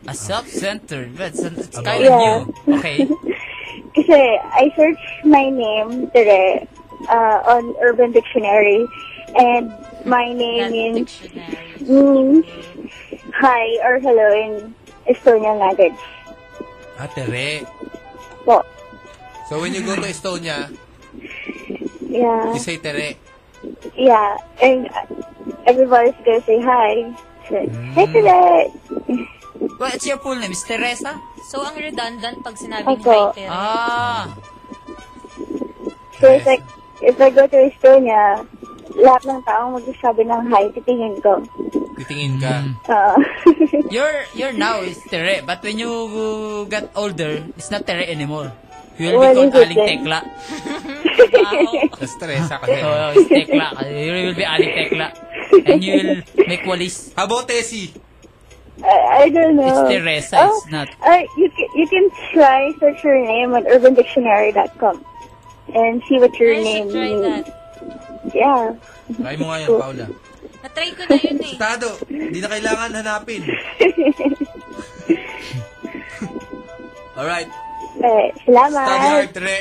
A self-centered. That's, it's
About
kind of
you.
new. Okay.
Kasi I searched my name today uh, on Urban Dictionary and my name means means hi or hello in Estonian language.
Ah, Tere.
Po.
So when you go to Estonia,
Yeah.
you say Tere.
Yeah. And everybody's gonna say hi. So, Hi today.
What's your full name? Is Teresa?
So, ang redundant pag sinabing
Opo.
hi, Tere.
Ah.
So it's like if I go to Estonia, lahat ng taong magsasabi ng hi, titingin ko.
Titingin ka.
Hmm.
Uh,
Your your now is Tere, but when you uh, got older, it's not Tere anymore. You will
What
be called Aling
is it then?
Tekla.
Tapos Teresa kasi.
Oh, oh, it's Tekla. You will be Aling Tekla. And you will make walis.
How about Tessie?
I, I don't know.
It's Teresa, it's not.
Uh, you can you can try search your name on urbandictionary.com and see what your name means. Yeah.
Try mo nga yan, Paula.
Natry ko na yun eh.
Tado, hindi na kailangan hanapin. Alright.
Eh, salamat.
Study hard, Tre.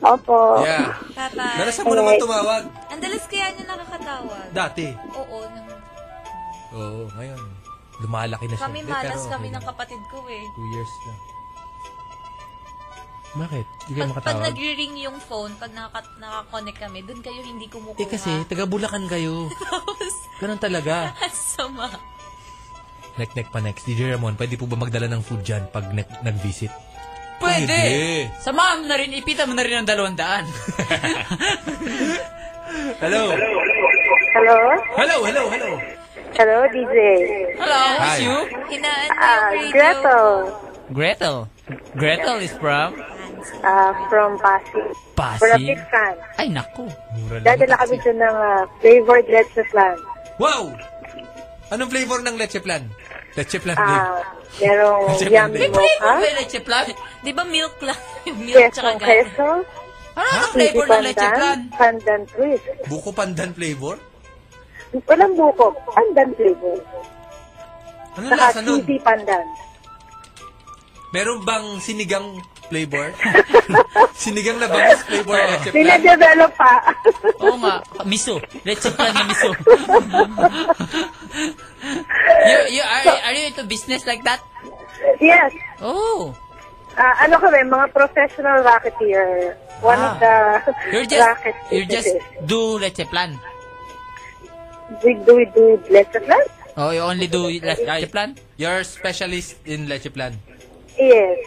Opo.
Yeah.
Bye-bye.
Narasan mo naman tumawag.
Ang dalas kaya niya nakakatawag.
Dati.
Oo, nang
Oo, ngayon. Lumalaki na siya.
kami
Hindi, pero
malas
okay
kami
lang.
ng kapatid ko eh.
Two years na. Bakit? Hindi kayo
Pag
makatawag?
nagre-ring yung phone, pag nakaka- nakakonect kami, dun kayo hindi kumukuha.
Eh kasi, Ah. taga Bulacan kayo.
Tapos,
Ganun talaga.
ang sama.
Neck, neck pa next. DJ Ramon, pwede po ba magdala ng food dyan pag ne- nag-visit?
Pwede.
Pwede.
Samahan mo na rin, ipita mo na rin ang dalawang daan.
Hello?
Hello?
Hello, hello, hello.
Hello, DJ.
Hello,
who's Hi. you?
Hinaan
Ah, Gretel.
Gretel. Gretel is from?
Ah, from Pasig.
Pasig?
From fan.
Ay, naku. Mura
Dadala kami dyan ng ah, flavored let's plan.
Wow! Anong flavor ng leche plan? Leche plan
Ah,
babe.
merong
Leche plan
yummy
babe.
mocha.
Di ba milk lang? Yung milk
Queso,
tsaka ganun.
queso.
Ano
ang flavor ng leche plan?
Ah, Pandan twist.
Buko pandan flavor?
Walang bukog. Pandan flavor.
Anong
Saka
Ano lasa nun?
cheesy pandan.
Meron bang sinigang flavor? sinigang na bangis flavor ng leche plan?
Dinadevelop pa.
Oo nga. Miso. Let's check lang yung miso. you, you, are, are you into business like that?
Yes.
Oh.
Ah, ano kami, mga professional racketeer. One
Ah.
of the
You're just,
racket
you just
businesses.
do leche plan.
We do, we do lesson plan?
Oh, you only do leche plan?
You're specialist in leche plan.
Yes.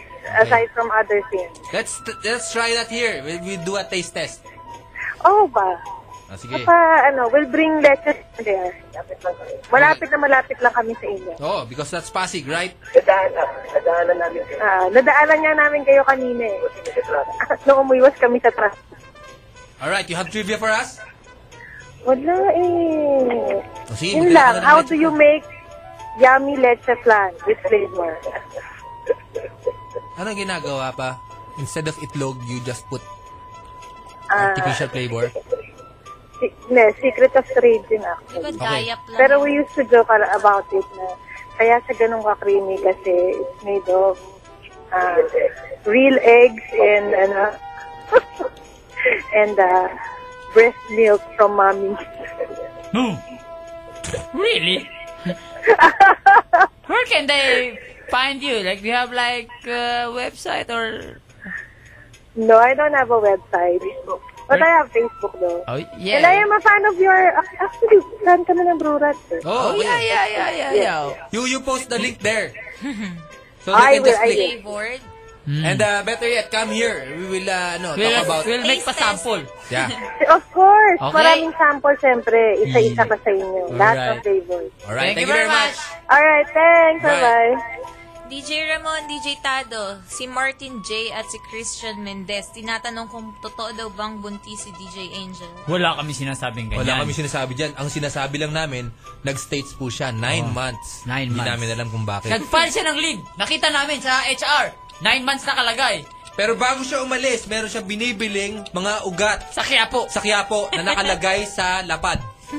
Aside from other things.
Let's let's try that here. We, we do a taste test.
Oh ba?
Ah, sige.
Pa, ano, we'll bring letters there. Malapit na malapit lang kami sa inyo.
Oh, because that's Pasig, right?
Nadaanan. Nadaanan namin kayo. Ah, nadaanan nga namin kayo kanina eh. Nung umuiwas kami sa traffic.
All right, you have trivia for us?
Wala eh.
Oh, sige,
Yun
magdala ka
lang.
na ng
How
leche
do you make yummy leche flan with flavor?
Ano ginagawa pa? Instead of itlog, you just put
Ah,
artificial flavor.
si- ne, secret of trade yun actually.
Diba Okay. dayap lang
Pero we used to joke al- about it na kaya sa ganun ka creamy kasi it's made of ah, real eggs and ano and uh, breast milk from mommy.
No. Really? Where can they find you? Like, do you have like a website or?
No, I don't have a website. But I have Facebook though.
Oh,
And I am a fan of your, uh, actually, fan ka na ng Brew Rats, eh.
Oh, okay.
yeah, yeah,
You you post the link there. So they can
I will,
just
I
click.
will.
Board.
And uh, better yet, come here. We will uh, ano, talk about
pasample.
Yeah.
Of course.
Okay.
Maraming sample, syempre. Isa-isa pa sa inyo.
Alright.
Lahat ng flavor.
All right, thank, you very much.
Alright, thanks.
Bye.
Bye-bye.
DJ Ramon, DJ Tado, si Martin J at si Christian Mendez, tinatanong kung totoo daw bang buntis si DJ Angel.
Wala kami sinasabing ganyan.
Wala kami sinasabi dyan. Ang sinasabi lang namin, nag-states po siya. Nine months. Nine Hindi
Oh, months.
namin alam kung bakit.
Nag-file siya ng leave. Nakita namin sa HR. Nine months nakalagay.
Pero bago siya umalis, meron siya binibiling mga ugat.
Sa Quiapo.
Sa Quiapo na nakalagay sa lapad. Oh.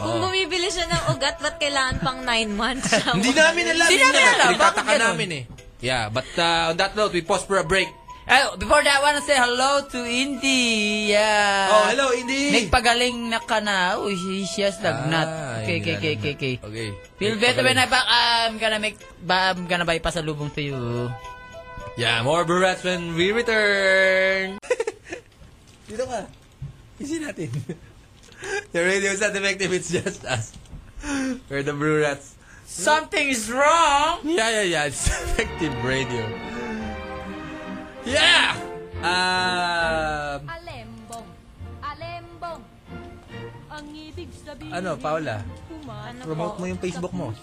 Kung
Oo.
bumibili siya ng ugat, ba't kailangan pang 9 months?
Hindi namin alam.
Hindi namin alam. Bakit
Tataka
ganun?
namin eh. Yeah, but uh, on that note, we pause for a break.
Oh, before that, I wanna say hello to Indy. Yeah.
Oh, hello, Indy. Ah,
Nagpagaling na ka na. Uy, she- she has lagnat. okay, okay, okay, okay, okay.
Okay.
Feel better when I back. I'm gonna make, ba, I'm gonna buy pasalubong to you.
Yeah, more Burats when we return. Dito ka. Isin natin. the radio is not effective, it's just us. We're the Brew Rats.
Something is wrong.
Yeah, yeah, yeah. It's effective radio. Yeah! Um,
Alembong, alembong. Ang ibig sabihin.
Ano, Paula?
Ano
promote
po?
mo yung Facebook mo.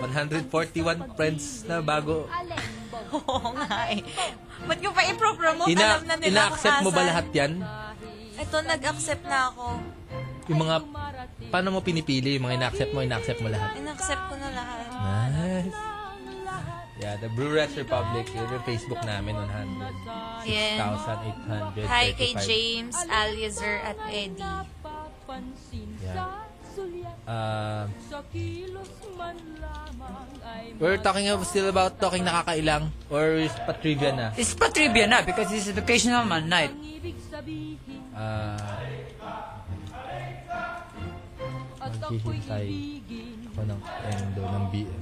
141 friends na bago.
Alembong.
Oo nga eh. Ba't ko pa ipropromote?
Ina,
alam na nila
ina-accept
kung
mo ba
asan.
lahat yan?
Ito, nag-accept na ako.
Yung mga, paano mo pinipili yung mga ina-accept mo, ina-accept mo lahat?
In-accept ko na lahat.
Nice. Yeah, the Brew Rats Republic, yun yung Facebook namin, 100,835.
Ayan. Hi kay James, Aliezer, at Eddie.
Yeah. Uh, we're talking of, still about talking nakakailang or is pa trivia na?
It's pa trivia na because it's educational man night.
Ah. maghihintay ako ng endo ng BF.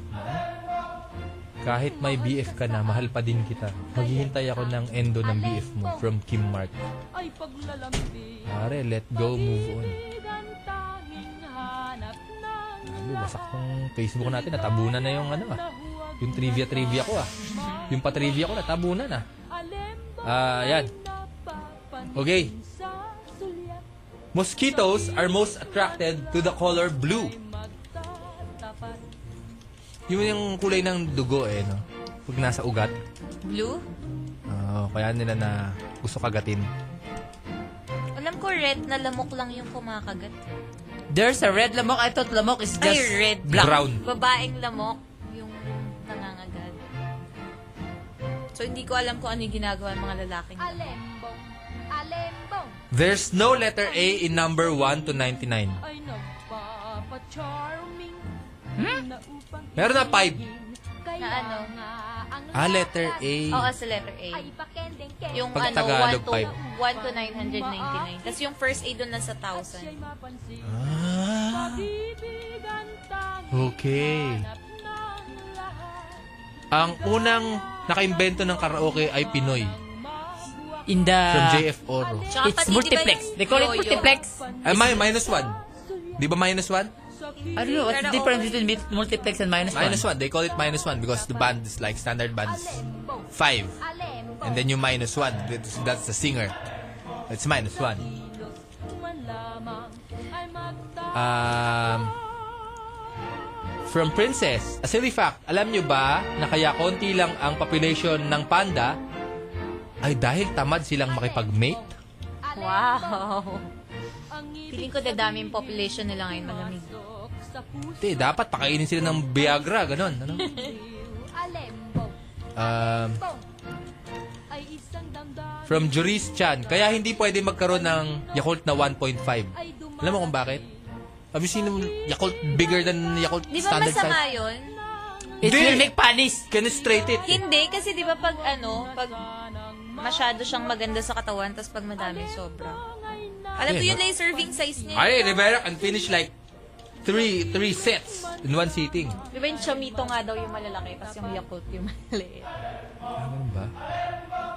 Kahit may BF ka na, mahal pa din kita. Maghihintay ako ng endo ng BF mo from Kim Mark.
ay paglalambi
Pare, let go, move on. Sabi, wasak tong Ano, Facebook natin, natabunan na yung ano ah. Yung trivia-trivia ko ah. Yung pa-trivia ko, natabunan ah. Ah, yan. Okay. Mosquitoes are most attracted to the color blue. Yun yung kulay ng dugo eh, no? Pag nasa ugat.
Blue?
Ah, kaya nila na gusto kagatin.
Alam ko red na lamok lang yung kumakagat.
There's a red lamok. I thought lamok is just
Ay, red.
black.
Babaeng lamok yung nangangagat. So, hindi ko alam kung ano yung ginagawa ng mga lalaking.
Alembong, alembong
There's no letter A in number 1 to 99.
ay nagpapa-charming
Hmm?
na upang
Meron na 5.
kaya ano?
Ah, letter A.
Oo, sa letter A. Yung
Pag
ano,
Tagalog,
1 to,
five.
1 to 999. Tapos yung first aid doon lang sa 1,000.
Ah. Okay. Ang unang nakaimbento ng karaoke ay Pinoy.
In the...
From JF Oro.
Ah. Tsaka It's pati, di ba multiplex. yung They call it yoyo? multiplex.
Ay, may, minus one. Di ba minus one?
I don't know what's the difference between mil- multiplex and minus,
Minus one. They call it minus one because the band is like standard bands. Five. And then you minus one. That's, that's the singer. It's minus one. Um, from Princess. A silly fact. Alam nyo ba na kaya konti lang ang population ng panda ay dahil tamad silang makipag-mate?
Wow. Feeling ko dadami yung population nila ngayon malamig.
Hindi, dapat pakainin sila ng Viagra, ganun. Ano? Um,
ay isang damdam
from Juris Chan, kaya hindi pwede magkaroon ng Yakult na 1.5. Alam mo kung bakit? Have you seen Yakult bigger than Yakult
Di ba
standard
masama
size?
yun?
It will make panis. Can you straight it?
Hindi, kasi di ba pag ano, pag masyado siyang maganda sa katawan, tapos pag madami, sobra. Alam ko
Eh,
yun na yung serving size niya.
Ay, diba? Rivera can finish like three three sets in one sitting.
Di ba yung chomito nga daw yung malalaki, tapos yung yakult yung maliit.
Ano ba?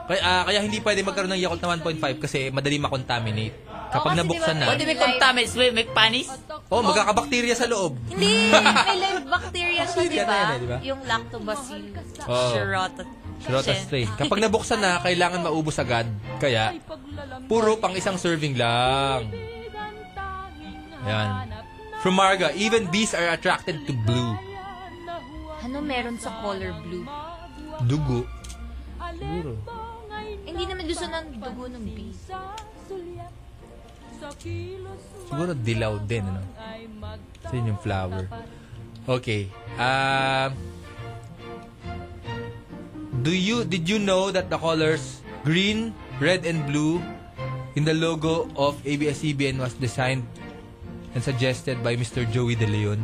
Kaya, ah, kaya hindi pwede magkaroon ng Yakult na 1.5 kasi madali makontaminate. Kapag
kasi
nabuksan
diba-
na.
What do you make contaminates? Will make panis?
Oh, magkakabakterya sa loob.
Hindi, may live bacteria siya, di
Bacteria
ba?
na yan, eh, Oh. di ba?
Yung lactobacillus.
Oo.
Shirota.
Shirota strain. Kapag nabuksan na, kailangan maubos agad. Kaya, puro pang isang serving lang. Ayan. From Marga, even bees are attracted to blue.
Ano meron sa color blue?
Dugo. Siguro.
Hindi naman gusto ng dugo ng bee.
Siguro dilaw din, ano? Sa yun yung flower. Okay. Um, do you, did you know that the colors green, red, and blue in the logo of ABS-CBN was designed and suggested by Mr. Joey De Leon?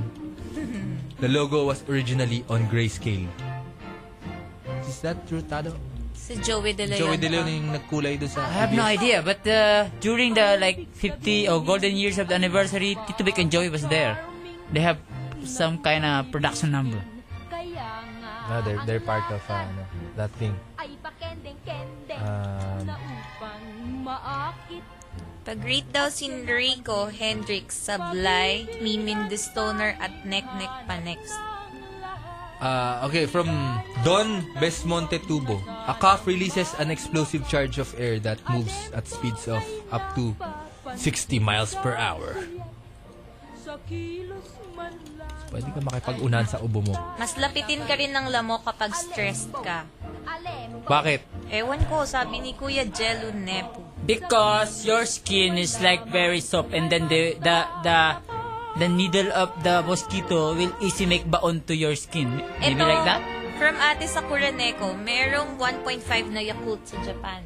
The logo was originally on grayscale. Is that true, Tado?
Si Joey De Leon.
Joey De Leon
pa.
yung nagkulay doon sa
diba? I have no idea, but uh, during the like 50 or golden years of the anniversary, Tito Vic and Joey was there. They have some kind of production number.
No, Ah, they're, they're part of uh, ano, that thing.
ay pakendeng-kendeng
Um,
na upang maakit
Pag-greet daw si Enrico, Hendrix, Sablay, Mimin the Stoner, at Nek Nek pa next.
Uh, okay, from Don Besmonte Tubo. A cough releases an explosive charge of air that moves at speeds of up to 60 miles per hour.
sa kilos man lang
Pwede ka makipag-unahan sa ubo mo.
Mas lapitin ka rin ng lamok kapag stressed ka.
Bakit?
Ewan ko, sabi ni Kuya Jelu Nepo.
Because your skin is like very soft and then the the the, the needle of the mosquito will easy make baon to your skin. Maybe like that?
from ate sa Kuraneko, merong 1.5 na Yakult sa Japan.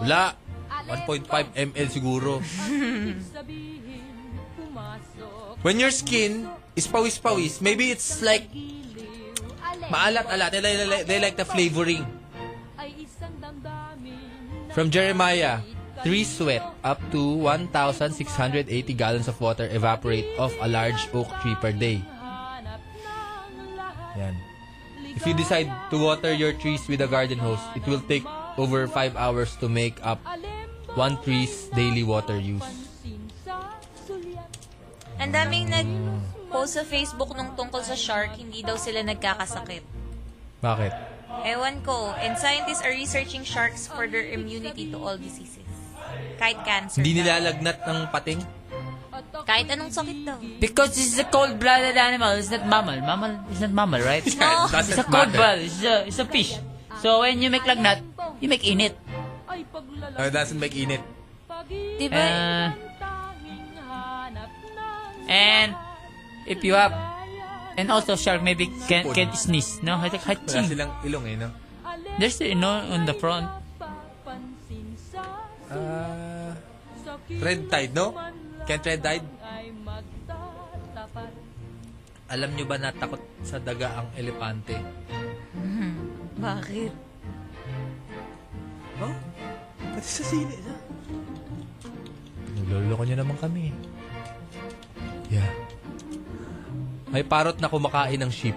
Wala. 1.5 ml siguro. When your skin is pawis-pawis, maybe it's like maalat-alat. They, like- they, like- they like the flavoring. From Jeremiah, three sweat up to 1,680 gallons of water evaporate off a large oak tree per day. Yan. If you decide to water your trees with a garden hose, it will take over 5 hours to make up one tree's daily water use.
Ang daming nag-post sa Facebook nung tungkol sa shark, hindi daw sila nagkakasakit.
Bakit?
Ewan ko, and scientists are researching sharks for their immunity to all diseases. Kahit cancer.
Hindi nilalagnat ng pating?
Kahit anong sakit daw.
Because it's a cold-blooded animal. It's not mammal. Mammal is not mammal, right?
Yeah, it doesn't
it's a
matter.
cold-blooded. It's a, it's a fish. So when you make lagnat, you make init.
Oh, it doesn't make init.
Uh, and if you have and also shark maybe can can sneeze no it's like
Wala
hatching
silang ilong eh, no?
there's you know on the front
Ah, red tide, no? Can't red tide? Alam nyo ba na takot sa daga ang elepante?
Bakit?
Oh? Pati sa sine. Niloloko nyo naman kami. Yeah. May parot na kumakain ng sheep.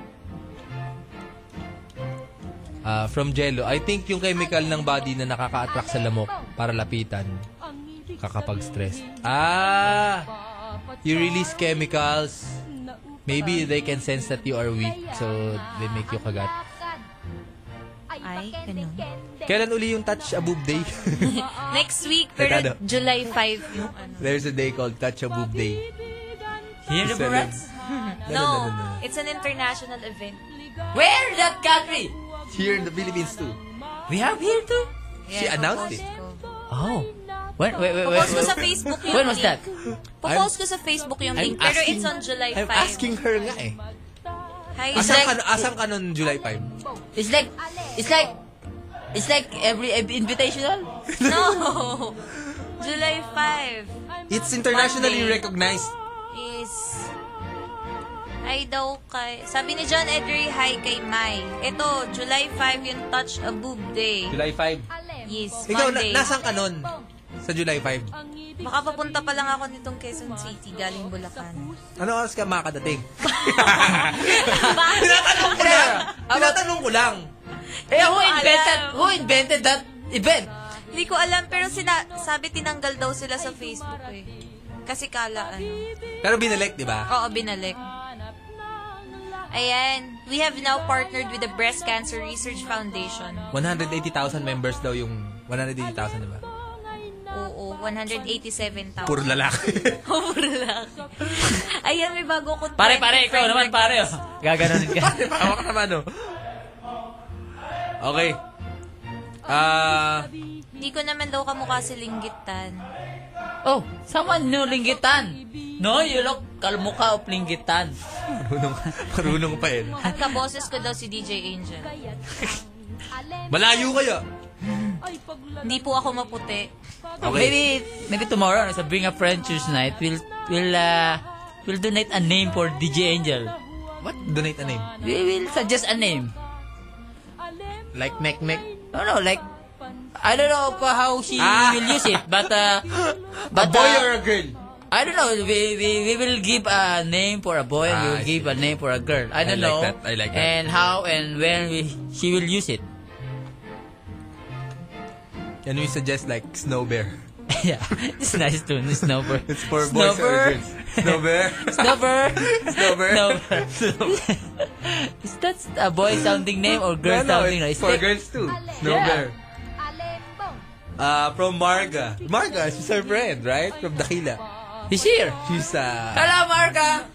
Ah, from Jello, I think yung chemical ng body na nakaka-attract sa lamok para lapitan kakapag stress. Ah! You release chemicals. Maybe they can sense that you are weak so they make you kagat.
Ay, ganun.
Kailan uli yung touch a boob day?
Next week,
Dekado.
pero July 5 yung ano.
There's a day called touch a boob day.
Here,
Isa
Boratz?
yun. No, no,
No,
no, no.
it's an international event.
Where that country?
Here in the Philippines too.
we have here too
She announced it.
oh when wait wait wait
Popost ko sa Facebook yung
when was that
link. Popost ko sa Facebook yung link, pero it's on July 5.
I'm asking her nga eh.
Hi, Zach.
Asang, ka, asang ka nun July 5?
it's like it's like it's like every, every invitational
No! July 5
It's internationally
Monday.
recognized.
is... Ay daw kay... Sabi ni John Edry, hi kay Mai. Ito, July 5 yung Touch a Boob Day.
July 5.
Yes,
Ikaw, na,
Monday.
nasaan ka nun? Sa July 5.
Baka papunta pa lang ako nitong Quezon City, galing Bulacan.
Ano oras ka makakadating? Tinatanong ko lang. Tinatanong ko lang.
eh who
Hindi ko
invented
alam.
who invented that event
Ah, Hindi ko alam, pero sina- sabi tinanggal daw sila sa Facebook eh. Kasi kala ano.
Pero binalik, di ba?
Oo, binalik. Ayan, we have now partnered with the Breast Cancer Research Foundation.
180,000 members daw yung 180,000, di ba?
Oo, 187,000.
Puro lalaki.
Puro lalaki. Ayan, may bago ko.
pare pare ikaw naman pare oh. gaganonin ka
Di ba? Hawakan naman, no? Okay. Ah,
Hindi ko naman daw kamukha si Linggitan.
oh someone knew linggitan no you look kalmukha of linggitan
marunong, marunong pa eh. no?
At kaboses ko daw si DJ Angel.
Malayo kayo.
Hindi po ako maputi.
Okay.
Maybe maybe tomorrow no, sa Bring a Friend Tuesday night we'll we'll uh, we'll donate a name for DJ Angel.
What? Donate a name?
We will suggest a name.
Like Nek Nek?
No no like I don't know pa- how she
Ah.
will use it but uh,
a
but
boy
uh,
or a girl?
I don't know we, we we will give a name for a boy and we
Ah, I
will give a name for a girl.
I
I don't
like
know
that, I like that.
and how and when we she will use it.
Can we suggest like Snow Bear?
yeah, it's nice to snow bear.
It's for boys or
Snowbird.
girls. Snow Bear?
Snowbird.
Snowbird.
Snowbird. Is that a boy sounding name or
No,
girl
no,
sounding name?
it's for girls too. Snow
Yeah.
Bear. Uh, from Marga. Marga, she's her friend, right? From Dakila.
He's here.
She's uh,
Hello, Marga.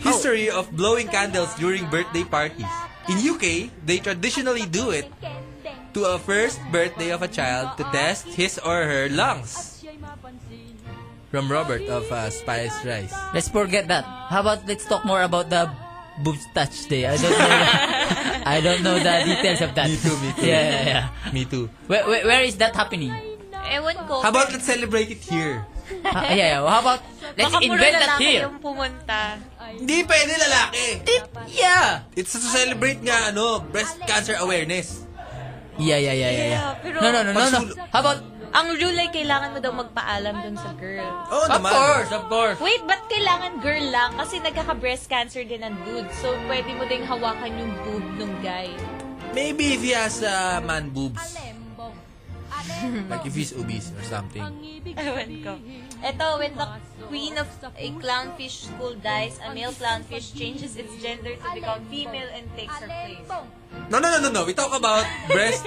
history of blowing candles during birthday parties. In UK, they traditionally do it to a first birthday of a child to test his or her lungs. from Robert of uh, Spice Rice.
Let's forget that. How about let's talk more about the boobs touch day? I don't know. I don't know the details of that. Me too, me
too.
Yeah, yeah, yeah.
Me too.
Where, where, where is that happening?
Ewan ko.
How about let's celebrate it here?
Ha- Ah, yeah, yeah. How about let's
Baka puro
invent that
lalaki
here?
yung pumunta.
Hindi pwede lalaki.
yeah.
It's to celebrate nga, ano, breast cancer awareness.
Yeah, yeah, yeah, yeah. yeah.
pero...
No, no, no, no, no. How about...
Ang rule ay kailangan mo daw magpaalam dun sa girl.
Oh,
Of naman. course, of course.
Wait, ba't kailangan girl lang? Kasi nagkaka-breast cancer din ang dude. So, pwede mo ding hawakan yung boob nung guy.
Maybe if he has uh, man boobs. Like if he's obese or something.
Ewan ko. Ito, when the queen of a clownfish school dies, a male clownfish changes its gender to become female and takes her place.
No, no, no, no, no. We talk about breast.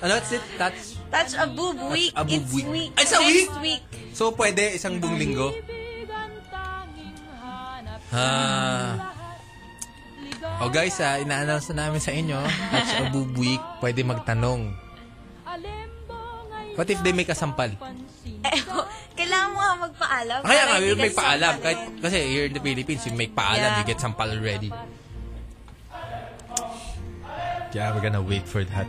Ano, that's it? That's...
Touch a boob week.
a boob
It's
week.
week.
Ay, sa
Next
week?
week.
So, pwede isang buong linggo? Ah. O guys, ah, ina-announce na namin sa inyo, Touch a Boob Week, pwede magtanong. What if they make a sampal?
Kailangan mo nga magpaalam.
Kaya
para
nga,
hindi
we
ka
make paalam. Kahit,
sampalin.
kasi here in the Philippines, we make paalam,
Yeah.
we get sampal already. Yeah, we're gonna wait for that.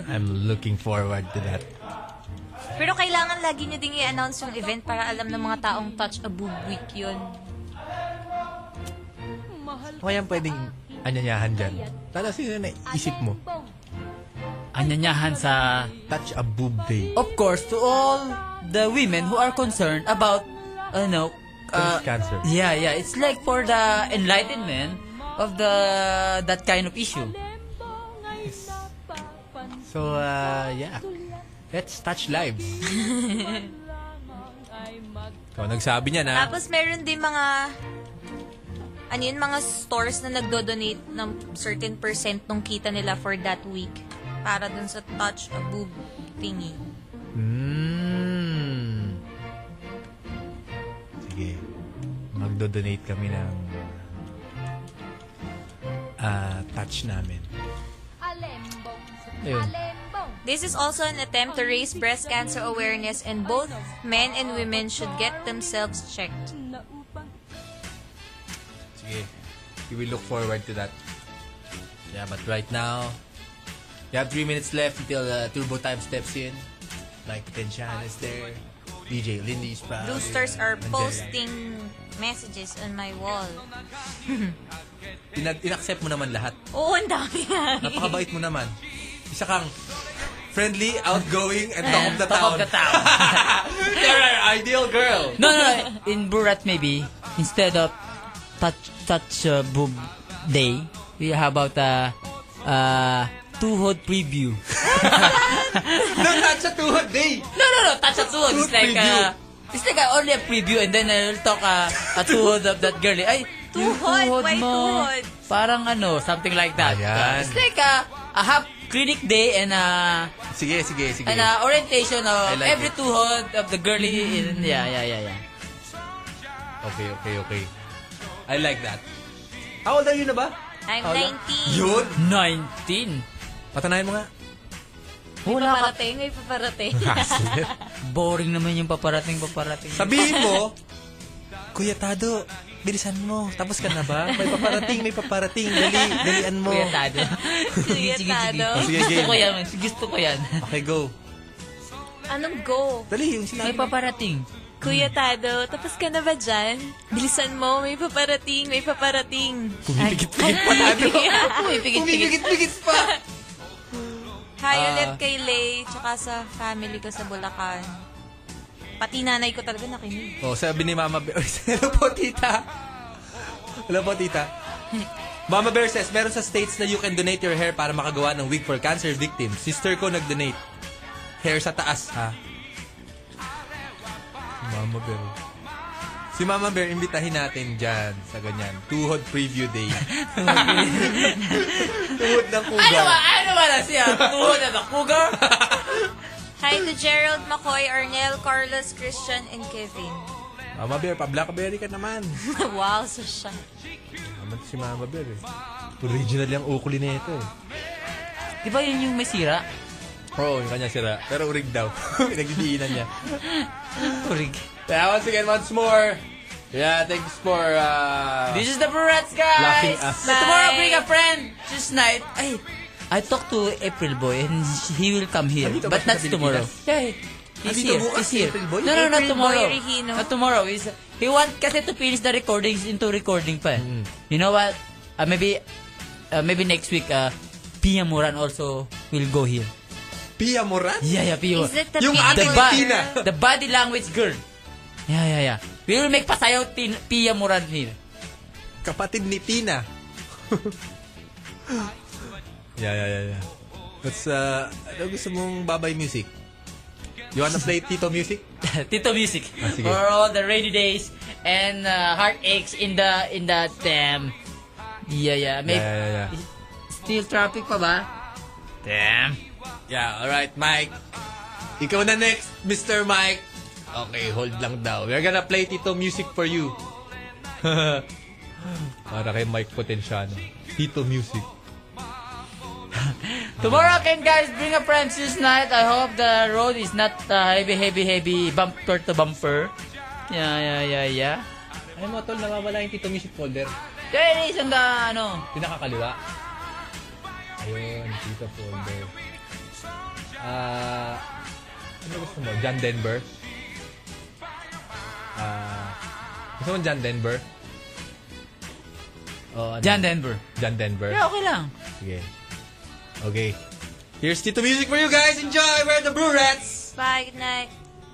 I'm looking forward to that.
Pero kailangan lagi nyo ding i-announce yung event para alam ng mga taong touch a boob week yun.
Kaya pwedeng anyanyahan dyan. Tala, sino na isip mo?
Anyanyahan sa...
Touch a boob day. Oh,
Of course, to all the women who are concerned about, ano, uh,
cancer.
Yeah, yeah. It's like for the enlightenment of the that kind of issue.
So, uh, yeah. Let's touch lives. So, nagsabi niya na,
Tapos meron din mga ano yun, mga stores na nagdo-donate ng certain percent nung kita nila for that week para dun sa touch a boob thingy.
mm, sige, magdo-donate kami ng ah, touch namin. Ayun.
This is also an attempt to raise breast cancer awareness and both men and women should get themselves checked.
Sige, we will look forward to that. Yeah, but right now, you have three minutes left until uh, Turbo Time steps in. Mike Tensian is there. DJ Lindy is proud.
Roosters are
Andyan.
posting messages on my wall.
Ina- inaccept mo naman lahat.
Oo, ang dami nga.
Napakabait mo naman. Isa kang friendly, outgoing, and talk of the
Talk
town.
of the town.
They're our ideal girl.
No, no, no. In Burat, maybe, instead of touch, touch uh, boob day, we have about a uh, uh, two-hot preview.
no, touch a two-hot day.
No, no, no. Touch a two-hot. It's like uh, it's like uh, only a preview and then I'll talk uh, a two-hot of that girl. Ay, yung
Tuhod?
tuhod
Why
mo.
tuhod?
Parang ano, something like that.
Ayan.
It's like uh, a half clinic day and uh,
Sige, sige, sige.
and uh, orientation
I
of
like
every tuhod of the girly. in- yeah, yeah, yeah, yeah.
Okay, okay, okay. I like that. How old are you na ba?
I'm
How old?
19.
Yun.
19.
Patanayan mo nga.
Wala ka.
Paparating, may paparating.
Boring naman yung paparating, paparating.
Sabihin mo, Kuya Tado, bilisan mo. Tapos ka na ba? May paparating, may paparating. Dali, dalian mo.
Kuya Tado. sige, sige, sige.
Tado.
Sige,
Gusto
game.
ko yan. Gusto ko yan.
Okay, go.
Anong go?
Dali, yung sinabi.
May paparating.
Kuya Tado, tapos ka na ba dyan? Bilisan mo, may paparating, may paparating.
Pumipigit-pigit pa Tado. Pumipigit-pigit pa.
Hi
Ah.
ulit kay Lay, tsaka sa family ko sa Bulacan. Pati nanay ko talaga nakinig.
Oh, sabi ni Mama Bear. Hello po, tita. Hello po, tita. Mama Bear says, meron sa states na you can donate your hair para makagawa ng wig for cancer victims. Sister ko nag-donate. Hair sa taas, ha? Mama Bear. Si Mama Bear, imbitahin natin dyan sa ganyan. Tuhod preview day. Tuhod ng
Ano
kugaw.
ba? Ano ba na siya? Tuhod na bakuga?
Hi to Gerald McCoy, Arnel, Carlos, Christian, and Kevin.
Mama Bear, pa-blackberry ka naman.
wow, so siya.
Naman si Mama Bear eh. Original yung ukuli na ito eh.
Di ba yun yung may sira?
Oo, yung kanya sira. Pero urig daw. Pinagdidiinan niya. urig. Yeah, once again, once more. Yeah, thanks for... Uh,
This is the Barrettes,
Laughing
guys!
us.
So tomorrow, bring a friend! Just night. Ay, I talked to April Boy and he will come here. But not tomorrow.
Yeah,
He's
Andito
here.
bukas
He's
si
here.
April
No,
Boy?
no, not
April
tomorrow.
Boy Regino.
Not tomorrow. He's, he want kasi to finish the recordings into recording pa. eh.
Mm.
You know what? Uh, maybe uh, maybe next week, uh, Pia Moran also will go here.
Pia Moran?
Yeah, yeah, Pia
Is it the
Yung
Pia
ating
Moran?
Tina. The body language girl. Yeah, yeah, yeah. We will make pasayaw tin- Pia Moran here.
Kapatid ni Tina. Yeah, yeah, yeah, yeah. What's, uh, ano gusto mong babay music? You wanna play Tito Music?
Tito Music.
Ah, sige.
For all the rainy days and uh, heartaches in the in the damn. Yeah, yeah. May,
Yeah, yeah, yeah.
Still traffic pa ba? Damn.
Yeah, alright, Mike. Ikaw na next, Mr. Mike. Okay, hold lang daw. We're gonna play Tito Music for you. Para kay Mike Potenciano. Tito Music.
Tomorrow can guys bring a friend this night. I hope the road is not uh, heavy, heavy, heavy bumper to bumper. Yeah, yeah, yeah, yeah.
Ay mo, tol, nawawala yung Tito Music folder.
There is on the uh, ano.
Pinakakaliwa. Ayun, Tito folder. Ah, ano gusto mo? John Denver? Ah, gusto mo John Denver? Oh, ano?
John Denver.
John Denver.
Yeah, okay lang.
Sige. Okay. Here's Tito Music for you guys. Enjoy. We're the Brew Rats.
Bye, good night.